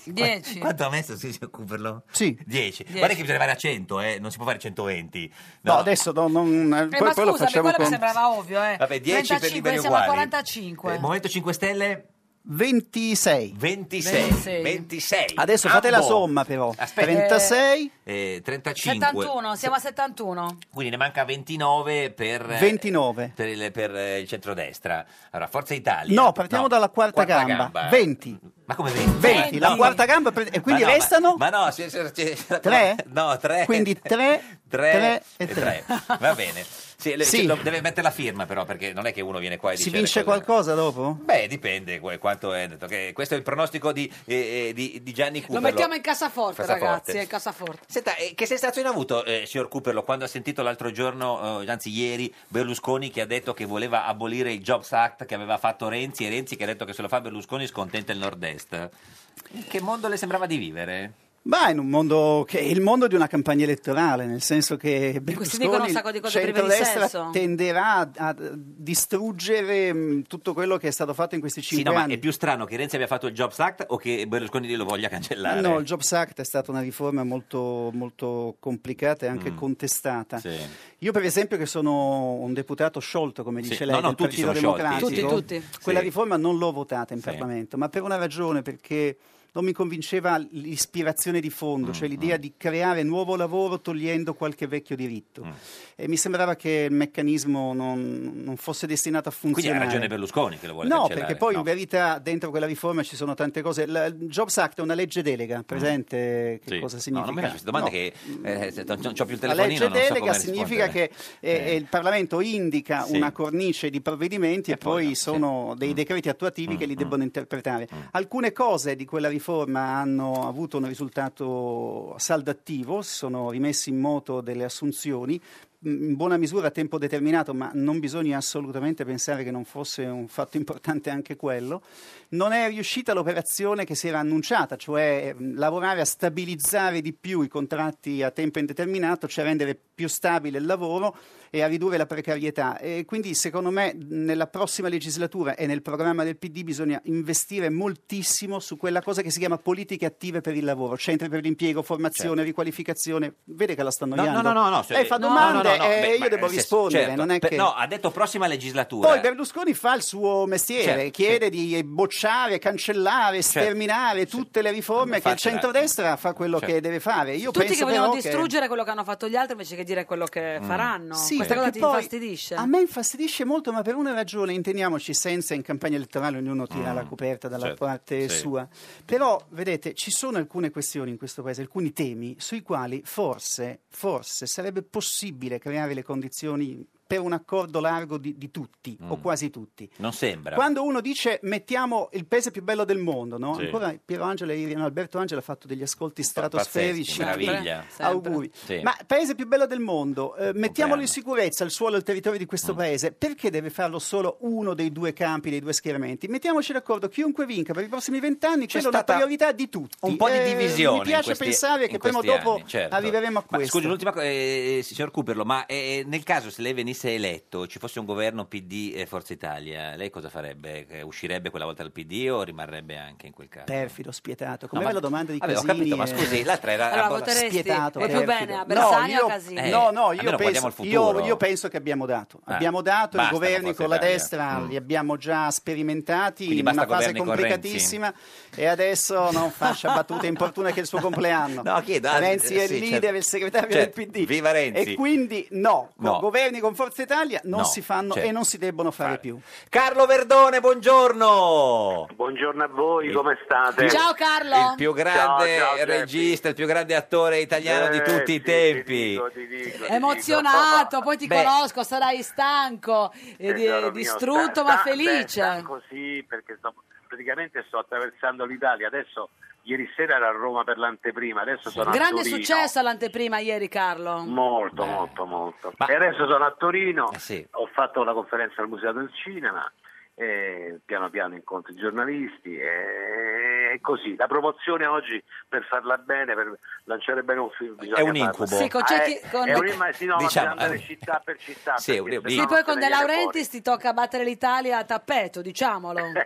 Speaker 1: Dieci.
Speaker 2: Quanto ha messo sì, signor Cooperlo?
Speaker 12: Sì.
Speaker 1: Dieci.
Speaker 2: 10. Guarda che bisogna arrivare a 100, eh, non si può fare 120.
Speaker 12: No, adesso no, non, eh,
Speaker 1: Eh,
Speaker 12: poi,
Speaker 1: ma
Speaker 12: poi lo
Speaker 1: scusami,
Speaker 12: facciamo
Speaker 1: quello mi
Speaker 12: con
Speaker 1: sembrava ovvio, eh.
Speaker 2: Vabbè, 10 per
Speaker 1: 35,
Speaker 2: liberi
Speaker 1: siamo a
Speaker 2: uguali.
Speaker 1: 45.
Speaker 2: Eh, Movimento 5 Stelle?
Speaker 12: 26.
Speaker 2: 26. 26. 26.
Speaker 12: Adesso fate la
Speaker 2: Ambo.
Speaker 12: somma però.
Speaker 2: Aspetta.
Speaker 12: 36,
Speaker 2: Eh, 35.
Speaker 1: 71, siamo a 71.
Speaker 2: Quindi ne manca 29 per, eh,
Speaker 12: 29.
Speaker 2: per, il, per eh, il centrodestra. Allora, Forza Italia.
Speaker 12: No, partiamo dalla quarta,
Speaker 2: Quarta
Speaker 12: gamba.
Speaker 2: gamba.
Speaker 12: 20.
Speaker 2: Ma come 20?
Speaker 12: 20, la quarta gamba pre- e quindi
Speaker 2: Ma no,
Speaker 12: restano
Speaker 2: Ma, ma no, c'è, c'è- c'è- c'è-
Speaker 12: 3?
Speaker 2: No, 3.
Speaker 12: Quindi 3, tre
Speaker 2: 3
Speaker 12: e tre.
Speaker 2: Va bene. Sì, le-
Speaker 12: Sì.
Speaker 2: ce lo- deve mettere la firma però perché non è che uno viene qua e
Speaker 12: Si
Speaker 2: dice...
Speaker 12: vince
Speaker 2: le cose.
Speaker 12: qualcosa dopo?
Speaker 2: Beh, dipende que- quanto è detto. che questo è il pronostico di, eh, eh, di, di Gianni
Speaker 4: Lo
Speaker 2: Cooperlo.
Speaker 4: mettiamo in cassaforte,
Speaker 2: Cassaforte.
Speaker 4: ragazzi, è in cassaforte.
Speaker 2: Senta, eh, che sensazione ha avuto, eh, signor Cooperlo, quando ha sentito l'altro giorno, eh, anzi ieri, Berlusconi che ha detto che voleva abolire il Jobs Act che aveva fatto Renzi e Renzi che ha detto che se lo fa Berlusconi scontenta il Nord-Est? In che mondo le sembrava di vivere?
Speaker 12: Ma in un mondo che è il mondo di una campagna elettorale, nel senso che Berlusconi,
Speaker 1: dicono un sacco di cose prive di
Speaker 12: centrodestra
Speaker 1: senso.
Speaker 12: tenderà a, a distruggere mh, tutto quello che è stato fatto in questi
Speaker 2: Sì,
Speaker 12: cinque
Speaker 2: no, ma
Speaker 12: anni.
Speaker 2: è più strano che Renzi abbia fatto il Jobs Act o che Berlusconi lo voglia cancellare?
Speaker 12: Ah, No, il Jobs Act è stata una riforma molto, molto complicata e anche
Speaker 2: Mm.
Speaker 12: contestata.
Speaker 2: Sì.
Speaker 12: Io, per esempio, che sono un deputato sciolto, come
Speaker 2: Sì,
Speaker 12: dice
Speaker 2: no,
Speaker 12: lei,
Speaker 2: no,
Speaker 12: del
Speaker 2: tutti
Speaker 12: Partito
Speaker 2: sono sciolti,
Speaker 12: Democratico,
Speaker 2: sì. Tutti, tutti.
Speaker 12: quella
Speaker 2: Sì.
Speaker 12: riforma non l'ho votata in
Speaker 2: Sì.
Speaker 12: Parlamento, ma per una ragione, perché non mi convinceva l'ispirazione di fondo,
Speaker 2: Mm,
Speaker 12: cioè l'idea di creare nuovo lavoro togliendo qualche vecchio
Speaker 2: Mm.
Speaker 12: diritto. E mi sembrava che il meccanismo non, non fosse destinato a
Speaker 2: Quindi ha
Speaker 12: funzionare.
Speaker 2: ragione Berlusconi che lo vuole
Speaker 12: No,
Speaker 2: cancellare.
Speaker 12: perché poi in
Speaker 2: No.
Speaker 12: verità dentro quella riforma ci sono tante cose. La- Il Jobs Act è una legge delega, presente che
Speaker 2: Mm. Sì.
Speaker 12: cosa
Speaker 2: No,
Speaker 12: significa?
Speaker 2: non mi faccio queste domande
Speaker 12: No.
Speaker 2: che eh, se non, non c'ho più il
Speaker 12: La
Speaker 2: telefonino,
Speaker 12: legge
Speaker 2: non so
Speaker 12: delega
Speaker 2: come
Speaker 12: significa
Speaker 2: rispondere.
Speaker 12: che eh, il Parlamento indica
Speaker 2: Sì.
Speaker 12: una cornice di provvedimenti e, poi sono
Speaker 2: Mm.
Speaker 12: dei decreti attuativi che li debbono interpretare. Alcune cose di quella riforma hanno avuto un risultato saldattivo, si sono rimessi in moto delle assunzioni mh, in buona misura a tempo determinato, ma non bisogna assolutamente pensare che non fosse un fatto importante anche quello. Non è riuscita l'operazione che si era annunciata, cioè mh, lavorare a stabilizzare di più i contratti a tempo indeterminato, cioè rendere più stabile il lavoro e a ridurre la precarietà. E quindi secondo me nella prossima legislatura e nel programma del PD bisogna investire moltissimo su quella cosa che si chiama politiche attive per il lavoro, centri per l'impiego, formazione, riqualificazione. Vede che la stanno
Speaker 2: Certo. No, no, no, no, no, se-
Speaker 12: Lei fa
Speaker 2: no,
Speaker 12: domande
Speaker 2: no, no, no,
Speaker 12: e
Speaker 2: beh,
Speaker 12: io
Speaker 2: ma
Speaker 12: devo
Speaker 2: nel senso,
Speaker 12: rispondere,
Speaker 2: certo,
Speaker 12: non è
Speaker 2: per-
Speaker 12: che...
Speaker 2: No, ha detto prossima legislatura.
Speaker 12: Poi Berlusconi fa il suo mestiere,
Speaker 2: Certo,
Speaker 12: chiede di bocciare, cancellare, sterminare tutte le riforme che il
Speaker 2: Fatela.
Speaker 12: centrodestra fa quello
Speaker 2: Certo.
Speaker 12: che deve fare. Io
Speaker 1: Tutti
Speaker 12: penso
Speaker 1: che vogliono
Speaker 12: però
Speaker 1: distruggere quello che hanno fatto gli altri invece che dire quello che
Speaker 12: Mm.
Speaker 1: faranno.
Speaker 12: Sì,
Speaker 1: Questa cosa
Speaker 12: perché
Speaker 1: ti
Speaker 12: poi
Speaker 1: infastidisce?
Speaker 12: A me infastidisce molto, ma per una ragione, intendiamoci, senza in campagna elettorale ognuno tira la coperta dalla
Speaker 17: certo,
Speaker 12: parte
Speaker 17: sì.
Speaker 12: sua. Però, vedete, ci sono alcune questioni in questo paese, alcuni temi sui quali forse, forse sarebbe possibile creare le condizioni per un accordo largo di, di tutti
Speaker 17: Mm.
Speaker 12: o quasi tutti.
Speaker 2: Non sembra.
Speaker 12: Quando uno dice mettiamo il paese più bello del mondo, no?
Speaker 2: Sì.
Speaker 12: ancora Piero Angela ieri, no, Alberto Angela ha fatto degli ascolti stratosferici.
Speaker 2: Pazzeschi, meraviglia. Sempre.
Speaker 12: Auguri.
Speaker 2: Sì.
Speaker 12: Ma paese più bello del mondo, eh, mettiamolo in sicurezza il suolo e il territorio di
Speaker 2: Mm.
Speaker 12: questo paese, perché deve farlo solo uno dei due campi, dei due schieramenti? Mettiamoci d'accordo, chiunque vinca per i prossimi vent'anni,
Speaker 2: C'è
Speaker 12: quella è una
Speaker 2: stata
Speaker 12: priorità di tutti.
Speaker 2: un po' di
Speaker 12: Eh,
Speaker 2: divisione.
Speaker 12: Mi piace
Speaker 2: in questi-
Speaker 12: pensare
Speaker 2: in
Speaker 12: che prima o
Speaker 2: questi
Speaker 12: dopo
Speaker 2: anni, certo.
Speaker 12: arriveremo a
Speaker 2: Ma,
Speaker 12: questo.
Speaker 2: Scusi, l'ultima cosa, eh, signor Cooperlo, ma eh, nel caso se lei venisse eletto, ci fosse un governo PD e Forza Italia, lei cosa farebbe? Eh, Uscirebbe quella volta dal PD o rimarrebbe anche in quel caso?
Speaker 12: Perfido, spietato,
Speaker 2: No,
Speaker 12: come
Speaker 2: ma-
Speaker 12: la domanda di
Speaker 2: vabbè, ho
Speaker 12: Casini.
Speaker 2: capito, ma
Speaker 12: eh.
Speaker 2: scusi, l'altra era-
Speaker 1: Allora, voteresti?
Speaker 12: spietato.
Speaker 1: Vuoi più
Speaker 12: perfido.
Speaker 1: bene a Bersani
Speaker 12: no,
Speaker 1: o a
Speaker 12: io- eh,
Speaker 1: Casini?
Speaker 12: No, no,
Speaker 2: almeno
Speaker 12: io
Speaker 2: guardiamo
Speaker 12: penso,
Speaker 2: il
Speaker 12: io,
Speaker 2: futuro.
Speaker 12: io penso che abbiamo dato.
Speaker 2: Ah,
Speaker 12: abbiamo dato
Speaker 2: basta
Speaker 12: i
Speaker 2: con
Speaker 12: governi
Speaker 2: Forza
Speaker 12: con la
Speaker 2: Italia.
Speaker 12: destra,
Speaker 2: Mm.
Speaker 12: li abbiamo già sperimentati
Speaker 2: Quindi
Speaker 12: in
Speaker 2: basta
Speaker 12: una fase
Speaker 2: governi con Renzi.
Speaker 12: complicatissima e adesso non faccia battute importune che è il suo compleanno.
Speaker 2: No, chiedo, ah,
Speaker 12: Renzi è
Speaker 2: sì,
Speaker 12: il leader,
Speaker 2: certo.
Speaker 12: il segretario
Speaker 2: Certo,
Speaker 12: del PD.
Speaker 2: viva Renzi.
Speaker 12: E quindi no,
Speaker 2: No.
Speaker 12: con governi con Forza Italia non
Speaker 2: No,
Speaker 12: si fanno
Speaker 2: certo.
Speaker 12: e non si debbono fare più.
Speaker 2: Carlo Verdone, buongiorno!
Speaker 18: Buongiorno a voi, come state?
Speaker 4: Ciao Carlo!
Speaker 2: Il più grande
Speaker 18: Ciao, ciao, Geppi.
Speaker 2: regista, il più grande attore italiano di
Speaker 18: Eh,
Speaker 2: tutti
Speaker 18: sì,
Speaker 2: i
Speaker 18: ti
Speaker 2: tempi.
Speaker 18: dico, ti dico, ti
Speaker 4: Emozionato, poi ti
Speaker 2: Beh.
Speaker 4: conosco, sarai stanco, eh,
Speaker 18: dico.
Speaker 4: di-
Speaker 18: Tesoro mio,
Speaker 4: distrutto
Speaker 18: sta-
Speaker 4: ma
Speaker 18: sta- beh,
Speaker 4: felice.
Speaker 18: sta così, perché sto- praticamente sto attraversando l'Italia. Adesso, ieri sera ero a Roma per l'anteprima, adesso sono a
Speaker 1: Grande
Speaker 18: Torino.
Speaker 1: successo all'anteprima ieri, Carlo.
Speaker 18: Molto, molto, molto. E adesso sono a Torino,
Speaker 2: Eh. sì.
Speaker 18: ho fatto la conferenza al Museo del Cinema, e piano piano incontro i giornalisti e e così. La promozione oggi, per farla bene, per lanciare bene un film, bisogna
Speaker 2: un
Speaker 18: farla.
Speaker 2: incubo. Sì, con
Speaker 18: Ah,
Speaker 2: cerchi-
Speaker 18: è-
Speaker 2: con-
Speaker 18: è un imma- sì, no, ma
Speaker 2: Diciamo-
Speaker 18: bisogna andare città per città.
Speaker 2: Sì,
Speaker 18: perché
Speaker 2: un-
Speaker 18: se
Speaker 2: sì,
Speaker 18: no
Speaker 2: poi
Speaker 18: non
Speaker 1: Poi
Speaker 18: se
Speaker 1: con
Speaker 18: ne
Speaker 1: De
Speaker 18: viene
Speaker 1: Laurentiis ti tocca battere l'Italia a tappeto, diciamolo.
Speaker 18: fuori.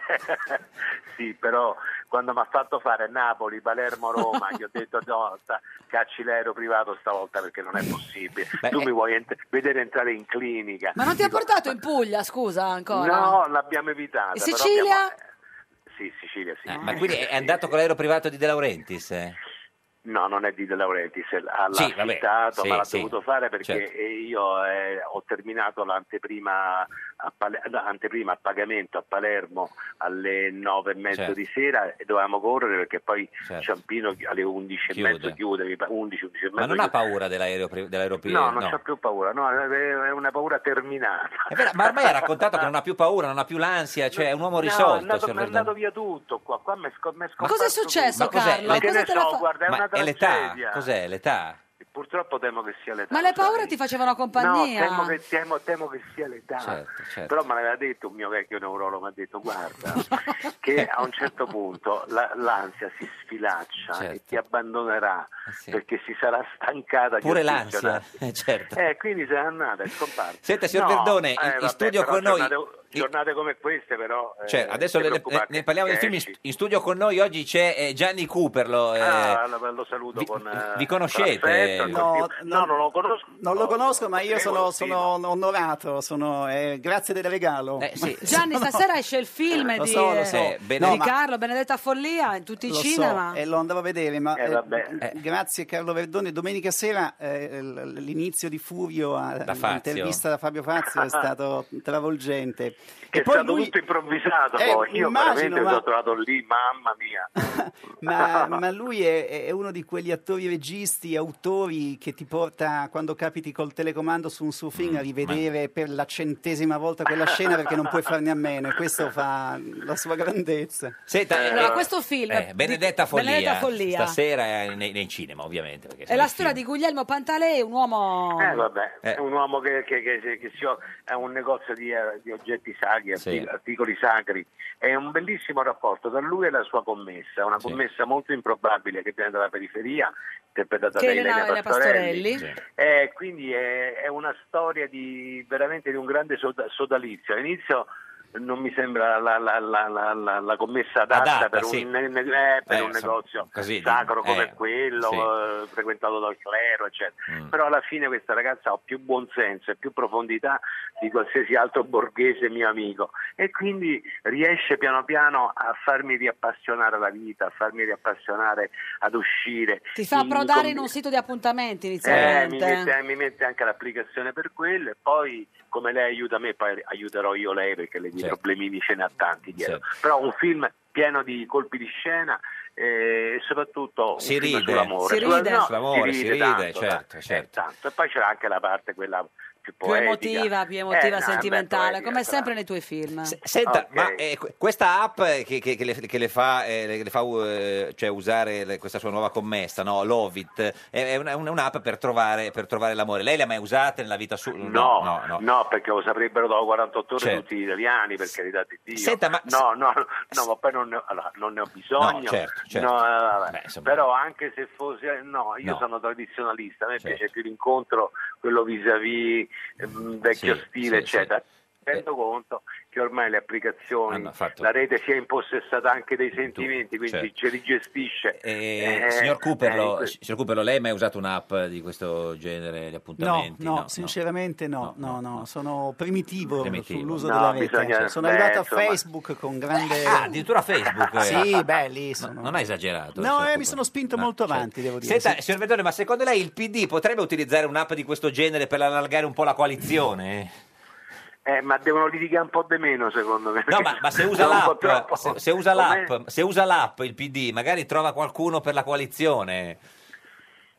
Speaker 18: sì, però quando mi ha fatto fare Napoli, Palermo, Roma, gli ho detto no, sta, cacci l'aereo privato stavolta perché non è possibile.
Speaker 2: eh.
Speaker 18: tu mi vuoi ent- vedere entrare in clinica.
Speaker 4: Ma non ti ha portato in Puglia, scusa, ancora?
Speaker 18: No, l'abbiamo evitata.
Speaker 4: In
Speaker 18: però
Speaker 4: Sicilia?
Speaker 18: abbiamo- Sì, Sicilia, sì.
Speaker 2: Eh, Ma quindi è andato con l'aereo privato di De Laurentiis? eh?
Speaker 18: No, non è di De Laurentiis, l'ha
Speaker 2: Sì, vabbè,
Speaker 18: affittato,
Speaker 2: sì,
Speaker 18: ma l'ha
Speaker 2: sì,
Speaker 18: dovuto fare perché
Speaker 2: certo.
Speaker 18: eh, io eh, ho terminato l'anteprima a, Pal- no, anteprima a pagamento a Palermo alle nove e mezzo
Speaker 2: Certo.
Speaker 18: di sera e dovevamo correre perché poi
Speaker 2: Certo.
Speaker 18: Ciampino alle undici e
Speaker 2: Chiude.
Speaker 18: mezzo chiude, mi pa- 11, 11 e mezzo
Speaker 2: Ma non ha
Speaker 18: chiude.
Speaker 2: paura dell'aereo, pri- dell'aereo pri-
Speaker 18: No, non c'ho più paura, no, è è una paura terminata.
Speaker 2: È vero, ma ormai ha raccontato che non ha più paura, non ha più l'ansia, cioè è un uomo
Speaker 18: No, è
Speaker 2: risolto.
Speaker 18: andato-
Speaker 2: signor
Speaker 18: mi è
Speaker 2: Verdun.
Speaker 18: andato via tutto qua, qua mi è scom- mi è
Speaker 4: Ma cosa è
Speaker 18: scomparso
Speaker 4: successo,
Speaker 18: tutto.
Speaker 4: Carlo?
Speaker 18: Ma che
Speaker 4: Cosa
Speaker 18: ne
Speaker 4: te la
Speaker 18: so,
Speaker 4: fa-
Speaker 18: guarda, è
Speaker 2: Ma
Speaker 18: una
Speaker 2: è l'età?
Speaker 18: tragedia.
Speaker 2: Cos'è l'età?
Speaker 18: Purtroppo temo che sia l'età.
Speaker 4: Ma le paure ti facevano compagnia?
Speaker 18: eh, No, temo che, temo- temo che sia l'età.
Speaker 2: Certo, certo.
Speaker 18: Ah, Però me l'aveva detto un mio vecchio neurologo, mi ha detto guarda che a un certo punto la- l'ansia si sfilaccia e
Speaker 2: Certo.
Speaker 18: ti abbandonerà perché si sarà stancata. di
Speaker 2: Ah, Pure l'ansia,
Speaker 18: ossessionarsi.
Speaker 2: eh, certo.
Speaker 18: Eh, quindi se n'è andata, è scomparsa.
Speaker 2: Senta, signor
Speaker 18: No,
Speaker 2: Verdone,
Speaker 18: eh,
Speaker 2: in- in
Speaker 18: vabbè,
Speaker 2: studio
Speaker 18: però
Speaker 2: con noi-
Speaker 18: Giornate, giornate come queste però... eh,
Speaker 2: Cioè, adesso
Speaker 18: ti
Speaker 2: le- ne,
Speaker 18: preoccupate, Eh.
Speaker 2: ne parliamo del film. In,
Speaker 18: esci.
Speaker 2: in studio con noi oggi c'è eh, Gianni Cooperlo. eh,
Speaker 18: Ah, lo, lo saluto
Speaker 2: vi-
Speaker 18: con... eh,
Speaker 2: vi conoscete?
Speaker 18: con affetto,
Speaker 12: No,
Speaker 18: con- no, non lo conosco.
Speaker 12: Non lo conosco, ma io
Speaker 18: Eh,
Speaker 12: sono,
Speaker 18: Valentino.
Speaker 12: sono onorato, sono, eh, grazie del regalo.
Speaker 18: Eh,
Speaker 4: Gianni, stasera esce il film
Speaker 12: Lo
Speaker 4: di,
Speaker 12: so, lo
Speaker 4: eh,
Speaker 12: so.
Speaker 4: di
Speaker 12: Bene- No, ma-
Speaker 4: Carlo, Benedetta Follia, in tutti i
Speaker 12: Lo so, Eh,
Speaker 4: cinema.
Speaker 12: e lo andavo a vedere, ma eh,
Speaker 18: vabbè.
Speaker 12: eh, grazie Carlo Verdone. Domenica sera eh, l- l'inizio di Furio, a-
Speaker 18: Da Fazio.
Speaker 12: l'intervista da Fabio Fazio è stato travolgente.
Speaker 18: Che
Speaker 12: E
Speaker 18: è
Speaker 12: poi
Speaker 18: stato
Speaker 12: lui-
Speaker 18: tutto improvvisato
Speaker 12: Eh,
Speaker 18: poi. Io
Speaker 12: immagino,
Speaker 18: veramente mi
Speaker 12: ma-
Speaker 18: sono trovato lì, mamma mia.
Speaker 12: Ma, ma lui è, è uno di quegli attori, registi, autori che ti porta quando capiti col telecomando su un suo film
Speaker 2: Mm,
Speaker 12: a rivedere per la centesima volta quella scena perché non puoi farne a meno e questo fa la sua grandezza.
Speaker 2: Senta, eh,
Speaker 4: Allora, questo film
Speaker 2: eh, Benedetta,
Speaker 4: di-
Speaker 2: Follia,
Speaker 4: Benedetta Follia.
Speaker 2: Stasera eh, nei, nei cinema, ovviamente. perché
Speaker 4: è
Speaker 2: sono
Speaker 4: la
Speaker 2: i
Speaker 4: storia
Speaker 2: film.
Speaker 4: di Guglielmo Pantalei, un uomo...
Speaker 18: Eh, vabbè, è un uomo che, che- che- che si o- è un negozio di, eh, di oggetti sacri,
Speaker 2: Sì.
Speaker 18: artic- articoli sacri. È un bellissimo rapporto tra lui e la sua commessa, una commessa molto improbabile che viene dalla periferia, interpretata
Speaker 4: Che
Speaker 18: da
Speaker 4: Elena-
Speaker 18: Elena,
Speaker 4: Elena
Speaker 18: Pastorelli.
Speaker 4: Pastorelli.
Speaker 18: Eh, quindi è, è una storia di, veramente di un grande soda- sodalizio. All'inizio non mi sembra la, la- la- la- la- la commessa adatta,
Speaker 2: Adatta,
Speaker 18: per,
Speaker 2: sì.
Speaker 18: un, ne- ne- eh, per
Speaker 2: Eh,
Speaker 18: un
Speaker 2: insomma,
Speaker 18: negozio
Speaker 2: così,
Speaker 18: sacro come
Speaker 2: eh,
Speaker 18: quello,
Speaker 2: sì.
Speaker 18: eh, frequentato dal clero, eccetera. Però alla fine questa ragazza ha più buonsenso e più profondità di qualsiasi altro borghese mio amico e quindi riesce piano piano a farmi riappassionare alla vita, a farmi riappassionare ad uscire.
Speaker 4: Ti fa approdare in un sito di appuntamenti
Speaker 18: Eh, mi,
Speaker 4: inizialmente.
Speaker 18: mette, mi mette anche l'applicazione per quello e poi come lei aiuta me poi aiuterò io lei perché lei di
Speaker 2: Certo.
Speaker 18: problemini ce ne ha tanti dietro però un film pieno di colpi di scena eh, e soprattutto un
Speaker 2: Si
Speaker 18: film
Speaker 2: ride.
Speaker 18: sull'amore
Speaker 2: Si
Speaker 18: Sulla-
Speaker 2: ride.
Speaker 18: no,
Speaker 2: Sull'amore, si ride,
Speaker 18: tanto,
Speaker 2: certo,
Speaker 18: tanto,
Speaker 2: certo.
Speaker 18: eh, tanto. e poi c'era anche la parte quella più
Speaker 4: Più
Speaker 18: poetica
Speaker 4: emotiva, più
Speaker 18: Eh,
Speaker 4: emotiva,
Speaker 18: no,
Speaker 4: sentimentale,
Speaker 18: beh,
Speaker 4: come sempre nei tuoi film.
Speaker 2: Senta, ma eh, que- questa app eh, che, che- che le, che le fa, eh, le- le fa, eh, cioè, usare le- questa sua nuova commessa, no? l'Ovit, eh, è una- un- un'app per trovare, per trovare l'amore. Lei l'ha mai usata nella vita sua?
Speaker 18: No, no, perché lo saprebbero dopo 48 ore
Speaker 2: Certo.
Speaker 18: tutti gli italiani, per carità di Dio.
Speaker 2: Senta, ma-
Speaker 18: no, no, no, ma poi non ne, allora, non ne ho bisogno.
Speaker 2: No, certo, certo.
Speaker 18: No, eh, vabbè.
Speaker 2: Beh, insomma.
Speaker 18: Però anche se fosse... No, io
Speaker 2: No.
Speaker 18: sono tradizionalista, a me
Speaker 2: Certo.
Speaker 18: piace più l'incontro, quello vis-à-vis, eh, vecchio
Speaker 2: Sì,
Speaker 18: stile,
Speaker 2: sì,
Speaker 18: eccetera. Rendo conto che ormai le applicazioni,
Speaker 2: Hanno Ah, fatto- certo.
Speaker 18: la rete si è impossessata anche dei sentimenti, quindi ce li gestisce.
Speaker 2: Eh,
Speaker 18: Eh,
Speaker 2: signor, Cooperlo,
Speaker 18: eh,
Speaker 2: si- signor Cooperlo, lei ha mai usato un'app di questo genere, gli
Speaker 12: No,
Speaker 2: appuntamenti?
Speaker 12: no, sinceramente no, no, no, sono primitivo,
Speaker 2: Primitivo.
Speaker 12: sull'uso
Speaker 2: No,
Speaker 12: della rete. Cioè,
Speaker 2: bisogna-
Speaker 12: sono
Speaker 2: beh,
Speaker 12: arrivato a
Speaker 2: insomma.
Speaker 12: Facebook con grande...
Speaker 2: Ah, addirittura Facebook. eh.
Speaker 12: Sì, beh, lì
Speaker 2: No,
Speaker 12: sono...
Speaker 2: non ha esagerato.
Speaker 12: No,
Speaker 2: signor
Speaker 12: eh, mi sono spinto molto avanti, devo dire.
Speaker 2: cioè, Senta,
Speaker 12: sì.
Speaker 2: signor Verdone, ma secondo lei il PD potrebbe utilizzare un'app di questo genere per allargare un po' la coalizione?
Speaker 18: Eh, ma devono litigare un po' di meno, secondo me.
Speaker 2: No, ma, ma se, usa
Speaker 18: Sono un po'
Speaker 2: l'app,
Speaker 18: troppo-
Speaker 2: se, se usa
Speaker 18: Come-
Speaker 2: l'app, se usa l'app il PD, magari trova qualcuno per la coalizione.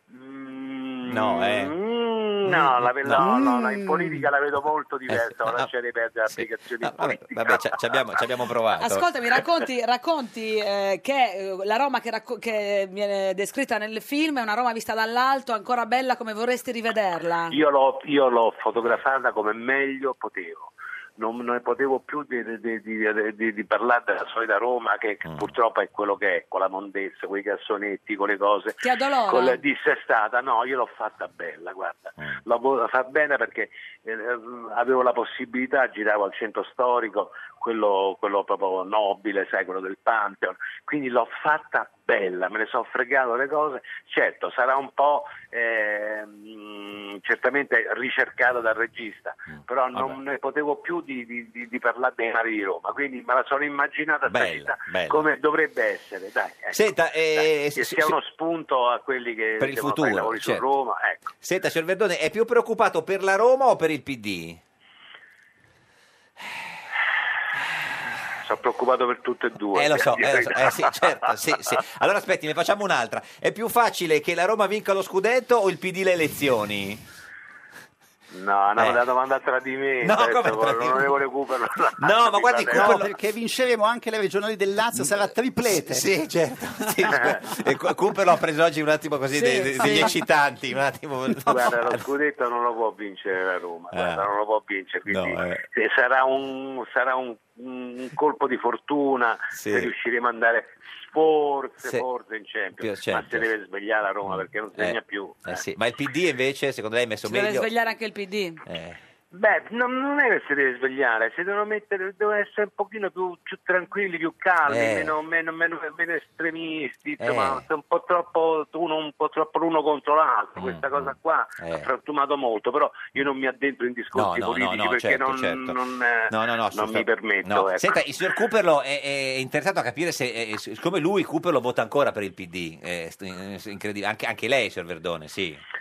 Speaker 2: No, eh.
Speaker 18: Mm, No, la, ve- no, no, no, in politica la vedo
Speaker 2: Eh,
Speaker 18: molto diversa, la lasciare perdere le applicazioni
Speaker 2: Vabbè, vabbè, ci, ci abbiamo, ci abbiamo provato.
Speaker 4: Ascoltami, racconti, racconti eh, che eh, la Roma che, racco- che viene descritta nel film è una Roma vista dall'alto, ancora bella come vorresti rivederla.
Speaker 18: Io l'ho, io l'ho fotografata come meglio potevo. non ne potevo più di, di- di- di- di parlare della solita Roma che,
Speaker 2: Mm.
Speaker 18: che purtroppo è quello che è, con la mondezza, con i cassonetti, con le cose.
Speaker 4: Ti addolora?
Speaker 18: Con la dissestata, no, io l'ho fatta bella, guarda.
Speaker 2: Mm.
Speaker 18: L'ho voluta far bene perché eh, avevo la possibilità, giravo al centro storico, quello, quello proprio nobile, sai, quello del Pantheon, quindi l'ho fatta bella, me ne sono fregato le cose, certo sarà un po' eh, mh, certamente ricercata dal regista,
Speaker 2: Mm.
Speaker 18: però non ne potevo più di, di- di- di parlare dei mari di Roma, quindi me la sono immaginata
Speaker 2: Bella,
Speaker 18: questa,
Speaker 2: bella.
Speaker 18: come dovrebbe essere, dai, ecco,
Speaker 2: Senta, eh,
Speaker 18: dai,
Speaker 2: se-
Speaker 18: che sia
Speaker 2: se-
Speaker 18: uno spunto a quelli che
Speaker 2: Per il
Speaker 18: devono
Speaker 2: futuro,
Speaker 18: fare i lavori
Speaker 2: certo.
Speaker 18: su Roma, ecco.
Speaker 2: Senta, signor Verdone, è più preoccupato per la Roma o per il PD?
Speaker 18: Sono preoccupato per tutte e due.
Speaker 2: Eh lo so, eh, lo so, eh, sì, certo, sì, sì. Allora aspetti, ne facciamo un'altra. È più facile che la Roma vinca lo scudetto o il PD le elezioni?
Speaker 18: No, no,
Speaker 2: Eh.
Speaker 18: la domanda a tradimento.
Speaker 2: No, come
Speaker 18: adesso, con
Speaker 2: tradimento?
Speaker 18: l'onorevole Cooper.
Speaker 2: No, ma guardi,
Speaker 18: Guarda,
Speaker 12: No,
Speaker 18: no.
Speaker 12: perché vinceremo anche le regionali del Lazio, sarà triplete.
Speaker 2: Sì, certo. E Cu- Cooper l'ho preso oggi un attimo così
Speaker 12: Sì,
Speaker 2: de- de-
Speaker 12: sì.
Speaker 2: degli eccitanti, un attimo.
Speaker 18: Guarda, lo scudetto non lo può vincere la
Speaker 2: Eh.
Speaker 18: Roma, guarda, non lo può vincere, quindi eh, sarà, un, sarà un- un colpo di fortuna se riusciremo ad andare forse,
Speaker 2: Sì.
Speaker 18: forse in Champions,
Speaker 2: Più a
Speaker 18: ma se deve svegliare la Roma perché non segna
Speaker 2: Eh,
Speaker 18: più.
Speaker 2: eh sì. Ma il PD invece, secondo lei è messo
Speaker 4: Si deve
Speaker 2: meglio?
Speaker 4: svegliare anche il PD.
Speaker 2: Eh.
Speaker 18: Beh, non, non è che si deve svegliare, si devono mettere, devono essere un pochino più, più tranquilli, più calmi,
Speaker 2: Eh.
Speaker 18: meno, meno- meno- meno estremisti,
Speaker 2: Eh. Mm,
Speaker 18: insomma, un po' troppo uno, un po' troppo l'uno contro l'altro, questa cosa qua
Speaker 2: Eh.
Speaker 18: ha frantumato molto, però io non mi addentro in discorsi
Speaker 2: No, no,
Speaker 18: politici
Speaker 2: no, no,
Speaker 18: perché
Speaker 2: certo,
Speaker 18: non,
Speaker 2: certo.
Speaker 18: non, eh,
Speaker 2: No, no, no,
Speaker 18: non
Speaker 2: sta-
Speaker 18: mi permetto.
Speaker 2: no.
Speaker 18: ecco.
Speaker 2: Senta, il signor Cooperlo è, è interessato a capire se, eh, s- siccome lui Cooperlo vota ancora per il PD, è st- eh, incredibile. Anche, anche lei, signor Verdone, sì.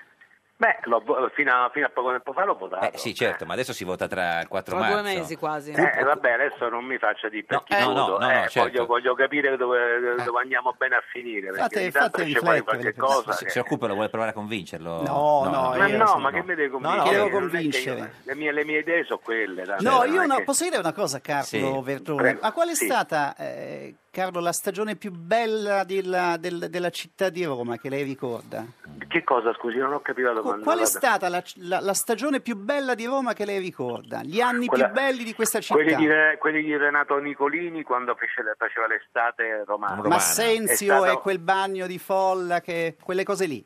Speaker 18: Beh, l'ho vo- fino, a, fino a poco tempo fa l'ho votato.
Speaker 2: Eh, sì, certo, ma adesso si vota tra il 4
Speaker 4: Tra
Speaker 2: marzo.
Speaker 4: due mesi quasi.
Speaker 18: Eh, vabbè, adesso non mi faccia di per chi
Speaker 2: no,
Speaker 18: voto,
Speaker 2: no, no, no,
Speaker 18: eh,
Speaker 2: certo. Eh.
Speaker 18: voglio, voglio capire dove, dove andiamo bene a finire, perché
Speaker 12: Fate-
Speaker 18: ogni tanto
Speaker 12: fate
Speaker 18: c'è poi
Speaker 12: riflettere,
Speaker 18: qualche
Speaker 12: perché-
Speaker 18: cosa
Speaker 2: Si-
Speaker 18: che-
Speaker 2: Signor Cooperlo vuole provare a convincerlo?
Speaker 12: No, no,
Speaker 18: Ma
Speaker 12: io
Speaker 18: no,
Speaker 12: sì,
Speaker 18: ma che mi devi
Speaker 12: No, no, devo
Speaker 18: convincere? Non è che io-
Speaker 12: convincere.
Speaker 18: le, mie, le mie idee sono quelle. tanto
Speaker 12: No,
Speaker 18: non
Speaker 12: io
Speaker 18: è
Speaker 12: una-
Speaker 18: che-
Speaker 12: posso dire una cosa, Carlo
Speaker 18: Sì.
Speaker 12: Verdone?
Speaker 18: Prego.
Speaker 12: Ma qual è
Speaker 18: Sì.
Speaker 12: stata, eh, Carlo, la stagione più bella della, del- della città di Roma che lei ricorda?
Speaker 18: Che cosa, scusi, non ho capito la domanda.
Speaker 12: Qual è
Speaker 18: guarda.
Speaker 12: stata la, la- la stagione più bella di Roma che lei ricorda? Gli anni
Speaker 18: Quella-
Speaker 12: più belli di questa città?
Speaker 18: Quelli di, Re- quelli di Renato Nicolini quando fece le- faceva l'estate romana.
Speaker 12: Ma Senzio
Speaker 18: stato-
Speaker 12: e quel bagno di folla, che, quelle cose lì.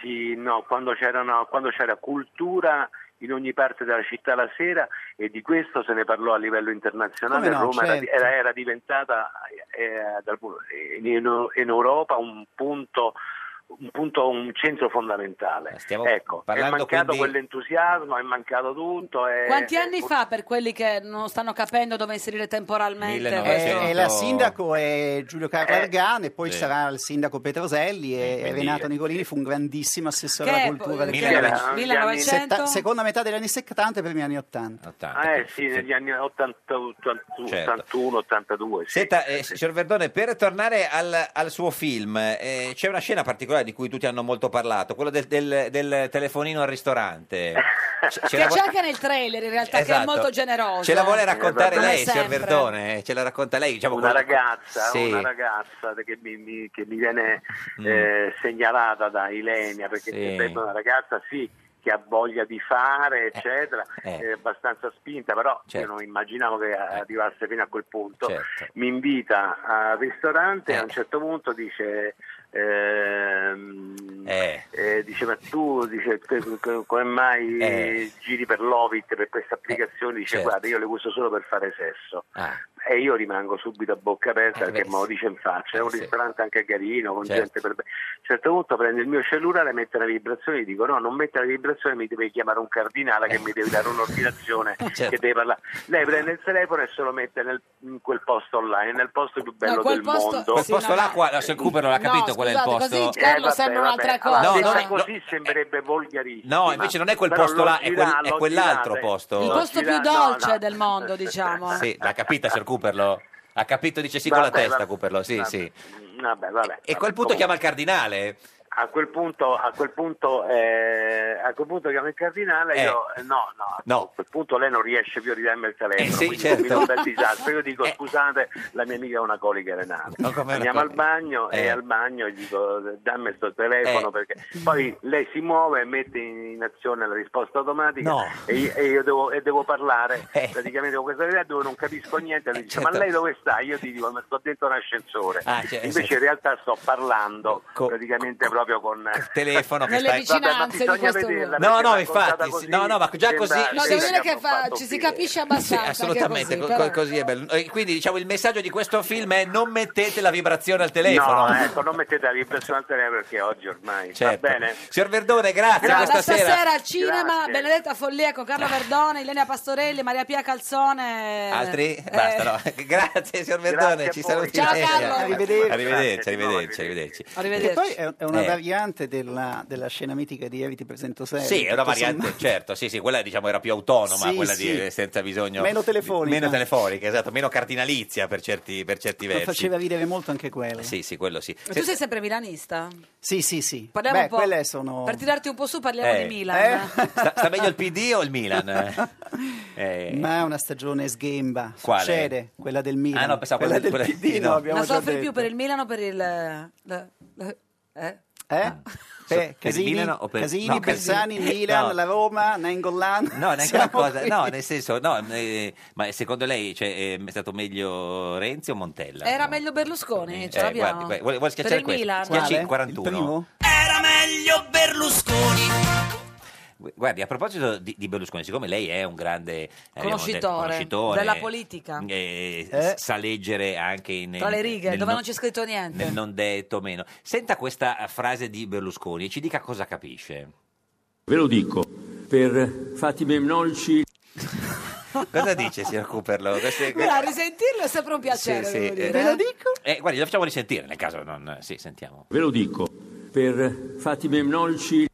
Speaker 18: Sì, no, quando, c'erano- quando c'era cultura in ogni parte della città la sera e di questo se ne parlò a livello internazionale,
Speaker 12: Come no,
Speaker 18: Roma era-
Speaker 12: certo.
Speaker 18: era, era diventata eh, dal pu- in, in Europa un punto, un punto, un centro fondamentale. ecco, è
Speaker 2: parlando
Speaker 18: mancato
Speaker 2: quindi-
Speaker 18: quell'entusiasmo, è mancato tutto. è- eh,
Speaker 4: Quanti anni
Speaker 18: pur-
Speaker 4: fa per quelli che non stanno capendo dove inserire temporalmente?
Speaker 12: Eh, e la sindaco è Giulio
Speaker 2: Eh,
Speaker 12: Carlo Argan e poi sarà il sindaco Petroselli e
Speaker 2: quindi-
Speaker 12: Renato Nicolini fu un grandissimo assessore
Speaker 4: Che
Speaker 12: alla
Speaker 4: è-
Speaker 12: cultura del
Speaker 4: che
Speaker 18: era-
Speaker 12: Paese.
Speaker 18: 1900?
Speaker 12: Setta- seconda metà degli anni 70 e primi anni 80.
Speaker 4: ecco.
Speaker 18: Ah, eh sì, negli anni 80, 81,
Speaker 2: Certo.
Speaker 18: 81 82. sì.
Speaker 2: Senta, eh, signor Verdone, per tornare al, al suo film, eh, c'è una scena particolare di cui tutti hanno molto parlato, quella del, del- del telefonino al ristorante. C- ce
Speaker 4: che
Speaker 2: la
Speaker 4: c'è
Speaker 2: vo-
Speaker 4: anche nel trailer in realtà, che è
Speaker 2: Esatto.
Speaker 4: molto generoso.
Speaker 2: Ce la vuole
Speaker 4: eh.
Speaker 2: raccontare
Speaker 18: Esatto.
Speaker 4: Come
Speaker 2: lei, signor
Speaker 4: sempre.
Speaker 2: Verdone? eh? Ce la racconta lei? Diciamo,
Speaker 18: una
Speaker 2: quella-
Speaker 18: ragazza,
Speaker 2: Sì. Mm.
Speaker 18: una ragazza che mi, mi- che mi viene eh, segnalata da Ilenia perché
Speaker 2: Sì.
Speaker 18: è sempre una ragazza sì che ha voglia di fare eccetera
Speaker 2: eh.
Speaker 18: è abbastanza spinta però
Speaker 2: Certo.
Speaker 18: io non immaginavo che arrivasse fino a quel punto
Speaker 2: Certo. Eh.
Speaker 18: mi invita al ristorante e a un certo punto dice ehm, eh, dice ma tu dice, te- co- come mai
Speaker 2: Eh.
Speaker 18: giri per l'Ovit per questa applicazione dice
Speaker 2: certo.
Speaker 18: guarda io le uso solo per fare sesso
Speaker 2: Ah.
Speaker 18: e io rimango subito a bocca aperta
Speaker 2: Eh,
Speaker 18: perché
Speaker 2: beh,
Speaker 18: me lo
Speaker 2: sì.
Speaker 18: dice in faccia. È un
Speaker 2: Eh, sì.
Speaker 18: ristorante anche carino, con
Speaker 2: Certo.
Speaker 18: gente per bene. A un certo punto prendo il mio cellulare, mette la vibrazione e dico: No, non mette la vibrazione, mi devi chiamare un cardinale che mi deve dare un'ordinazione
Speaker 2: Certo.
Speaker 18: che deve parlare. Lei prende il telefono e se lo mette nel- in quel posto online, nel posto più bello
Speaker 4: No, quel
Speaker 18: del
Speaker 4: posto-
Speaker 18: mondo. Eh,
Speaker 2: Quel posto là, qua, no, signor Cooper non ha capito qual è il
Speaker 4: scusate,
Speaker 2: posto.
Speaker 4: così Carlo sembra un'altra cosa.
Speaker 18: Allora,
Speaker 2: No,
Speaker 18: detta
Speaker 2: no, no.
Speaker 18: così sembrerebbe volgarissima.
Speaker 2: No, invece non è quel
Speaker 18: Però
Speaker 2: posto
Speaker 18: l'ho
Speaker 2: là, è, quel-
Speaker 18: girata,
Speaker 2: è
Speaker 18: l'ho
Speaker 2: quell'altro
Speaker 18: girata, eh.
Speaker 2: posto.
Speaker 4: Il posto più
Speaker 18: No, no.
Speaker 4: dolce del mondo, diciamo.
Speaker 2: Sì, l'ha capita, signor Cooperlo? Ha capito, dice sì con la
Speaker 18: Vabbè,
Speaker 2: testa,
Speaker 18: vabbè,
Speaker 2: Cooperlo, sì,
Speaker 18: Mm, vabbè.
Speaker 2: sì.
Speaker 18: Vabbè, vabbè.
Speaker 2: E a quel punto chiama il cardinale.
Speaker 18: a quel punto, a quel punto, eh, a quel punto chiamo il cardinale,
Speaker 2: Eh.
Speaker 18: io eh, no, no,
Speaker 2: No.
Speaker 18: a quel punto lei non riesce più a ridarmi il telefono,
Speaker 2: Eh sì,
Speaker 18: quindi
Speaker 2: certo.
Speaker 18: mi dà un bel disastro. Io dico scusate, la mia amica ha una colica renale.
Speaker 2: No, Oh, come una
Speaker 18: Andiamo al
Speaker 2: colica.
Speaker 18: bagno
Speaker 2: Eh.
Speaker 18: e al bagno gli dico dammi sto telefono
Speaker 2: Eh.
Speaker 18: perché poi lei si muove e mette in in azione la risposta automatica
Speaker 2: No. Eh.
Speaker 18: e, io- e io devo, e devo parlare praticamente con questa realtà dove non capisco niente, lei dice
Speaker 2: certo.
Speaker 18: ma lei dove sta? Io ti dico ma sto dentro un ascensore.
Speaker 2: Ah, cioè,
Speaker 18: Invece
Speaker 2: certo.
Speaker 18: in realtà sto parlando praticamente proprio con
Speaker 2: telefono che
Speaker 4: Nelle
Speaker 2: stai-
Speaker 4: vicinanze Vabbè, ma bisogna di questo vederla, mondo.
Speaker 2: no
Speaker 18: perché
Speaker 2: no
Speaker 18: raccontata
Speaker 2: infatti
Speaker 18: così
Speaker 2: sì, no no ma già
Speaker 18: sembra-
Speaker 2: così
Speaker 4: No,
Speaker 2: sì,
Speaker 4: devo
Speaker 2: sì,
Speaker 4: dire che fa- ci si capisce
Speaker 2: sì,
Speaker 4: abbastanza.
Speaker 2: assolutamente
Speaker 4: anche
Speaker 2: co-
Speaker 4: così,
Speaker 2: co-
Speaker 4: però.
Speaker 2: così è bello E quindi diciamo il messaggio di questo film è non mettete la vibrazione al telefono
Speaker 18: No, ecco, non mettete la vibrazione al telefono perché oggi ormai
Speaker 2: Certo.
Speaker 18: va bene.
Speaker 2: signor Verdone grazie
Speaker 18: Grazie.
Speaker 2: questa
Speaker 18: Stasera-
Speaker 2: sera
Speaker 4: Stasera al cinema,
Speaker 18: Grazie.
Speaker 4: Benedetta Follia con Carlo Verdone, Ilenia Pastorelli, Maria Pia Calzone.
Speaker 2: altri
Speaker 4: Eh,
Speaker 2: basta no. grazie signor Verdone ci saluti
Speaker 4: Ciao,
Speaker 2: Eh,
Speaker 4: Carlo.
Speaker 12: Arrivederci.
Speaker 2: arrivederci arrivederci arrivederci
Speaker 12: Che poi è, è una
Speaker 2: Eh.
Speaker 12: variante della, della scena mitica di Eviti presento sé.
Speaker 2: Sì, è una variante, certo, sì, sì, quella diciamo era più autonoma,
Speaker 12: eh, Sì,
Speaker 2: quella
Speaker 12: sì.
Speaker 2: di senza bisogno
Speaker 12: Meno telefonica.
Speaker 2: Meno telefonica, esatto, meno cardinalizia per certi, per certi versi.
Speaker 12: Faceva ridere molto anche quella.
Speaker 2: Sì, sì, quello sì.
Speaker 4: Ma tu sei sempre milanista?
Speaker 12: Sì, sì, sì.
Speaker 4: Parliamo
Speaker 12: Beh,
Speaker 4: un po'.
Speaker 12: quelle sono...
Speaker 4: Per tirarti un po' su parliamo
Speaker 12: Eh.
Speaker 4: di Milan.
Speaker 2: Sta, sta meglio il PD o il Milan? Eh,
Speaker 12: Ma è una stagione sghemba.
Speaker 2: Quale?
Speaker 12: Succede, quella del Milan.
Speaker 2: Ah, no, pensavo
Speaker 12: quella del
Speaker 2: quella- quella-
Speaker 12: PD, no,
Speaker 2: no.
Speaker 12: abbiamo
Speaker 4: La
Speaker 12: già
Speaker 4: soffri più
Speaker 12: detto.
Speaker 4: per il Milan o per il... la- la- eh?
Speaker 12: Eh? Beh,
Speaker 2: Ah. per
Speaker 12: Casini,
Speaker 2: il Milan o per-
Speaker 12: Casini
Speaker 2: no,
Speaker 12: Bersani,
Speaker 2: Casini.
Speaker 12: Milan,
Speaker 2: No.
Speaker 12: la Roma, Nengolan.
Speaker 2: No, neanche una cosa, no, nel senso, no, eh, ma secondo lei cioè, è stato meglio Renzi o Montella?
Speaker 4: Era meglio Berlusconi, ce
Speaker 2: Eh,
Speaker 4: l'abbiamo.
Speaker 2: guardi, que- vuole, vuole
Speaker 4: Eh, per
Speaker 2: schiacciare
Speaker 4: il
Speaker 2: questo?
Speaker 4: Milan.
Speaker 2: Schiacci il 41.
Speaker 4: Era meglio Berlusconi.
Speaker 2: Guardi, a proposito di, di Berlusconi, siccome lei è un grande eh, abbiamo detto,
Speaker 4: Conoscitore,
Speaker 2: conoscitore,
Speaker 4: della politica.
Speaker 2: eh,
Speaker 4: Eh.
Speaker 2: sa leggere anche in,
Speaker 4: Tra le righe,
Speaker 2: nel
Speaker 4: dove non
Speaker 2: non-
Speaker 4: c'è scritto niente.
Speaker 2: nel non detto meno. Senta questa frase di Berlusconi e ci dica cosa capisce.
Speaker 10: Ve lo dico, per fatti memnolci.
Speaker 2: Cosa dice signor Cooperlo? Queste-
Speaker 4: Guarda, risentirlo è sempre un piacere,
Speaker 2: Sì, sì,
Speaker 4: devo
Speaker 2: eh.
Speaker 4: dire.
Speaker 2: Ve lo
Speaker 12: dico?
Speaker 2: Eh, guardi, lo facciamo risentire nel caso non... Sì, sentiamo.
Speaker 10: Ve lo dico, per fatti memnolci.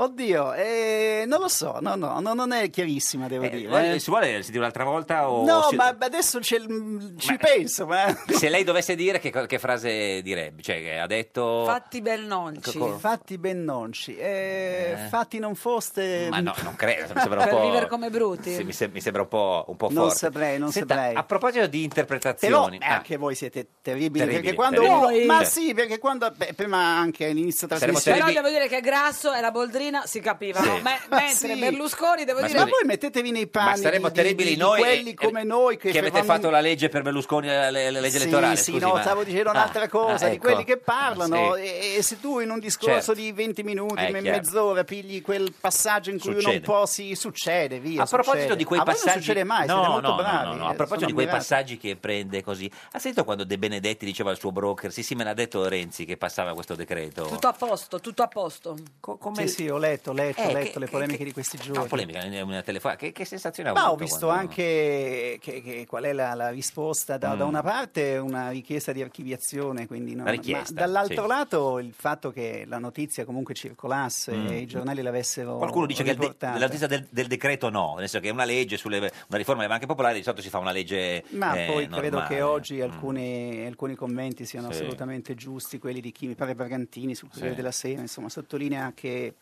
Speaker 12: Oddio, eh, non lo so, no, no, no, non è chiarissima,
Speaker 2: Eh,
Speaker 12: devo dire. eh.
Speaker 2: Vuole- Si vuole sentire un'altra volta? O
Speaker 12: No,
Speaker 2: si-
Speaker 12: ma adesso c'è il- ci penso, ma...
Speaker 2: Se lei dovesse dire che, co- che frase direbbe? Cioè, che ha detto...
Speaker 4: Fatti Belnonci.
Speaker 2: Co- co-
Speaker 12: Fatti ben nonci, eh,
Speaker 2: Ecco, Eh.
Speaker 12: fatti non foste...
Speaker 2: Ma no, non credo, mi sembra un
Speaker 12: Per
Speaker 2: po'...
Speaker 12: vivere come
Speaker 4: bruti.
Speaker 2: Sì, mi, sem- mi sembra un po', un po'
Speaker 12: Non
Speaker 2: forte.
Speaker 12: saprei, non
Speaker 2: Senta,
Speaker 12: saprei.
Speaker 2: A proposito di
Speaker 12: Però
Speaker 2: interpretazioni... ah.
Speaker 12: eh, anche voi siete terribili,
Speaker 2: Terribili,
Speaker 12: perché quando
Speaker 2: terribili.
Speaker 12: uno-
Speaker 2: Voi?
Speaker 12: ma
Speaker 2: Certo.
Speaker 12: sì, perché quando beh, prima anche all'inizio
Speaker 2: Saremo
Speaker 12: trasmissione
Speaker 4: Però devo dire che Grasso e la Boldrina si capivano,
Speaker 12: Sì.
Speaker 4: me- mentre
Speaker 12: Sì.
Speaker 4: Berlusconi devo
Speaker 2: Ma
Speaker 4: dire...
Speaker 12: Ma voi mettetevi nei
Speaker 2: ma
Speaker 12: panni
Speaker 2: saremmo
Speaker 12: di- di-
Speaker 2: terribili
Speaker 12: di
Speaker 2: noi...
Speaker 12: quelli
Speaker 2: eh,
Speaker 12: come noi che,
Speaker 2: avete
Speaker 12: facevamo-
Speaker 2: fatto la legge per Berlusconi, la, la- la legge
Speaker 12: Sì,
Speaker 2: elettorale,
Speaker 12: sì,
Speaker 2: scusi,
Speaker 12: no,
Speaker 2: ma-
Speaker 12: stavo dicendo
Speaker 2: Ah,
Speaker 12: un'altra cosa,
Speaker 2: ah,
Speaker 12: di
Speaker 2: ecco.
Speaker 12: quelli che parlano
Speaker 2: Sì.
Speaker 12: e, e se tu in un discorso
Speaker 2: Certo.
Speaker 12: di 20 minuti,
Speaker 2: Eh,
Speaker 12: me-
Speaker 2: chiaro.
Speaker 12: mezz'ora pigli quel passaggio in cui uno un
Speaker 2: Succede.
Speaker 12: po' si succede, via.
Speaker 2: a proposito
Speaker 12: succede.
Speaker 2: di quei
Speaker 12: a voi
Speaker 2: passaggi
Speaker 12: non succede mai,
Speaker 2: no,
Speaker 12: siete molto
Speaker 2: no, no,
Speaker 12: bravi.
Speaker 2: no, no, a
Speaker 12: eh,
Speaker 2: proposito
Speaker 12: sono
Speaker 2: di quei
Speaker 12: ammirato.
Speaker 2: passaggi che prende così ha sentito quando De Benedetti diceva al suo broker sì sì me l'ha detto Renzi che passava questo decreto Ah,
Speaker 4: Tutto a posto, tutto a posto.
Speaker 2: come-
Speaker 12: Sì, sì, ho letto, ho letto, ho
Speaker 2: Eh,
Speaker 12: letto
Speaker 2: che-
Speaker 12: le
Speaker 2: che-
Speaker 12: polemiche di questi giorni.
Speaker 2: no polemica è una telefonata che, che sensazione ha
Speaker 12: Ma ho
Speaker 2: avuto
Speaker 12: visto
Speaker 2: quando-
Speaker 12: anche che, che- qual è la, la risposta da, da
Speaker 2: Mm.
Speaker 12: una parte una richiesta di archiviazione, quindi no,
Speaker 2: La richiesta,
Speaker 12: ma dall'altro
Speaker 2: sì.
Speaker 12: lato il fatto che la notizia comunque circolasse
Speaker 2: Mm.
Speaker 12: e i giornali l'avessero
Speaker 2: Qualcuno dice che il de-
Speaker 12: riportata.
Speaker 2: la notizia del, del decreto no, nel senso che è una legge sulle una riforma delle banche popolari, di solito si fa una legge
Speaker 12: Ma
Speaker 2: eh,
Speaker 12: poi credo
Speaker 2: normale. Mm.
Speaker 12: che oggi alcuni, alcuni commenti siano
Speaker 2: Sì.
Speaker 12: assolutamente giusti, quelli di chi mi pare Bergantini sul Corriere
Speaker 2: Sì.
Speaker 12: della Sera, insomma, sottolinea che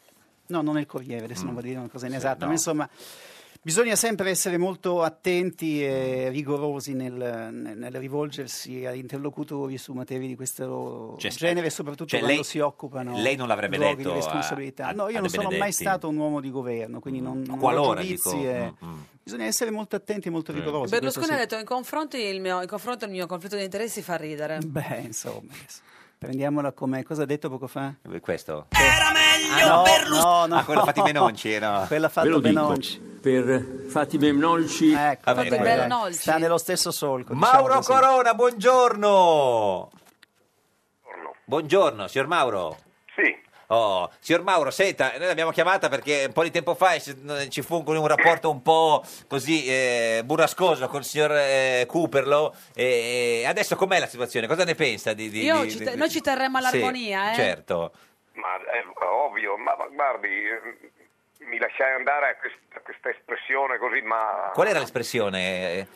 Speaker 12: no, non è il Corriere, adesso non voglio dire una cosa inesatta,
Speaker 2: Mm. no.
Speaker 12: ma insomma bisogna sempre essere molto attenti
Speaker 2: Mm.
Speaker 12: e rigorosi nel, nel- nel rivolgersi a interlocutori su materie di questo
Speaker 2: Cioè,
Speaker 12: genere, soprattutto
Speaker 2: cioè,
Speaker 12: quando
Speaker 2: lei-
Speaker 12: si occupano
Speaker 2: lei non l'avrebbe
Speaker 12: luoghi
Speaker 2: detto
Speaker 12: di
Speaker 2: a-
Speaker 12: responsabilità.
Speaker 2: a-
Speaker 12: no, io
Speaker 2: a
Speaker 12: non
Speaker 2: De
Speaker 12: sono mai
Speaker 2: Benedetti?
Speaker 12: stato un uomo di governo, quindi non, non ho
Speaker 2: Qualora dico,
Speaker 12: giudizi. e-
Speaker 2: mm, mm.
Speaker 12: Bisogna essere molto attenti e molto
Speaker 2: Sì.
Speaker 12: rigorosi. questo
Speaker 4: Berlusconi
Speaker 12: sì.
Speaker 4: ha detto in confronto il mio, in confronto il mio conflitto di interessi fa ridere.
Speaker 12: Beh, insomma, adesso. prendiamola come cosa ha detto poco fa?
Speaker 2: Questo?
Speaker 12: Meglio no, No, no.
Speaker 2: Ah, quello fatti Menonci, no.
Speaker 12: Quella
Speaker 10: Ve lo
Speaker 12: fatta
Speaker 10: dico,
Speaker 12: Benonci.
Speaker 10: per fatti memnolci.
Speaker 12: Ecco,
Speaker 2: Vabbè,
Speaker 12: vabbè,
Speaker 2: quello.
Speaker 12: dai. sta nello stesso solco.
Speaker 2: Mauro
Speaker 12: diciamo così.
Speaker 2: Corona, buongiorno. Buongiorno, signor Mauro.
Speaker 17: Sì.
Speaker 2: Oh, signor Mauro, senta, noi l'abbiamo chiamata perché un po' di tempo fa eh, ci fu un rapporto un po' così eh, burrascoso con il signor eh, Cooperlo. E, e adesso com'è la situazione? Cosa ne pensa di... di-
Speaker 4: Io
Speaker 2: di-
Speaker 4: ci
Speaker 2: di-
Speaker 4: te- noi ci terremo all'armonia,
Speaker 2: Sì,
Speaker 4: eh.
Speaker 2: Certo.
Speaker 17: Ma è ovvio, ma, ma guardi, eh, mi lasciai andare a, quest- a questa espressione così, ma
Speaker 2: Qual era l'espressione? Eh,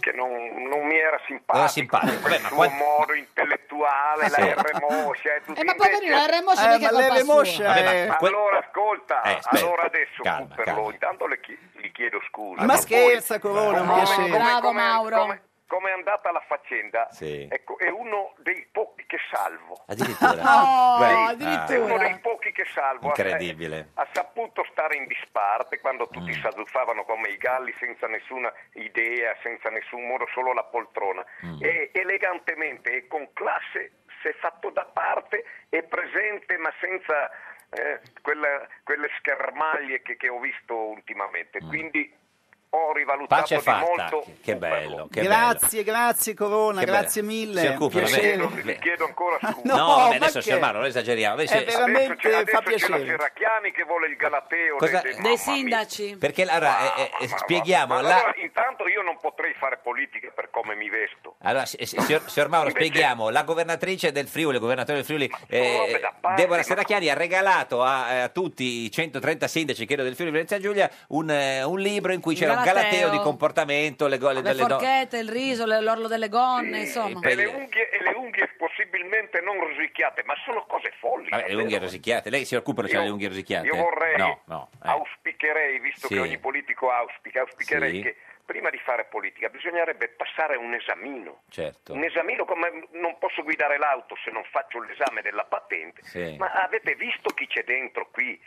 Speaker 17: che non, non mi era simpatico.
Speaker 2: Era simpatico. Vabbè, ma
Speaker 17: Il suo
Speaker 2: quan-
Speaker 17: modo intellettuale,
Speaker 2: Sì.
Speaker 17: la R Moscia e tutto.
Speaker 4: Eh, ma poverino, la R Moscia
Speaker 12: Eh,
Speaker 4: mica è
Speaker 12: ma
Speaker 4: colpa
Speaker 12: l'R Moscia eh.
Speaker 4: sua.
Speaker 12: è-
Speaker 17: Ma Allora ascolta,
Speaker 2: Eh, aspetta.
Speaker 17: allora adesso
Speaker 2: Calma,
Speaker 17: Cooper
Speaker 2: calma.
Speaker 17: Law, intanto le chi- gli chiedo scusa.
Speaker 12: Ma
Speaker 17: poi-
Speaker 12: scherza, Corona, un
Speaker 17: Come-
Speaker 12: piacere.
Speaker 17: come-
Speaker 4: Bravo,
Speaker 17: come-
Speaker 4: Mauro.
Speaker 17: Come, come è andata la faccenda?
Speaker 2: Sì.
Speaker 17: Ecco, è uno dei pochi che salvo.
Speaker 2: Addirittura.
Speaker 4: No,
Speaker 2: Beh,
Speaker 17: È
Speaker 4: Oh, addirittura.
Speaker 17: uno dei pochi che salvo. Ha-
Speaker 2: Incredibile. Mm.
Speaker 17: Ha, saputo stare in disparte quando tutti s'azzuffavano come i galli senza nessuna idea, senza nessun muro, solo la poltrona.
Speaker 2: Mm.
Speaker 17: E elegantemente e con classe si è fatto da parte, è presente ma senza eh, quella- quelle schermaglie che, che ho visto ultimamente. Quindi ho rivalutato
Speaker 2: Mm. Pace
Speaker 17: di
Speaker 2: fatta.
Speaker 17: molto.
Speaker 2: Che- Che bello. Che bello.
Speaker 12: Grazie, grazie Corona,
Speaker 2: Che
Speaker 12: grazie
Speaker 2: bello.
Speaker 12: mille.
Speaker 2: Signor Cooper,
Speaker 12: Piacere.
Speaker 2: vabbè. Beh,
Speaker 17: Chiedo ancora scusa.
Speaker 12: No,
Speaker 2: No, vabbè,
Speaker 12: ma
Speaker 2: adesso Ecco.
Speaker 12: che-
Speaker 2: siamo male, non esageriamo. Invece-
Speaker 12: È veramente
Speaker 17: Adesso c'è,
Speaker 12: fa
Speaker 17: adesso c'è la
Speaker 12: piacere.
Speaker 17: Serracchiani che vuole il Galateo
Speaker 2: Cosa-
Speaker 17: dei- dei-
Speaker 4: Dei
Speaker 17: mamma mia.
Speaker 4: sindaci.
Speaker 2: Perché allora, eh, eh, spieghiamo.
Speaker 17: Ah, Ma
Speaker 2: la-
Speaker 17: allora, intanto io non potrei fare politica per come mi vesto.
Speaker 2: Allora, si- si- signor, signor Mauro, spieghiamo. La governatrice del Friuli, il governatore del Friuli, eh,
Speaker 17: robe da pazzi,
Speaker 2: Deborah
Speaker 17: ma-
Speaker 2: Serracchiani, ha regalato a, eh, a tutti i 130 sindaci, credo, del Friuli Venezia Giulia, un, eh, un libro in cui
Speaker 4: Il
Speaker 2: c'era un galateo
Speaker 4: galateo.
Speaker 2: di comportamento, le gole
Speaker 4: Le
Speaker 2: delle donne.
Speaker 4: forchette, il riso, le- l'orlo delle gonne, insomma.
Speaker 2: per-
Speaker 17: E le unghie, e le unghie possibilmente non rosicchiate, ma sono cose folli.
Speaker 2: Vabbè, eh. le
Speaker 17: davvero.
Speaker 2: unghie rosicchiate. Lei, signor Cooper, c'ha
Speaker 17: Io-
Speaker 2: le unghie rosicchiate?
Speaker 17: Io vorrei,
Speaker 2: No, no. eh.
Speaker 17: auspicherei, visto
Speaker 2: Sì.
Speaker 17: che ogni politico auspica, auspicherei
Speaker 2: Sì.
Speaker 17: che prima di fare politica bisognerebbe passare un esamino.
Speaker 2: Certo.
Speaker 17: Un esamino come non posso guidare l'auto se non faccio l'esame della patente.
Speaker 2: Sì.
Speaker 17: Ma avete visto chi c'è dentro qui?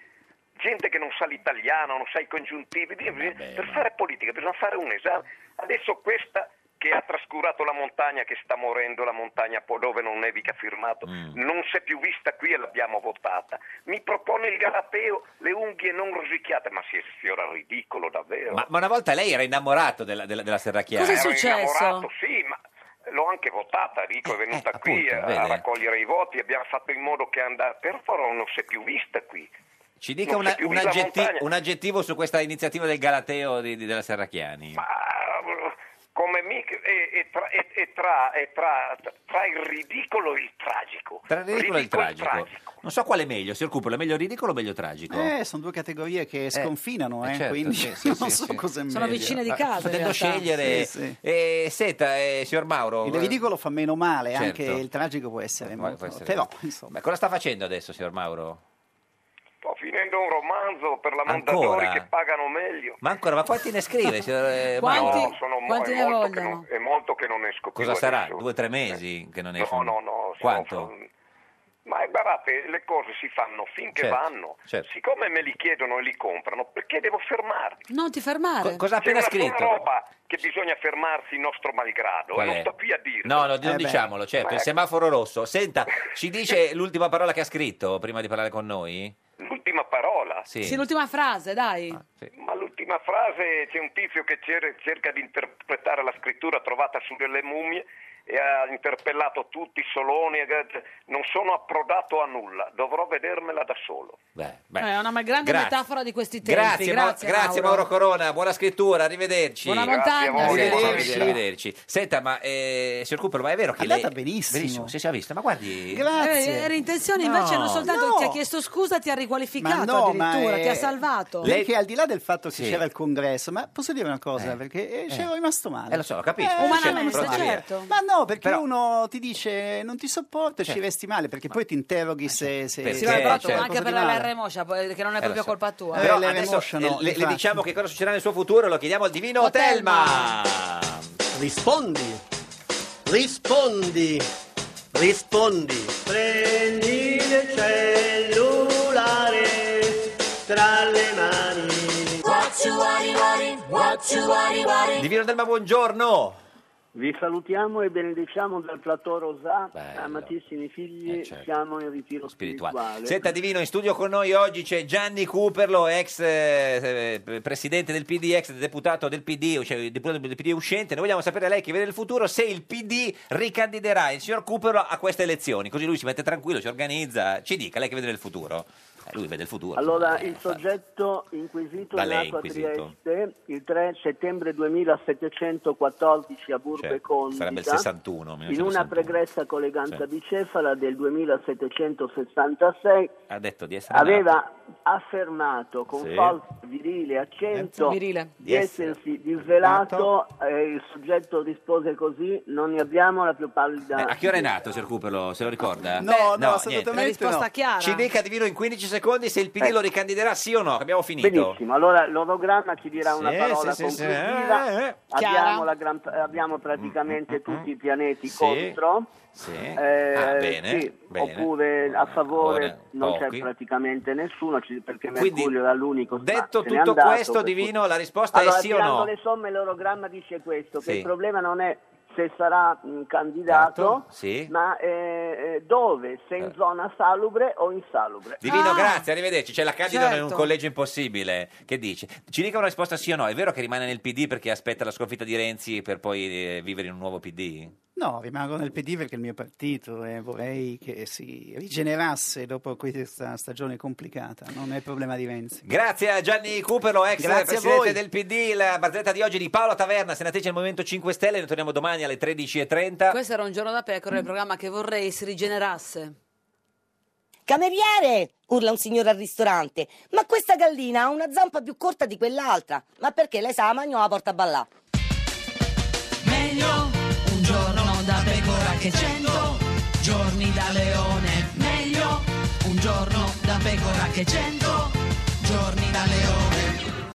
Speaker 17: Gente che non sa l'italiano, non sa i congiuntivi. Bisogna- per fare politica bisogna fare un esame. Adesso questa che ha trascurato la montagna, che sta morendo la montagna po- dove non nevica firmato,
Speaker 2: Mm.
Speaker 17: non si è più vista qui e l'abbiamo votata. Mi propone il Galapeo, le unghie non rosicchiate, ma si sfiora il ridicolo davvero.
Speaker 2: Ma, ma una volta lei era innamorato della, della, della Serracchiani.
Speaker 4: Cosa è
Speaker 17: Ero
Speaker 4: successo?
Speaker 17: innamorato, sì, ma l'ho anche votata, Rico
Speaker 2: Eh,
Speaker 17: è venuta qui a,
Speaker 2: vede.
Speaker 17: a raccogliere i voti, abbiamo fatto in modo che andare, però non si è più vista qui.
Speaker 2: Ci dica
Speaker 17: Non
Speaker 2: una-
Speaker 17: c'è più
Speaker 2: un,
Speaker 17: vita
Speaker 2: aggetti-
Speaker 17: montagna.
Speaker 2: un aggettivo su questa iniziativa del Galateo di- di- della Serracchiani.
Speaker 17: Ah, Come mi, e, e tra, e- e tra- e tra- tra il ridicolo e il tragico.
Speaker 2: Tra il ridicolo e il
Speaker 17: Ridicolo
Speaker 2: tragico. Non so quale è meglio, signor Cupolo, è meglio ridicolo o meglio tragico?
Speaker 12: Eh, sono due categorie che sconfinano, eh,
Speaker 2: eh, certo,
Speaker 12: quindi
Speaker 2: sì, sì,
Speaker 12: non
Speaker 2: sì,
Speaker 12: so
Speaker 2: sì.
Speaker 12: cos'è meglio.
Speaker 4: Sono vicine di casa. in
Speaker 2: Potendo
Speaker 4: realtà.
Speaker 2: Ah, scegliere...
Speaker 12: Sì, sì.
Speaker 2: Eh, senta, eh, signor Mauro...
Speaker 12: Il ridicolo fa meno male,
Speaker 2: Certo.
Speaker 12: anche il tragico può essere
Speaker 2: eh,
Speaker 12: molto.
Speaker 2: può essere-
Speaker 12: Però, insomma,
Speaker 2: Ma cosa sta facendo adesso, signor Mauro?
Speaker 17: Sto finendo un romanzo per la
Speaker 2: Ancora?
Speaker 17: Mondadori che pagano meglio.
Speaker 2: Ma ancora, ma quanti ne scrive, signor eh,
Speaker 4: Quanti-
Speaker 2: Mauro?
Speaker 17: Sono mo-
Speaker 4: quanti
Speaker 17: è
Speaker 4: ne
Speaker 17: molto che
Speaker 4: vogliono?
Speaker 17: non- è molto che non esco più
Speaker 2: Cosa sarà?
Speaker 17: adesso.
Speaker 2: Due o tre mesi che non
Speaker 17: No,
Speaker 2: esce? un-
Speaker 17: no, no, sono-
Speaker 2: Quanto?
Speaker 17: Ma eh, guardate, le cose si fanno finché
Speaker 2: Certo,
Speaker 17: vanno.
Speaker 2: certo.
Speaker 17: Siccome me li chiedono e li comprano, perché devo fermarmi?
Speaker 4: Non ti fermare.
Speaker 2: Co- cosa ha appena
Speaker 17: C'è una sola
Speaker 2: scritto?
Speaker 17: roba che bisogna fermarsi il nostro malgrado
Speaker 2: Qual
Speaker 17: e non
Speaker 2: è?
Speaker 17: sto qui a dirlo.
Speaker 2: No, no, non
Speaker 12: Eh beh.
Speaker 2: diciamolo, certo,
Speaker 17: Ma
Speaker 2: il
Speaker 17: ecco.
Speaker 2: semaforo rosso. Senta, ci dice l'ultima parola che ha scritto prima di parlare con noi?
Speaker 17: L'ultima parola.
Speaker 2: Sì. Ah,
Speaker 4: Sì, l'ultima frase, dai.
Speaker 17: Ma l'ultima frase c'è un tizio che cer- cerca di interpretare la scrittura trovata su delle mummie e ha interpellato tutti, Soloni, e- non sono approdato a nulla, dovrò vedermela da solo.
Speaker 2: Beh, beh.
Speaker 4: Eh, è una ma- grande
Speaker 2: Grazie.
Speaker 4: metafora di questi tempi.
Speaker 2: Grazie,
Speaker 4: Grazie,
Speaker 2: Mau- grazie, Mauro. Corona, buona scrittura, arrivederci.
Speaker 4: Buona
Speaker 17: Grazie a
Speaker 4: montagna.
Speaker 17: voi, buona
Speaker 2: Arrivederci.
Speaker 17: vita.
Speaker 2: arrivederci. Senta, ma eh, signor Cooper, ma è vero che
Speaker 12: è andata
Speaker 2: lei...
Speaker 12: benissimo.
Speaker 2: Benissimo, sì, si è vista, ma guardi...
Speaker 4: Eh,
Speaker 12: Grazie.
Speaker 4: era intenzione,
Speaker 2: No.
Speaker 4: invece non soltanto
Speaker 12: No.
Speaker 4: ti ha chiesto scusa, ti ha riqualificato
Speaker 12: Ma no, ma
Speaker 4: addirittura,
Speaker 12: è-
Speaker 4: ti ha salvato.
Speaker 2: Lei-
Speaker 12: Perché al di là del fatto che
Speaker 2: Sì.
Speaker 12: c'era il congresso, ma posso dire una cosa? perché eh, ci ero rimasto male.
Speaker 2: Eh, lo so, lo capisco.
Speaker 12: Eh,
Speaker 4: Umanamente,
Speaker 2: Sì, pronto, via.
Speaker 4: certo.
Speaker 12: Ma no, perché
Speaker 2: Però- Certo.
Speaker 12: uno ti dice non ti sopporto e ci resti male, perché poi ti interroghi se... se
Speaker 2: Perché-
Speaker 12: se
Speaker 4: Sì,
Speaker 12: hai
Speaker 4: ma
Speaker 2: Eh,
Speaker 4: però
Speaker 12: fatto
Speaker 4: tu
Speaker 2: certo.
Speaker 4: anche
Speaker 12: qualcosa
Speaker 4: per
Speaker 12: di
Speaker 4: la
Speaker 12: male.
Speaker 4: R Moscia, poi- che non è
Speaker 2: Eh, lo
Speaker 4: proprio
Speaker 2: so.
Speaker 4: colpa tua.
Speaker 2: Però
Speaker 12: Eh, le
Speaker 2: adesso
Speaker 12: remosce no,
Speaker 2: eh, le, le
Speaker 12: infatti.
Speaker 2: diciamo che cosa succederà nel suo futuro, lo chiediamo al divino
Speaker 4: Oh,
Speaker 2: Telma.
Speaker 4: Telma.
Speaker 19: Rispondi, rispondi, rispondi. Prendi il cellulare tra le mani.
Speaker 2: Divino Telma, buongiorno.
Speaker 19: Vi salutiamo e benediciamo dal platò Rosà,
Speaker 2: Bello.
Speaker 19: amatissimi figli,
Speaker 2: Eh, certo.
Speaker 19: siamo in ritiro
Speaker 2: Spirituale.
Speaker 19: spirituale.
Speaker 2: Senta Divino, in studio con noi oggi c'è Gianni Cooperlo, ex eh, eh, presidente del PD, ex deputato del PD, cioè deputato del PD uscente. Noi vogliamo sapere lei che vede il futuro se il PD ricandiderà il signor Cooperlo a queste elezioni. Così lui si mette tranquillo, si organizza. Ci dica lei che vede il futuro. Eh, lui vede il futuro.
Speaker 19: Allora, il soggetto inquisito
Speaker 2: Da
Speaker 19: è
Speaker 2: lei
Speaker 19: nato a
Speaker 2: inquisito.
Speaker 19: Trieste il 3 settembre 2714 a Burbe
Speaker 2: Cioè,
Speaker 19: Condita.
Speaker 2: sarebbe il Cioè. 61,
Speaker 19: In una
Speaker 2: 1961.
Speaker 19: pregressa colleganza
Speaker 2: Sì.
Speaker 19: bicefala del 2766
Speaker 2: Ha detto di essere nato.
Speaker 19: aveva affermato con
Speaker 2: Sì.
Speaker 19: falso virile accento
Speaker 4: Virile.
Speaker 19: di essersi disvelato e il soggetto rispose così non ne abbiamo la più pallida
Speaker 2: Eh, a che ora è nato, signor Cuperlo? Se lo ricorda?
Speaker 19: No, no,
Speaker 2: niente.
Speaker 19: assolutamente La risposta no. chiara.
Speaker 2: Ci dica di vino in 15 secondi se il PD
Speaker 19: Eh.
Speaker 2: lo ricandiderà, sì o no? Abbiamo finito.
Speaker 19: Benissimo, allora l'orogramma ci dirà una
Speaker 2: Sì,
Speaker 19: parola
Speaker 2: sì, sì, sì.
Speaker 19: conclusiva.
Speaker 2: Eh, eh.
Speaker 19: Abbiamo, la gran- abbiamo praticamente tutti i pianeti
Speaker 2: Sì.
Speaker 19: contro.
Speaker 2: Sì.
Speaker 19: Eh,
Speaker 2: Ah, bene,
Speaker 19: sì,
Speaker 2: bene.
Speaker 19: Oppure a favore
Speaker 2: Ora,
Speaker 19: non
Speaker 2: pochi.
Speaker 19: c'è praticamente nessuno ci- perché
Speaker 2: Quindi,
Speaker 19: Mercurio era l'unico.
Speaker 2: Detto
Speaker 19: se n'è
Speaker 2: tutto
Speaker 19: andato,
Speaker 2: questo,
Speaker 19: per
Speaker 2: Divino,
Speaker 19: cui-
Speaker 2: la risposta
Speaker 19: allora,
Speaker 2: è sì o
Speaker 19: tirando
Speaker 2: no?
Speaker 19: le somme l'orogramma dice questo, che
Speaker 2: Sì.
Speaker 19: il problema non è se sarà mh, candidato,
Speaker 2: Certo, Sì.
Speaker 19: ma eh, eh, dove, se in zona salubre o insalubre.
Speaker 12: Ah.
Speaker 2: Divino, grazie, arrivederci. C'è la Candido in un
Speaker 19: certo.
Speaker 2: collegio impossibile. Che dice? Ci dica una risposta sì o no? È vero che rimane nel PD perché aspetta la sconfitta di Renzi per poi eh, vivere in un nuovo PD?
Speaker 12: No, rimango nel PD perché è il mio partito e vorrei che si rigenerasse dopo questa stagione complicata, non è problema di Renzi.
Speaker 2: Grazie a Gianni Cuperlo, ex
Speaker 12: Grazie a
Speaker 2: presidente
Speaker 12: voi.
Speaker 2: del PD, la barzelletta di oggi di Paola Taverna, senatrice del Movimento 5 Stelle. Noi torniamo domani alle 13.30.
Speaker 4: Questo era un giorno da pecora, il programma che vorrei si rigenerasse.
Speaker 20: Cameriere! urla un signore al ristorante. Ma questa gallina ha una zampa più corta di
Speaker 4: Cioè
Speaker 20: quell'altra. Ma perché lei sa, magno la porta a ballà.
Speaker 21: Meglio un giorno da pecora che cento giorni da leone. Meglio un giorno da pecora che cento giorni da leone.